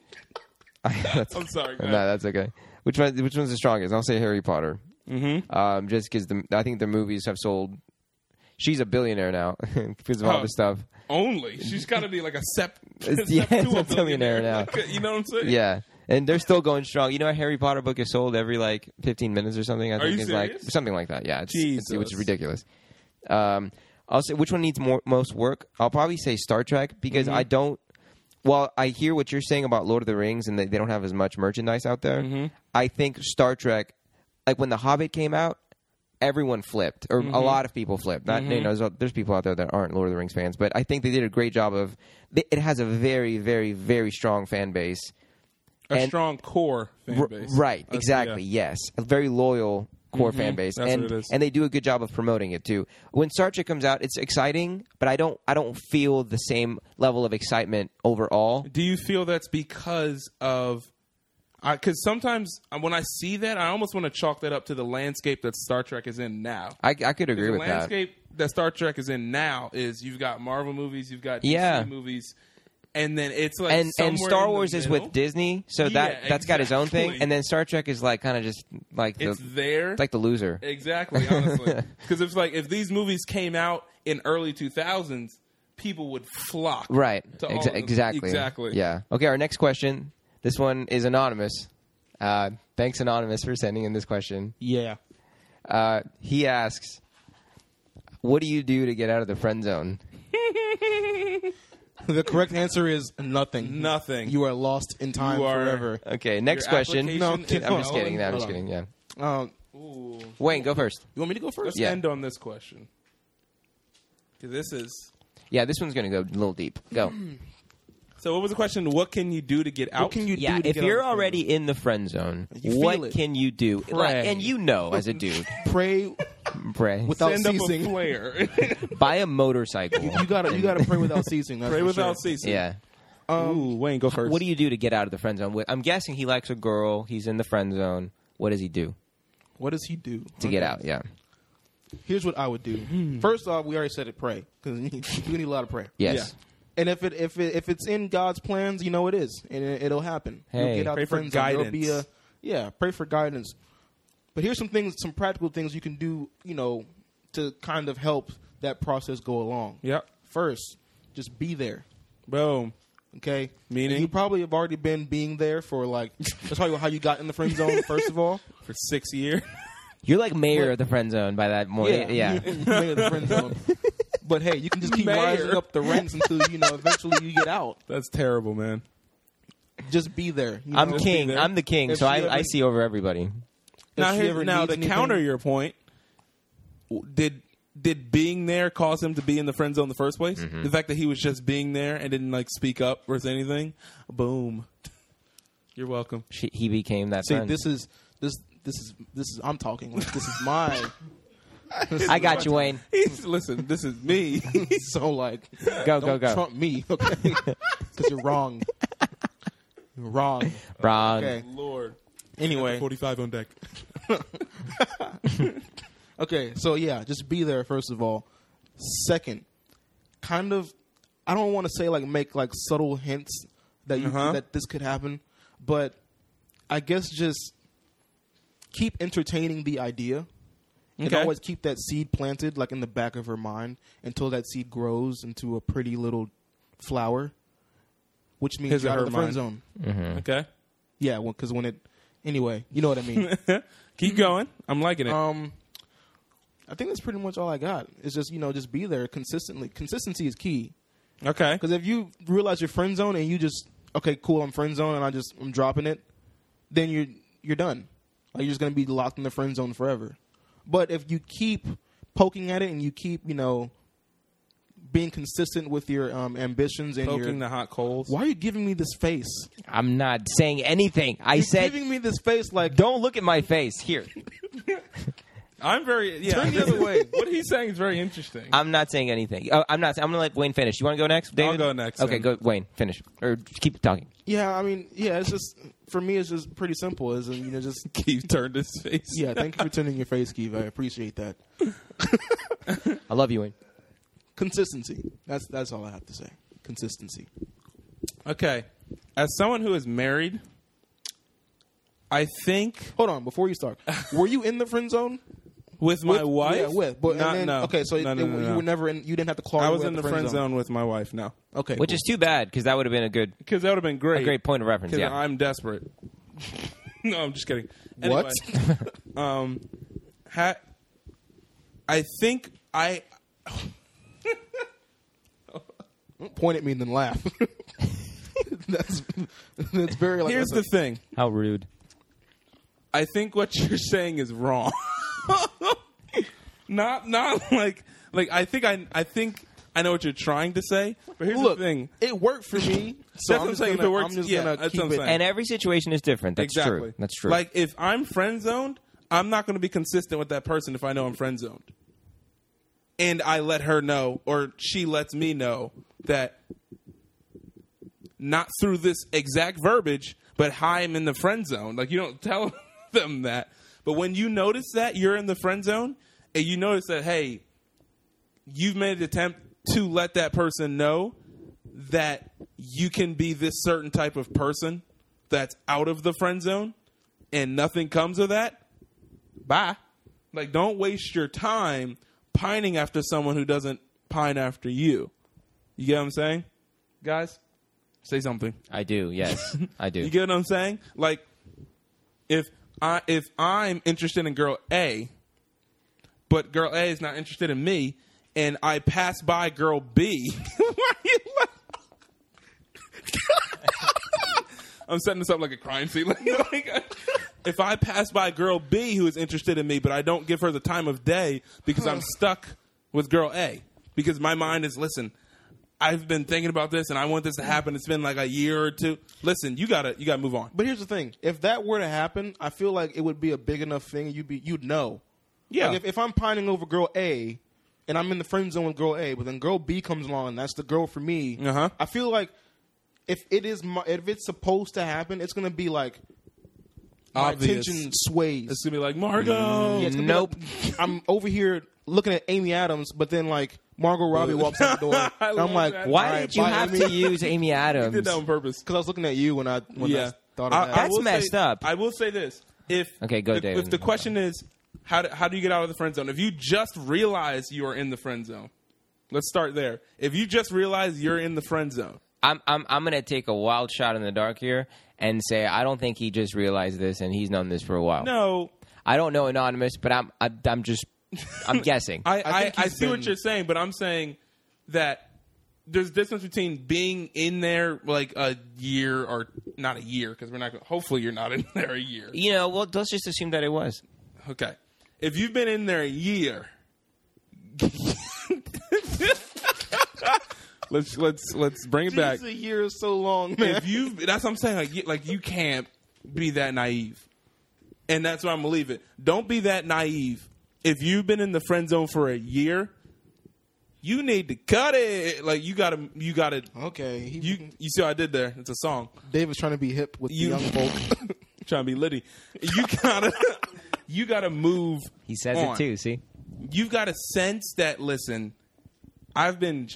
Speaker 1: That's-
Speaker 2: I'm sorry. Go
Speaker 1: no,
Speaker 2: ahead.
Speaker 1: that's okay. Which one? Which one's the strongest? I'll say Harry Potter. Mm-hmm. Um, just because I think the movies have sold. She's a billionaire now because of
Speaker 2: Oh.
Speaker 1: all this stuff.
Speaker 2: Only she's got to be like a sep.
Speaker 1: Yeah,
Speaker 2: sep- to
Speaker 1: a billionaire now.
Speaker 2: Like, you know what I'm saying?
Speaker 1: Yeah, and they're still going strong. You know, a Harry Potter book is sold every like 15 minutes or something. I think
Speaker 2: you
Speaker 1: it's like
Speaker 2: serious?
Speaker 1: something like that. Yeah, it's, it's- which
Speaker 2: Jesus.
Speaker 1: is ridiculous. Um, I'll say which one needs more most work. I'll probably say Star Trek because
Speaker 2: Mm-hmm.
Speaker 1: I don't. While I hear what you're saying about Lord of the Rings and that they don't have as much merchandise out there,
Speaker 2: Mm-hmm.
Speaker 1: I think Star Trek, like when The Hobbit came out, everyone flipped,
Speaker 2: Mm-hmm.
Speaker 1: or a lot of people flipped. Not, you know, there's, there's people out there that aren't Lord of the Rings fans, but I think they did a great job of. they- It has a very, very, very strong fan base.
Speaker 2: A
Speaker 1: And-
Speaker 2: strong core fan
Speaker 1: R-
Speaker 2: base.
Speaker 1: Right,
Speaker 2: That's-
Speaker 1: exactly.
Speaker 2: yeah. Mm-hmm.
Speaker 1: Yes, a very loyal core fan base,
Speaker 2: that's
Speaker 1: and
Speaker 2: what it is.
Speaker 1: and they do a good job of promoting it too. When Star Trek comes out, it's exciting, but I don't I don't feel the same level of excitement overall.
Speaker 2: Do you feel that's because of? Because sometimes uh, when I see that, I almost want to chalk that up to the landscape that Star Trek is in now.
Speaker 1: I, I could agree
Speaker 2: the
Speaker 1: with that.
Speaker 2: landscape that. Star Trek is in now is you've got Marvel movies, you've got DC
Speaker 1: Yeah.
Speaker 2: movies, and then it's like
Speaker 1: And and
Speaker 2: somewhere in
Speaker 1: Star
Speaker 2: the
Speaker 1: Wars is
Speaker 2: middle,
Speaker 1: with Disney, so
Speaker 2: Yeah,
Speaker 1: that that's got his own thing,
Speaker 2: exactly.
Speaker 1: and then Star Trek is like kind of just like the
Speaker 2: It's there,
Speaker 1: like the loser.
Speaker 2: exactly, honestly, because it's like if these movies came out in early two thousands, people would flock,
Speaker 1: Right.
Speaker 2: to all
Speaker 1: Exa-
Speaker 2: of them.
Speaker 1: exactly.
Speaker 2: exactly,
Speaker 1: Yeah. Okay. Our next question. This one is anonymous. Uh, thanks, anonymous, for sending in this question.
Speaker 3: Yeah.
Speaker 1: Uh, he asks, "What do you do to get out of the friend zone?"
Speaker 3: The correct answer is nothing.
Speaker 2: Nothing.
Speaker 3: You are lost in time
Speaker 2: You are-
Speaker 3: forever.
Speaker 1: Okay. Next
Speaker 2: Your
Speaker 1: question.
Speaker 2: application
Speaker 3: No,
Speaker 2: is
Speaker 3: kid-
Speaker 1: I'm just
Speaker 2: null and
Speaker 1: kidding. No, I'm
Speaker 3: Hold
Speaker 1: just
Speaker 3: on.
Speaker 1: kidding. Yeah.
Speaker 3: Um,
Speaker 2: Ooh.
Speaker 1: Wayne, go first.
Speaker 3: you want me to go first?
Speaker 2: Let's
Speaker 1: Yeah.
Speaker 2: end on this question. 'Cause This is
Speaker 1: Yeah, this one's gonna go a little deep. Go.
Speaker 2: so. What was the question? What can you do to get out?
Speaker 3: What can you
Speaker 1: Yeah,
Speaker 3: do? to
Speaker 1: if
Speaker 3: get
Speaker 1: you're
Speaker 3: out of
Speaker 1: already in the friend zone,
Speaker 3: You feel
Speaker 1: what
Speaker 3: it.
Speaker 1: can you do? Like,
Speaker 2: Pray.
Speaker 1: and you know, as a dude,
Speaker 3: the pray
Speaker 1: pray.
Speaker 3: without
Speaker 2: send up a
Speaker 3: ceasing?
Speaker 2: flare?
Speaker 1: Buy a motorcycle.
Speaker 3: you gotta you gotta pray without ceasing. That's
Speaker 2: Pray
Speaker 3: for
Speaker 2: without
Speaker 3: sure.
Speaker 2: ceasing. Um,
Speaker 1: yeah.
Speaker 2: Ooh, Wayne, go first.
Speaker 1: What do you do to get out of the friend zone? I'm guessing he likes a girl. He's in the friend zone. What does he do
Speaker 3: What does he do
Speaker 1: to get out? Yeah.
Speaker 3: Here's what I would
Speaker 2: Hmm.
Speaker 3: do. First off, we already said it. Pray because you need a lot of prayer.
Speaker 1: Yes.
Speaker 3: And if it if it, if it's in God's plans, you know it is, and it, it'll happen. You'll
Speaker 1: Hey.
Speaker 3: get out
Speaker 2: Pray
Speaker 3: the
Speaker 2: for
Speaker 3: friend zone. There'll Be a,
Speaker 2: guidance.
Speaker 3: yeah, pray for guidance. But here's some things, some practical things you can do, you know, to kind of help that process go along.
Speaker 2: Yep.
Speaker 3: First, just be there.
Speaker 2: Boom.
Speaker 3: Okay.
Speaker 2: Meaning?
Speaker 3: And you probably have already been being there for like that's how you, how you got in the friend zone. First of all,
Speaker 2: For six years.
Speaker 1: You're like mayor of the friend zone by that morning. yeah.
Speaker 3: You- you made it the friend zone. But hey, you can just keep
Speaker 2: Mayor.
Speaker 3: rising up the ranks until you know eventually you get out.
Speaker 2: That's terrible, man.
Speaker 3: Just be there. you
Speaker 1: I'm
Speaker 3: know?
Speaker 1: king.
Speaker 2: there.
Speaker 1: I'm the king,
Speaker 3: If
Speaker 1: so
Speaker 3: she
Speaker 1: I,
Speaker 3: ever-
Speaker 1: I see over everybody.
Speaker 3: If
Speaker 2: now,
Speaker 3: she
Speaker 2: here's,
Speaker 3: ever
Speaker 2: now
Speaker 3: needs
Speaker 2: to
Speaker 3: anything-
Speaker 2: counter your point, w- did did being there cause him to be in the friend zone in the first place? The fact that he was just being there and didn't like speak up or say anything. Boom. You're welcome.
Speaker 1: She, he became that
Speaker 3: See,
Speaker 1: friend.
Speaker 3: this is this this is this is I'm talking. Like, this is my. this is
Speaker 1: I got
Speaker 3: my-
Speaker 1: you, Wayne.
Speaker 2: He's, listen, this is me.
Speaker 3: So like,
Speaker 1: Go, go,
Speaker 3: don't
Speaker 1: go.
Speaker 3: Trump me, okay? Because you're wrong. You're wrong.
Speaker 1: Wrong.
Speaker 3: Okay.
Speaker 2: Lord.
Speaker 3: Anyway,
Speaker 2: 45 on deck.
Speaker 3: okay. So yeah, just be there first of all. Second, kind of, I don't want to say like make like subtle hints that you,
Speaker 2: Uh-huh.
Speaker 3: that this could happen, but I guess just keep entertaining the idea. And
Speaker 2: Okay.
Speaker 3: always keep that seed planted like in the back of her mind until that seed grows into a pretty little flower, which means
Speaker 2: His or
Speaker 3: you're out
Speaker 2: her
Speaker 3: of the friend
Speaker 2: mind.
Speaker 3: zone.
Speaker 2: Okay.
Speaker 3: Yeah, because when it, anyway, you know what I mean.
Speaker 2: Keep going. I'm liking it.
Speaker 3: Um, I think that's pretty much all I got. It's just you know just be there consistently. Consistency is key
Speaker 2: okay.
Speaker 3: because if you realize your friend zone and you just okay cool I'm friend zone and I just I'm dropping it, then you're you're done. Like you're just gonna be locked in the friend zone forever. But if you keep poking at it and you keep you know being consistent with your um, ambitions and your.
Speaker 2: Poking the hot coals.
Speaker 3: why are you giving me this face?
Speaker 1: I'm not saying anything. I
Speaker 3: You're
Speaker 1: said,
Speaker 3: giving me this face like
Speaker 1: don't look at my face. Here,
Speaker 2: I'm very yeah.
Speaker 3: Turn the
Speaker 2: this
Speaker 3: other
Speaker 2: is-
Speaker 3: way.
Speaker 2: What he's saying is very interesting.
Speaker 1: I'm not saying anything. Uh, I'm not. I'm gonna let Wayne finish. You want to go next? David?
Speaker 2: go next,
Speaker 1: Okay,
Speaker 2: then.
Speaker 1: go Wayne. Finish or keep talking.
Speaker 3: Yeah, I mean, yeah, it's just for me, it's just pretty simple. Is you know, just
Speaker 2: Keith turned his face.
Speaker 3: yeah. Thank you for turning your face, Keeve. I appreciate that.
Speaker 1: I love you, Wayne.
Speaker 3: Consistency. That's that's all I have to say. Consistency.
Speaker 2: Okay. As someone who is married, I think
Speaker 3: Hold on, before you start, were you in the friend zone?
Speaker 2: with
Speaker 3: With-
Speaker 2: my wife,
Speaker 3: Yeah, with. But and
Speaker 2: not,
Speaker 3: then-
Speaker 2: no.
Speaker 3: okay, so it-
Speaker 2: No, no,
Speaker 3: it-
Speaker 2: no,
Speaker 3: you
Speaker 2: no.
Speaker 3: were never in. You didn't have to claw.
Speaker 2: I
Speaker 3: your
Speaker 2: was
Speaker 3: way out
Speaker 2: in the
Speaker 3: the
Speaker 2: friend zone with my wife now
Speaker 3: Okay,
Speaker 1: Which is too bad because that would have been a good,
Speaker 2: because that would have been great.
Speaker 1: a great point of reference.
Speaker 2: Because
Speaker 1: Yeah.
Speaker 2: I'm desperate. no, I'm just kidding.
Speaker 3: What?
Speaker 2: Anyway, um, ha- I think I
Speaker 3: cool. point at me and then laugh. that's that's very like.
Speaker 2: here's the
Speaker 3: that's
Speaker 2: thing.
Speaker 1: How rude.
Speaker 2: I think what you're saying is wrong. not not like like I think I I think I know what you're trying to say. But here's
Speaker 3: look,
Speaker 2: the thing.
Speaker 3: it worked for me. So
Speaker 2: That's what
Speaker 3: I'm
Speaker 2: I'm
Speaker 3: just
Speaker 2: saying, if
Speaker 3: Gonna,
Speaker 2: it works,
Speaker 3: I'm just
Speaker 2: yeah,
Speaker 3: gonna
Speaker 2: that's
Speaker 3: keep
Speaker 2: what I'm
Speaker 3: it.
Speaker 2: saying.
Speaker 1: And every situation is different. That's
Speaker 2: exactly.
Speaker 1: true. That's true.
Speaker 2: Like if I'm friend zoned, I'm not going to be consistent with that person if I know I'm friend zoned. And I let her know, or she lets me know that not through this exact verbiage, but hi, I'm in the friend zone. Like you don't tell them that, but when you notice that you're in the friend zone, and you notice that hey, you've made an attempt to let that person know that you can be this certain type of person that's out of the friend zone and nothing comes of that, bye. Like, don't waste your time pining after someone who doesn't pine after you. You get what I'm saying? Guys, say something.
Speaker 1: I do. Yes, I do.
Speaker 2: You get what I'm saying? Like, if I if I'm interested in girl A, but girl A is not interested in me, and I pass by girl B, why you laugh- I'm setting this up like a crime scene. Like, like, if I pass by girl B who is interested in me, but I don't give her the time of day because I'm stuck with girl A, because my mind is listen. I've been thinking about this, and I want this to happen. It's been like a year or two. Listen, you gotta, you gotta move on.
Speaker 3: But here's the thing: if that were to happen, I feel like it would be a big enough thing. You'd be, you'd know.
Speaker 2: Yeah,
Speaker 3: Like if, if I'm pining over girl A, and I'm in the friend zone with girl A, but then girl B comes along, and that's the girl for me.
Speaker 2: Uh-huh.
Speaker 3: I feel like if it is, my, if it's supposed to happen, it's gonna be like my
Speaker 2: Obvious. Mm-hmm.
Speaker 3: attention sways.
Speaker 2: It's gonna be like Margo.
Speaker 3: Yeah, it's gonna be
Speaker 1: nope.
Speaker 3: like- I'm over here looking at Amy Adams, but then like Margot Robbie walks in the door.
Speaker 2: I
Speaker 3: and
Speaker 2: love
Speaker 3: I'm like,
Speaker 2: that.
Speaker 1: Why
Speaker 3: all right,
Speaker 1: did you
Speaker 3: bye,
Speaker 1: have
Speaker 3: Amy.
Speaker 1: to use Amy
Speaker 2: I did
Speaker 1: Adams?
Speaker 2: that on purpose.
Speaker 3: Because I was looking at you when I when I
Speaker 2: yeah,
Speaker 3: thought of
Speaker 2: I- I
Speaker 3: that.
Speaker 1: That's
Speaker 2: will
Speaker 1: messed
Speaker 2: say-
Speaker 1: up.
Speaker 2: I will say this: if
Speaker 1: Okay, go,
Speaker 2: if,
Speaker 1: David.
Speaker 2: If the question is how do, how do you get out of the friend zone? If you just realize you are in the friend zone, let's start there. If you just realize you're in the friend zone,
Speaker 1: I'm I'm I'm gonna take a wild shot in the dark here and say I don't think he just realized this and he's known this for a while.
Speaker 2: no,
Speaker 1: I don't know anonymous, but I'm I, I'm just I'm guessing.
Speaker 3: I
Speaker 2: I, I, I,
Speaker 3: think he's
Speaker 2: see what
Speaker 3: been-
Speaker 2: you're saying, but I'm saying that there's difference between being in there like a year or not a year because we're not. Gonna, hopefully, you're not in there a year.
Speaker 1: you know, well, let's just assume that it was.
Speaker 2: Okay, if you've been in there a year, let's let's let's bring it back.
Speaker 3: Jeez, a year is so long, man.
Speaker 2: If you, that's what I'm saying. Like, you, like you can't be that naive, and that's where I'm gonna leave it. Don't be that naive. If you've been in the friend zone for a year, you need to cut it. Like you gotta, you gotta.
Speaker 3: Okay, he,
Speaker 2: You you see what I did there? It's a song.
Speaker 3: David's trying to be hip with
Speaker 2: You-
Speaker 3: the young folk.
Speaker 2: Trying to be litty. You gotta you gotta move.
Speaker 1: He says
Speaker 2: on.
Speaker 1: it too. See,
Speaker 2: You've got to sense that. Listen, I've been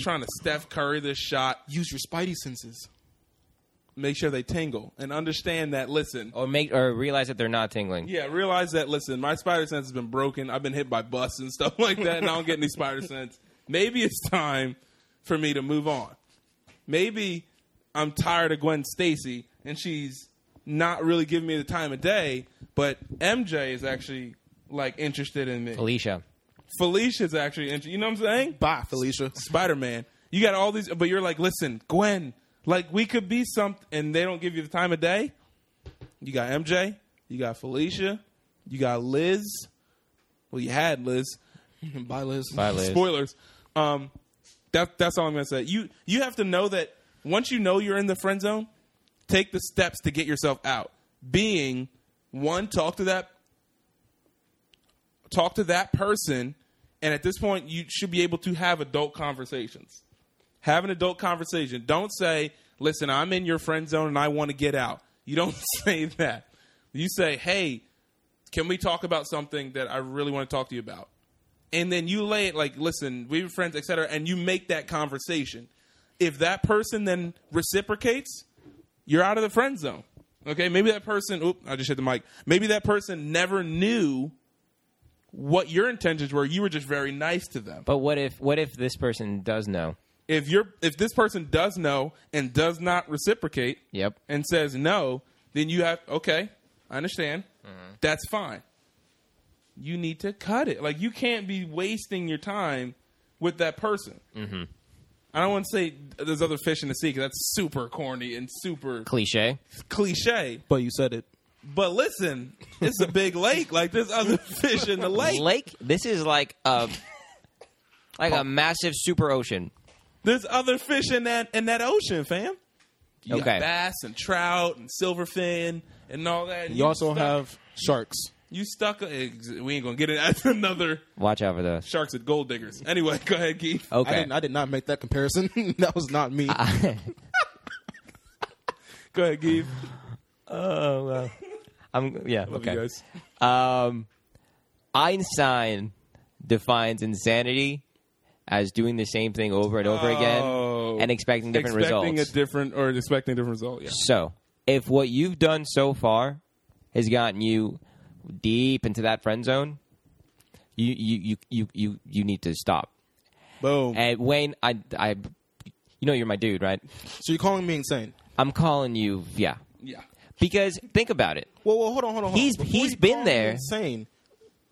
Speaker 2: trying to Steph Curry this shot.
Speaker 3: Use your spidey senses.
Speaker 2: Make sure they tingle and understand that. Listen,
Speaker 1: or make or realize that they're not tingling.
Speaker 2: Yeah, realize that. Listen, my spider sense has been broken. I've been hit by busts and stuff like that, and I don't get any spider sense. Maybe it's time for me to move on. Maybe I'm tired of Gwen Stacy, and she's not really giving me the time of day. But MJ is actually like interested in me.
Speaker 1: Alicia,
Speaker 2: Felicia's actually interested. You know what I'm saying?
Speaker 3: Bye, Felicia.
Speaker 2: Spider Man. You got all these, but you're like, listen, Gwen, like we could be something, and they don't give you the time of day. You got MJ, you got Felicia, you got Liz. Well, you had Liz.
Speaker 3: Bye, Liz.
Speaker 1: Bye, Liz.
Speaker 2: Spoilers. Um, That that's all I'm gonna say. You you have to know that once you know you're in the friend zone, take the steps to get yourself out. Being one, talk to that talk to that person, and at this point you should be able to have adult conversations. Have an adult conversation. Don't say, listen, I'm in your friend zone and I want to get out. You don't say that. You say, hey, can we talk about something that I really want to talk to you about? and then you lay it like, listen, we were friends, etc., and you make that conversation. If that person then reciprocates, you're out of the friend zone. Okay, maybe that person. Oop, I just hit the mic. Maybe that person never knew what your intentions were. You were just very nice to them.
Speaker 1: But what if what if this person does know?
Speaker 2: If you're, if this person does know and does not reciprocate,
Speaker 1: Yep.
Speaker 2: and says no, then you have okay, I understand. That's fine. You need to cut it. Like you can't be wasting your time with that person. Mm-hmm. I don't want to say there's other fish in the sea because that's super corny and super
Speaker 1: Cliche.
Speaker 2: cliche.
Speaker 3: But you said it.
Speaker 2: But listen, it's a big lake. Like there's other fish in the lake.
Speaker 1: Lake. This is like a like a massive super ocean.
Speaker 2: There's other fish in that in that ocean, fam. You
Speaker 1: Okay.
Speaker 2: got bass and trout and silverfin and all that. And
Speaker 3: You also
Speaker 2: stuck-
Speaker 3: have sharks.
Speaker 2: you stuck. ex- We ain't gonna get it. That's another
Speaker 1: Watch out for those.
Speaker 2: sharks at gold diggers. Anyway, go ahead, Keith.
Speaker 3: I,
Speaker 1: Okay. Uh,
Speaker 3: didn't, I did not make that comparison. that was not me.
Speaker 2: Go ahead, Keith.
Speaker 1: Oh well. I'm yeah.
Speaker 2: Love
Speaker 1: okay.
Speaker 2: you guys.
Speaker 1: Um, Einstein defines insanity as doing the same thing over and over
Speaker 2: Oh.
Speaker 1: again and expecting different
Speaker 2: expecting
Speaker 1: results.
Speaker 2: a different or expecting a different result. Yeah.
Speaker 1: so, if what you've done so far has gotten you deep into that friend zone, you you you you you, you need to stop.
Speaker 2: Boom.
Speaker 1: And Wayne, I I you know you're my dude, right?
Speaker 3: so you're calling me insane.
Speaker 1: I'm calling you, yeah.
Speaker 2: yeah.
Speaker 1: Because think about it.
Speaker 3: Well, well, hold on, hold on. Hold
Speaker 1: He's-
Speaker 3: on. Before
Speaker 1: he's
Speaker 3: you
Speaker 1: been
Speaker 3: call me
Speaker 1: there.
Speaker 3: Insane.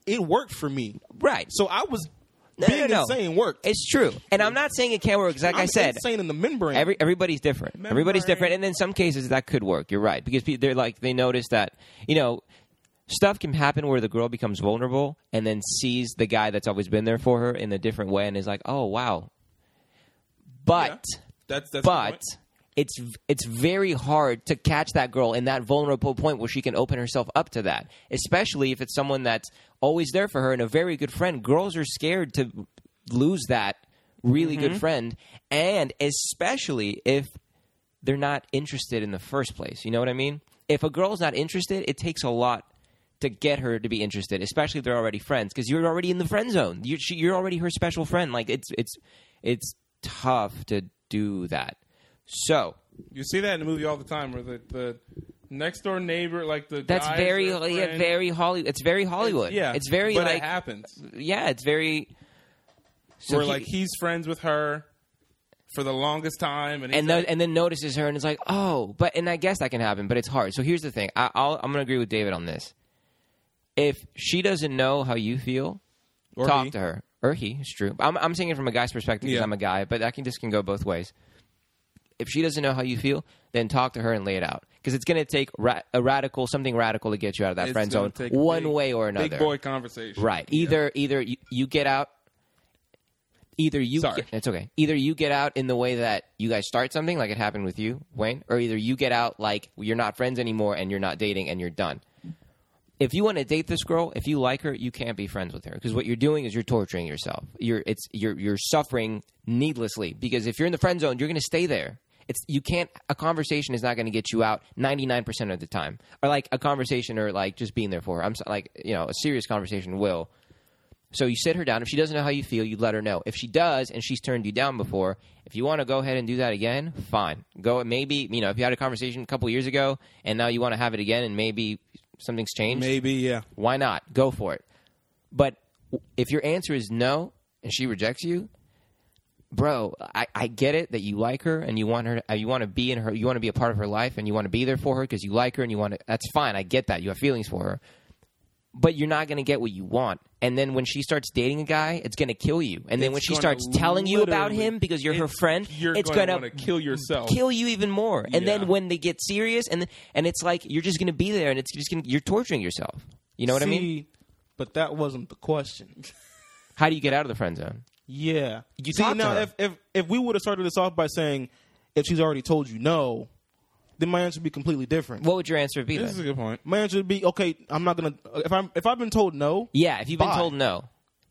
Speaker 3: It worked for me.
Speaker 1: Right. So
Speaker 3: So I was
Speaker 1: No,
Speaker 3: being
Speaker 1: no, no.
Speaker 3: insane worked.
Speaker 1: it's true. And I'm not saying it can't work 'cause like
Speaker 3: I'm
Speaker 1: I said,
Speaker 3: insane in the membrane.
Speaker 1: Every, everybody's different. Everybody's
Speaker 2: Memory.
Speaker 1: different, and in some cases that could work. You're right because pe- they're like they notice that you know stuff can happen where the girl becomes vulnerable and then sees the guy that's always been there for her in a different way and is like, oh wow. But
Speaker 2: That's that's.
Speaker 1: but it's it's very hard to catch that girl in that vulnerable point where she can open herself up to that, especially if it's someone that's always there for her and a very good friend. Girls are scared to lose that really good friend, and especially if they're not interested in the first place. You know what I mean? If a girl's not interested, it takes a lot to get her to be interested, especially if they're already friends, because you're already in the friend zone. You're, she, you're already her special friend. Like it's it's it's tough to do that. So
Speaker 2: You see that in the movie all the time, where the, the next door neighbor, like the
Speaker 1: that's
Speaker 2: guy
Speaker 1: very
Speaker 2: or
Speaker 1: yeah,
Speaker 2: friend-
Speaker 1: very Hollywood. It's very Hollywood.
Speaker 2: yeah.
Speaker 1: it's very
Speaker 2: but
Speaker 1: like
Speaker 2: it happens.
Speaker 1: yeah, it's very. So
Speaker 2: where
Speaker 1: he-
Speaker 2: like he's friends with her for the longest time, and, he's
Speaker 1: and
Speaker 2: like,
Speaker 1: then and then notices her and is like, oh, but and I guess that can happen, but it's hard. So here's the thing: I, I'll, I'm going to agree with David on this. If she doesn't know how you feel,
Speaker 2: Or
Speaker 1: talk
Speaker 2: he.
Speaker 1: to her or he. It's true. I'm, I'm saying it from a guy's perspective because
Speaker 2: Yeah.
Speaker 1: I'm a guy, but that can this can go both ways. If she doesn't know how you feel, then talk to her and lay it out because it's going to take ra- a radical something radical to get you out of that
Speaker 2: it's
Speaker 1: friend
Speaker 2: gonna
Speaker 1: zone
Speaker 2: take a
Speaker 1: one
Speaker 2: big-
Speaker 1: way or another.
Speaker 2: Big boy conversation.
Speaker 1: Right.
Speaker 2: Yeah.
Speaker 1: Either either you, you get out. Either you
Speaker 2: Sorry.
Speaker 1: Get, it's okay. Either you get out in the way that you guys start something, like it happened with you, Wayne, or either you get out like you're not friends anymore and you're not dating and you're done. If you want to date this girl, if you like her, you can't be friends with her because what you're doing is you're torturing yourself. You're it's you're you're suffering needlessly because if you're in the friend zone, you're going to stay there. It's you can't. A conversation is not going to get you out ninety nine percent of the time, or like a conversation, or like just being there for her. I'm so- like you know a serious conversation will, so you sit her down. If she doesn't know how you feel, you let her know. If she does and she's turned you down before, if you want to go ahead and do that again, fine. Go maybe, you know, if you had a conversation a couple years ago and now you want to have it again and maybe something's changed,
Speaker 2: Maybe. Yeah.
Speaker 1: why not? Go for it. But w- if your answer is no and she rejects you, bro, I, I get it that you like her and you want her, uh, you want to be in her, you want to be a part of her life and you want to be there for her because you like her and you want to. That's fine. I get that. You have feelings for her, but you're not going to get what you want. And then when she starts dating a guy, it's going to kill you. And then when
Speaker 2: It's
Speaker 1: she
Speaker 2: gonna
Speaker 1: starts telling you about
Speaker 2: literally-
Speaker 1: him because you're her
Speaker 2: it's-
Speaker 1: friend,
Speaker 2: you're
Speaker 1: it's
Speaker 2: gonna
Speaker 1: going to
Speaker 2: wanna kill
Speaker 3: Oh.
Speaker 2: yourself.
Speaker 1: kill you even more. And
Speaker 2: Yeah.
Speaker 1: then when they get serious, and and it's like you're just going to be there, and it's just gonna, you're torturing yourself. You know what I mean?
Speaker 3: See, But that wasn't the question.
Speaker 1: How do you get out of the friend zone?
Speaker 3: Yeah.
Speaker 1: You
Speaker 3: See,
Speaker 1: talked to
Speaker 3: now
Speaker 1: her.
Speaker 3: if if if we would have started this off by saying if she's already told you no, then my answer would be completely different.
Speaker 1: What would your answer be then?
Speaker 2: This is a good point.
Speaker 3: my answer would be okay. I'm not gonna if I'm if I've been told no.
Speaker 1: yeah, if you've been
Speaker 3: Bye.
Speaker 1: told no.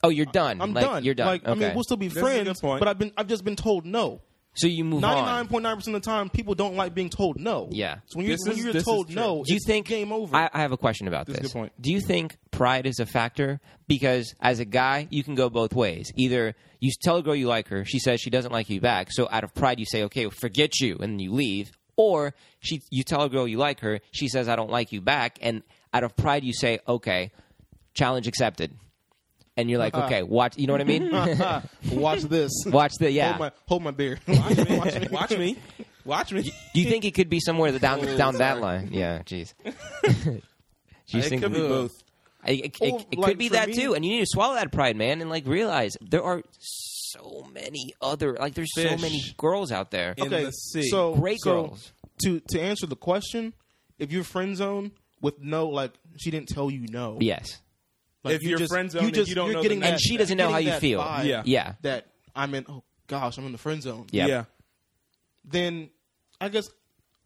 Speaker 1: Oh, you're done.
Speaker 3: I'm
Speaker 1: like,
Speaker 3: done.
Speaker 1: You're done.
Speaker 3: Like
Speaker 1: okay.
Speaker 3: I mean, we'll still be
Speaker 2: This is a
Speaker 3: friends,
Speaker 2: good point.
Speaker 3: but I've been I've just been told no.
Speaker 1: so you move
Speaker 3: Ninety
Speaker 1: on.
Speaker 3: nine point nine percent of the time, people don't like being told no.
Speaker 1: Yeah.
Speaker 3: So when you're
Speaker 2: This
Speaker 3: when
Speaker 2: is-
Speaker 3: you're
Speaker 2: this is
Speaker 3: told
Speaker 2: true.
Speaker 3: no,
Speaker 1: Do you
Speaker 3: it's
Speaker 1: think
Speaker 3: game over?
Speaker 1: I, I have a question about
Speaker 2: This
Speaker 1: this.
Speaker 2: is a good point.
Speaker 1: Do you think pride is a factor? Because as a guy, you can go both ways. Either you tell a girl you like her, she says she doesn't like you back, so out of pride you say, "Okay, forget you," and you leave. Or she, you tell a girl you like her, she says, "I don't like you back," and out of pride you say, "Okay, challenge accepted," and you're like, "Okay, watch." You know what I mean?
Speaker 3: Watch this.
Speaker 1: watch the yeah.
Speaker 2: Oh
Speaker 3: Hold my hold my beer.
Speaker 2: Watch me. Watch me. Watch me.
Speaker 1: Do you think it could be somewhere the down
Speaker 2: Oh,
Speaker 1: down that
Speaker 2: sorry.
Speaker 1: line? Yeah, jeez. Do you
Speaker 2: It
Speaker 1: think
Speaker 2: could be
Speaker 1: we-
Speaker 2: both.
Speaker 1: I- It,
Speaker 3: Or,
Speaker 1: it- it
Speaker 3: Oh, like,
Speaker 1: could be
Speaker 3: for
Speaker 1: that
Speaker 3: me-
Speaker 1: too, and you need to swallow that pride, man, and like realize there are so many other like there's so
Speaker 2: Fish.
Speaker 1: many girls out there.
Speaker 2: In
Speaker 3: okay,
Speaker 2: the sea.
Speaker 3: so
Speaker 1: Great
Speaker 3: so
Speaker 1: girls.
Speaker 3: To to answer the question, if you're friend zone with no, like she didn't tell you no.
Speaker 1: Yes,
Speaker 3: Like,
Speaker 2: If you're friend zoned
Speaker 3: you
Speaker 2: and
Speaker 3: just
Speaker 2: you don't
Speaker 3: you're
Speaker 2: know the
Speaker 3: getting
Speaker 2: next
Speaker 3: that,
Speaker 1: And she doesn't know how
Speaker 3: getting
Speaker 1: you
Speaker 3: that
Speaker 1: feel.
Speaker 3: vibe
Speaker 2: Yeah.
Speaker 1: yeah,
Speaker 3: That I'm in. Oh gosh, I'm in the friend zone.
Speaker 1: Yep.
Speaker 2: Yeah.
Speaker 3: Then I guess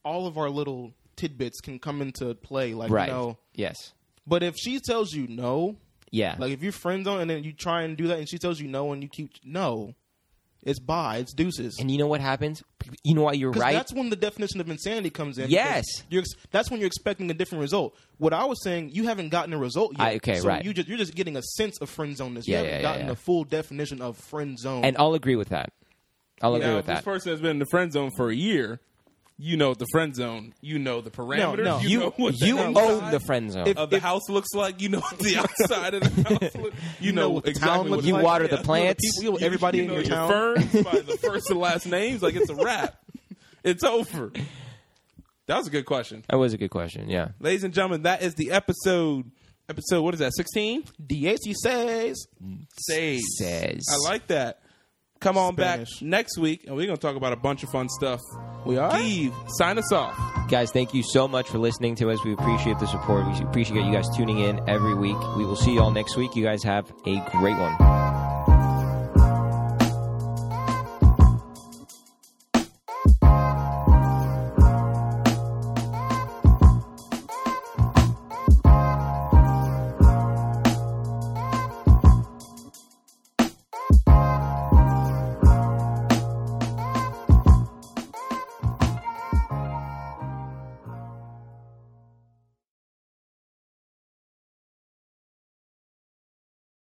Speaker 3: all of our little tidbits can come into play. Like
Speaker 1: right.
Speaker 3: you know,
Speaker 1: Yes,
Speaker 3: but if she tells you no,
Speaker 1: yeah,
Speaker 3: like if you're friend zone and then you try and do that and she tells you no and you keep no, it's bye. It's deuces.
Speaker 1: and you know what happens? You know why you're
Speaker 3: Because
Speaker 1: right.
Speaker 3: that's when the definition of insanity comes in. because
Speaker 1: Yes.
Speaker 3: you're ex- that's when you're expecting a different result. What I was saying, you haven't gotten a result yet.
Speaker 1: I- okay,
Speaker 3: so
Speaker 1: right.
Speaker 3: You just, you're just getting a sense of friend zoneness. you
Speaker 1: Yeah,
Speaker 3: haven't
Speaker 1: yeah, yeah,
Speaker 3: gotten
Speaker 1: yeah.
Speaker 3: the full definition of friend zone.
Speaker 1: and I'll agree with that. I'll agree
Speaker 2: now,
Speaker 1: with
Speaker 2: if
Speaker 1: that.
Speaker 2: this person has been in the friend zone for a year, you know the friend zone. You know the parameters.
Speaker 3: no.
Speaker 2: You, know
Speaker 1: you
Speaker 2: what
Speaker 1: you
Speaker 2: the
Speaker 1: own
Speaker 2: outside
Speaker 1: the friend zone.
Speaker 2: of the house looks like. You know what the outside of the house looks. You,
Speaker 3: know
Speaker 2: know,
Speaker 3: what the
Speaker 2: exactly
Speaker 3: town
Speaker 2: what
Speaker 3: looks
Speaker 2: it
Speaker 1: you
Speaker 2: looks
Speaker 3: like,
Speaker 1: water
Speaker 2: like.
Speaker 1: the plants.
Speaker 3: people, you know, everybody
Speaker 2: you
Speaker 3: in
Speaker 2: know
Speaker 3: your
Speaker 2: your
Speaker 3: town.
Speaker 2: Ferns by the first and last names, like it's a wrap. it's over. That was a good question,
Speaker 1: that was a good question. Yeah.
Speaker 2: ladies and gentlemen. That is the episode. Episode what is that? Sixteen.
Speaker 3: DHC says
Speaker 2: Says.
Speaker 1: Says.
Speaker 2: I like that. Come on
Speaker 3: Spanish.
Speaker 2: back next week, and we're gonna talk about a bunch of fun stuff.
Speaker 3: we are.
Speaker 2: Eve, sign us off.
Speaker 1: Guys, thank you so much for listening to us. We appreciate the support. We appreciate you guys tuning in every week. We will see you all next week. You guys have a great one.